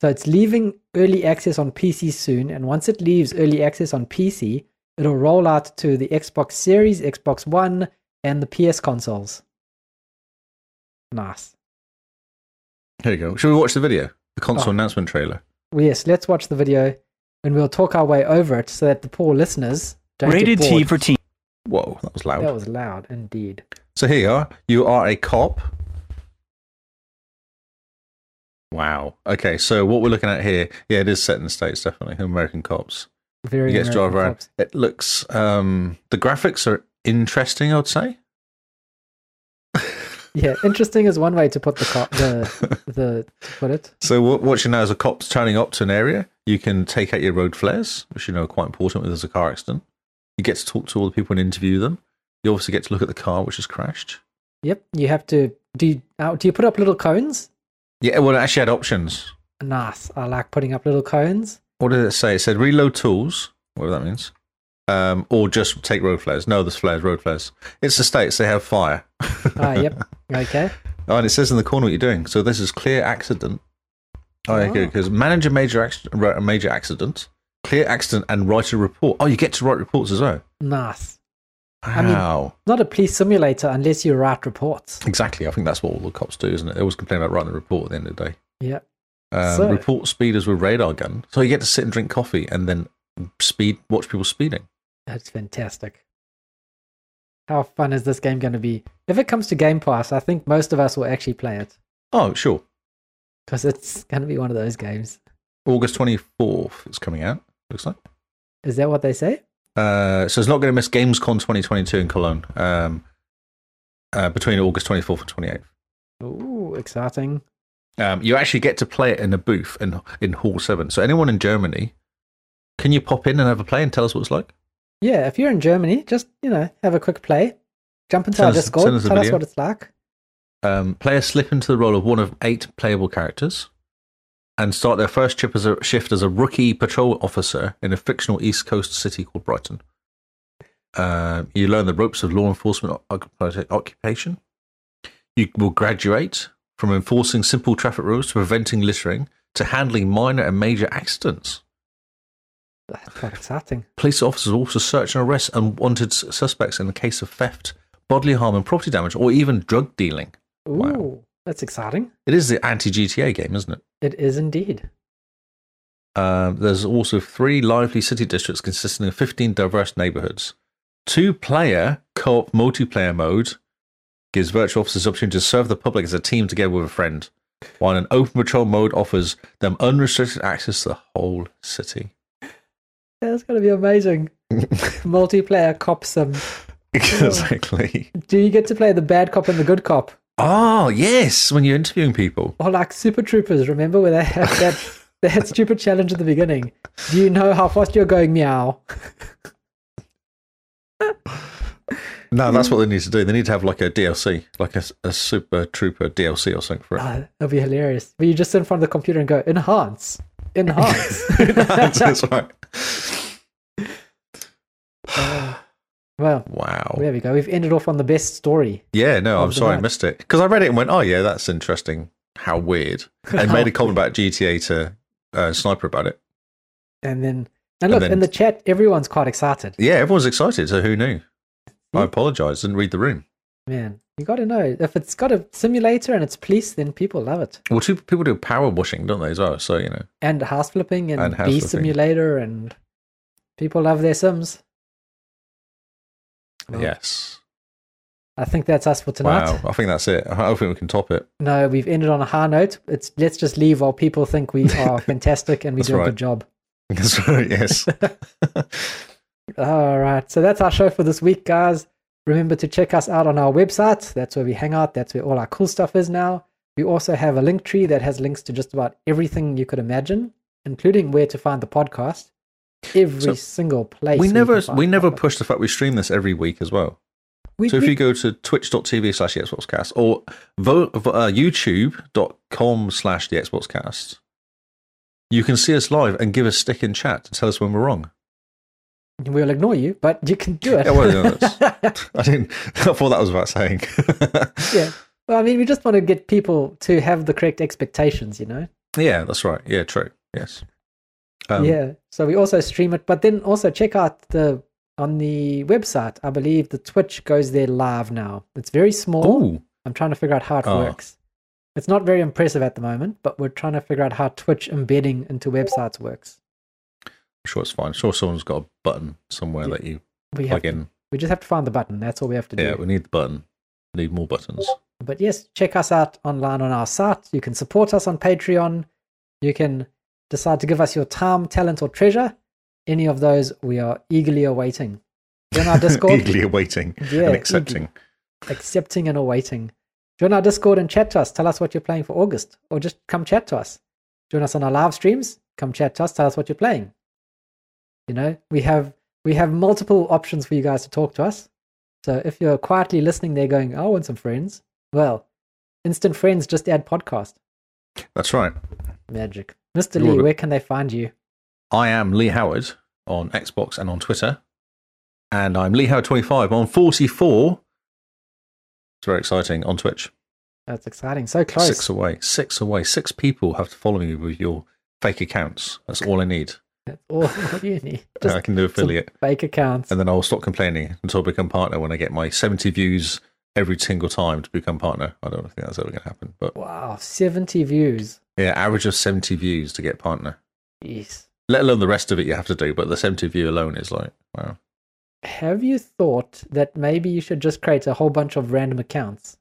[SPEAKER 1] So it's leaving early access on PC soon, and once it leaves early access on PC, it'll roll out to the Xbox Series, Xbox One, and the PS consoles. Nice.
[SPEAKER 2] Here you go. Shall we watch the video? The console
[SPEAKER 1] Oh.
[SPEAKER 2] announcement trailer.
[SPEAKER 1] Well, yes, let's watch the video and we'll talk our way over it so that the poor listeners don't
[SPEAKER 4] Rated
[SPEAKER 1] get
[SPEAKER 4] T
[SPEAKER 1] bored.
[SPEAKER 4] for teen.
[SPEAKER 2] Whoa, that was loud.
[SPEAKER 1] That was loud indeed.
[SPEAKER 2] So here you are. You are a cop. Wow. Okay, so what we're looking at here, yeah, it is set in the States, definitely. American cops.
[SPEAKER 1] Very
[SPEAKER 2] He gets
[SPEAKER 1] American
[SPEAKER 2] drive around.
[SPEAKER 1] cops.
[SPEAKER 2] It looks um the graphics are interesting, I would say.
[SPEAKER 1] Yeah, interesting is one way to put the cop the the to put it.
[SPEAKER 2] So what what you know is a cop's turning up to an area, you can take out your road flares, which you know are quite important when there's a car accident. You get to talk to all the people and interview them. You obviously get to look at the car which has crashed.
[SPEAKER 1] Yep. You have to do. You, uh, do you put up little cones?
[SPEAKER 2] Yeah, well, it actually had options.
[SPEAKER 1] Nice. I like putting up little cones.
[SPEAKER 2] What did it say? It said reload tools, whatever that means, um, or just take road flares. No, there's flares, road flares. It's the states; they have fire.
[SPEAKER 1] Ah, yep. Okay.
[SPEAKER 2] Oh, and it says in the corner what you're doing. So this is clear accident. Oh, yeah, good. Because manage a major, ac- a major accident, clear accident, and write a report. Oh, you get to write reports as well.
[SPEAKER 1] Nice. mean-
[SPEAKER 2] Wow.
[SPEAKER 1] Not a police simulator unless you write reports.
[SPEAKER 2] exactly. I think that's what all the cops do, isn't it? They always complain about writing the report at the end of the day.
[SPEAKER 1] Yep.
[SPEAKER 2] Um,
[SPEAKER 1] So-
[SPEAKER 2] report speeders with radar gun. So you get to sit and drink coffee and then speed watch people speeding.
[SPEAKER 1] That's fantastic. How fun is this game going to be? If it comes to Game Pass, I think most of us will actually play it
[SPEAKER 2] Oh, sure.
[SPEAKER 1] because it's going to be one of those games.
[SPEAKER 2] August 24th is coming out, looks like.
[SPEAKER 1] Is that what they say?
[SPEAKER 2] Uh, so it's not going to miss Gamescon 2022 in Cologne um, uh, between August 24th and 28th.
[SPEAKER 1] Ooh, exciting.
[SPEAKER 2] Um, you actually get to play it in a booth in, in Hall 7. So anyone in Germany, can you pop in and have a play and tell us what it's like?
[SPEAKER 1] Yeah, if you're in Germany, just, you know, have a quick play. Jump into
[SPEAKER 2] Send
[SPEAKER 1] our
[SPEAKER 2] us-
[SPEAKER 1] Discord,
[SPEAKER 2] send us a
[SPEAKER 1] tell us
[SPEAKER 2] video.
[SPEAKER 1] what it's like.
[SPEAKER 2] Um, players slip into the role of one of eight playable characters and start their first chip as a, shift as a rookie patrol officer in a fictional East Coast city called Brighton. Uh, you learn the ropes of law enforcement occup- occupation. You will graduate from enforcing simple traffic rules to preventing littering to handling minor and major accidents.
[SPEAKER 1] That's quite exciting.
[SPEAKER 2] Police officers also search and arrest unwanted s- suspects in the case of theft, bodily harm, and property damage, or even drug dealing.
[SPEAKER 1] Ooh,
[SPEAKER 2] Wow.
[SPEAKER 1] that's exciting.
[SPEAKER 2] It is the anti GTA game, isn't it?
[SPEAKER 1] It is indeed.
[SPEAKER 2] Um, there's also three lively city districts consisting of 15 diverse neighborhoods. Two player co op multiplayer mode gives virtual officers the opportunity to serve the public as a team together with a friend, while an open patrol mode offers them unrestricted access to the whole city.
[SPEAKER 1] That's going to be amazing. Multiplayer cop sim.
[SPEAKER 2] exactly.
[SPEAKER 1] Do you get to play the bad cop and the good cop?
[SPEAKER 2] Oh, yes, when you're interviewing people.
[SPEAKER 1] Or like Super Troopers, remember where they have that, that stupid challenge at the beginning? Do you know how fast you're going, meow?
[SPEAKER 2] No, that's what they need to do. They need to have like a DLC, like a, a Super Trooper DLC or something for it.
[SPEAKER 1] Ah, that'd be hilarious. But you just sit in front of the computer and go, enhance, enhance.
[SPEAKER 2] that's right.
[SPEAKER 1] well,
[SPEAKER 2] Wow.
[SPEAKER 1] there we go. We've ended off on the best story.
[SPEAKER 2] Yeah, no, I'm
[SPEAKER 1] the
[SPEAKER 2] sorry I
[SPEAKER 1] night.
[SPEAKER 2] missed it. Because I read it and went, oh, yeah, that's interesting. How weird. And made a comment about GTA to uh, Sniper about it.
[SPEAKER 1] And then, and look,
[SPEAKER 2] then-
[SPEAKER 1] in the chat, everyone's quite excited.
[SPEAKER 2] Yeah, everyone's excited. So who knew? I apologize. Didn't read the room.
[SPEAKER 1] Man, you got to know. If it's got a simulator and it's police, then people love it.
[SPEAKER 2] Well, two people do power washing, don't they, as well? So, you know.
[SPEAKER 1] And house flipping and,
[SPEAKER 2] And house
[SPEAKER 1] bee
[SPEAKER 2] flipping.
[SPEAKER 1] simulator, and people love their Sims. Well,
[SPEAKER 2] Yes.
[SPEAKER 1] I think that's us for tonight.
[SPEAKER 2] Wow. I think that's it. I don't think we can top it.
[SPEAKER 1] No, we've ended on a high note. It's let's just leave while people think we are fantastic and we
[SPEAKER 2] That's
[SPEAKER 1] do a
[SPEAKER 2] right.
[SPEAKER 1] good job.
[SPEAKER 2] That's right, yes.
[SPEAKER 1] All right. So that's our show for this week, guys. Remember to check us out on our website. That's where we hang out. That's where all our cool stuff is now. We also have a link tree that has links to just about everything you could imagine, including where to find the podcast. Every
[SPEAKER 2] So,
[SPEAKER 1] single place. where
[SPEAKER 2] we
[SPEAKER 1] you
[SPEAKER 2] never
[SPEAKER 1] can find
[SPEAKER 2] we
[SPEAKER 1] the
[SPEAKER 2] never
[SPEAKER 1] podcast.
[SPEAKER 2] push the fact we stream this every week as well.
[SPEAKER 1] We,
[SPEAKER 2] So if
[SPEAKER 1] we-
[SPEAKER 2] you go to twitch.tv slash the Xboxcast or vo- vo- uh, youtube.com slash the Xboxcast, you can see us live and give us stick in chat to tell us when we're wrong.
[SPEAKER 1] we'll ignore you, but you can do it.
[SPEAKER 2] Yeah, well, no, I didn't. I thought that was about saying.
[SPEAKER 1] yeah. Well, I mean, we just want to get people to have the correct expectations, you know?
[SPEAKER 2] yeah, that's right. Yeah, true. Yes. Um,
[SPEAKER 1] yeah. So we also stream it, but then also check out the on the website. I believe the Twitch goes there live now. It's very small.
[SPEAKER 2] Oh,
[SPEAKER 1] I'm trying to figure out how it
[SPEAKER 2] Oh.
[SPEAKER 1] works. It's not very impressive at the moment, but we're trying to figure out how Twitch embedding into websites works.
[SPEAKER 2] I'm sure it's fine. I'm sure someone's got a button somewhere that you
[SPEAKER 1] We have
[SPEAKER 2] plug in.
[SPEAKER 1] we just have to find the button. That's all we have to do.
[SPEAKER 2] Yeah, we need the button. Need more buttons.
[SPEAKER 1] But yes, check us out online on our site. You can support us on Patreon. You can decide to give us your time, talent, or treasure. Any of those, we are eagerly awaiting. Join our Discord,
[SPEAKER 2] Eagerly awaiting
[SPEAKER 1] Yeah,
[SPEAKER 2] and accepting.
[SPEAKER 1] accepting and awaiting. Join our Discord and chat to us. Tell us what you're playing for August, or just come chat to us. Join us on our live streams. Come chat to us. Tell us what you're playing. You know, we have we have multiple options for you guys to talk to us. So if you're quietly listening there going, I want some friends, well, instant friends, just add podcast.
[SPEAKER 2] That's right.
[SPEAKER 1] Magic. Mr.
[SPEAKER 2] You
[SPEAKER 1] Lee,
[SPEAKER 2] order-
[SPEAKER 1] where can they find you?
[SPEAKER 2] I am Lee Howard on Xbox and on Twitter. And I'm Lee Howard25 on 44. It's very exciting on Twitch.
[SPEAKER 1] That's exciting. So close.
[SPEAKER 2] Six away. Six away. Six people have to follow me with your fake accounts. That's all I need.
[SPEAKER 1] That's all what do you need.
[SPEAKER 2] And
[SPEAKER 1] Just
[SPEAKER 2] I can do affiliate.
[SPEAKER 1] some fake accounts.
[SPEAKER 2] And then I'll stop complaining until I become partner when I get my 70 views every single time to become partner. I don't think that's ever going to happen. But
[SPEAKER 1] Wow, 70 views.
[SPEAKER 2] yeah, average of 70 views to get partner.
[SPEAKER 1] Jeez.
[SPEAKER 2] Let alone the rest of it you have to do. But the 70 view alone is like, wow.
[SPEAKER 1] Have you thought that maybe you should just create a whole bunch of random accounts?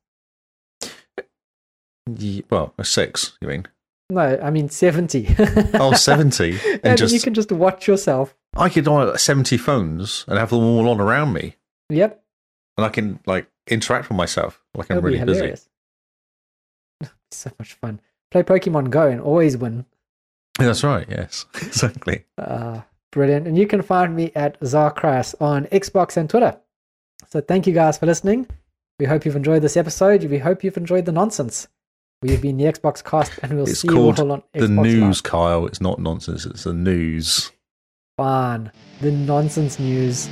[SPEAKER 2] Ye- Well, a six, you mean?
[SPEAKER 1] No, I mean 70.
[SPEAKER 2] Oh, 70. And,
[SPEAKER 1] and
[SPEAKER 2] just,
[SPEAKER 1] you can just watch yourself.
[SPEAKER 2] I could on like 70 phones and have them all on around me.
[SPEAKER 1] Yep.
[SPEAKER 2] And I can like interact with myself like I'm
[SPEAKER 1] That'll
[SPEAKER 2] really
[SPEAKER 1] be
[SPEAKER 2] busy.
[SPEAKER 1] hilarious. so much fun. Play Pokemon Go and always win.
[SPEAKER 2] Yeah, that's right. Yes, exactly.
[SPEAKER 1] Uh, brilliant. And you can find me at Zarkras on Xbox and Twitter. So thank you guys for listening. We hope you've enjoyed this episode. We hope you've enjoyed the nonsense. We've been the Xbox cast and we'll
[SPEAKER 2] it's
[SPEAKER 1] see you
[SPEAKER 2] called
[SPEAKER 1] all on
[SPEAKER 2] the
[SPEAKER 1] Xbox
[SPEAKER 2] news,
[SPEAKER 1] Live.
[SPEAKER 2] Kyle. It's not nonsense. It's the news.
[SPEAKER 1] Fun. The nonsense news.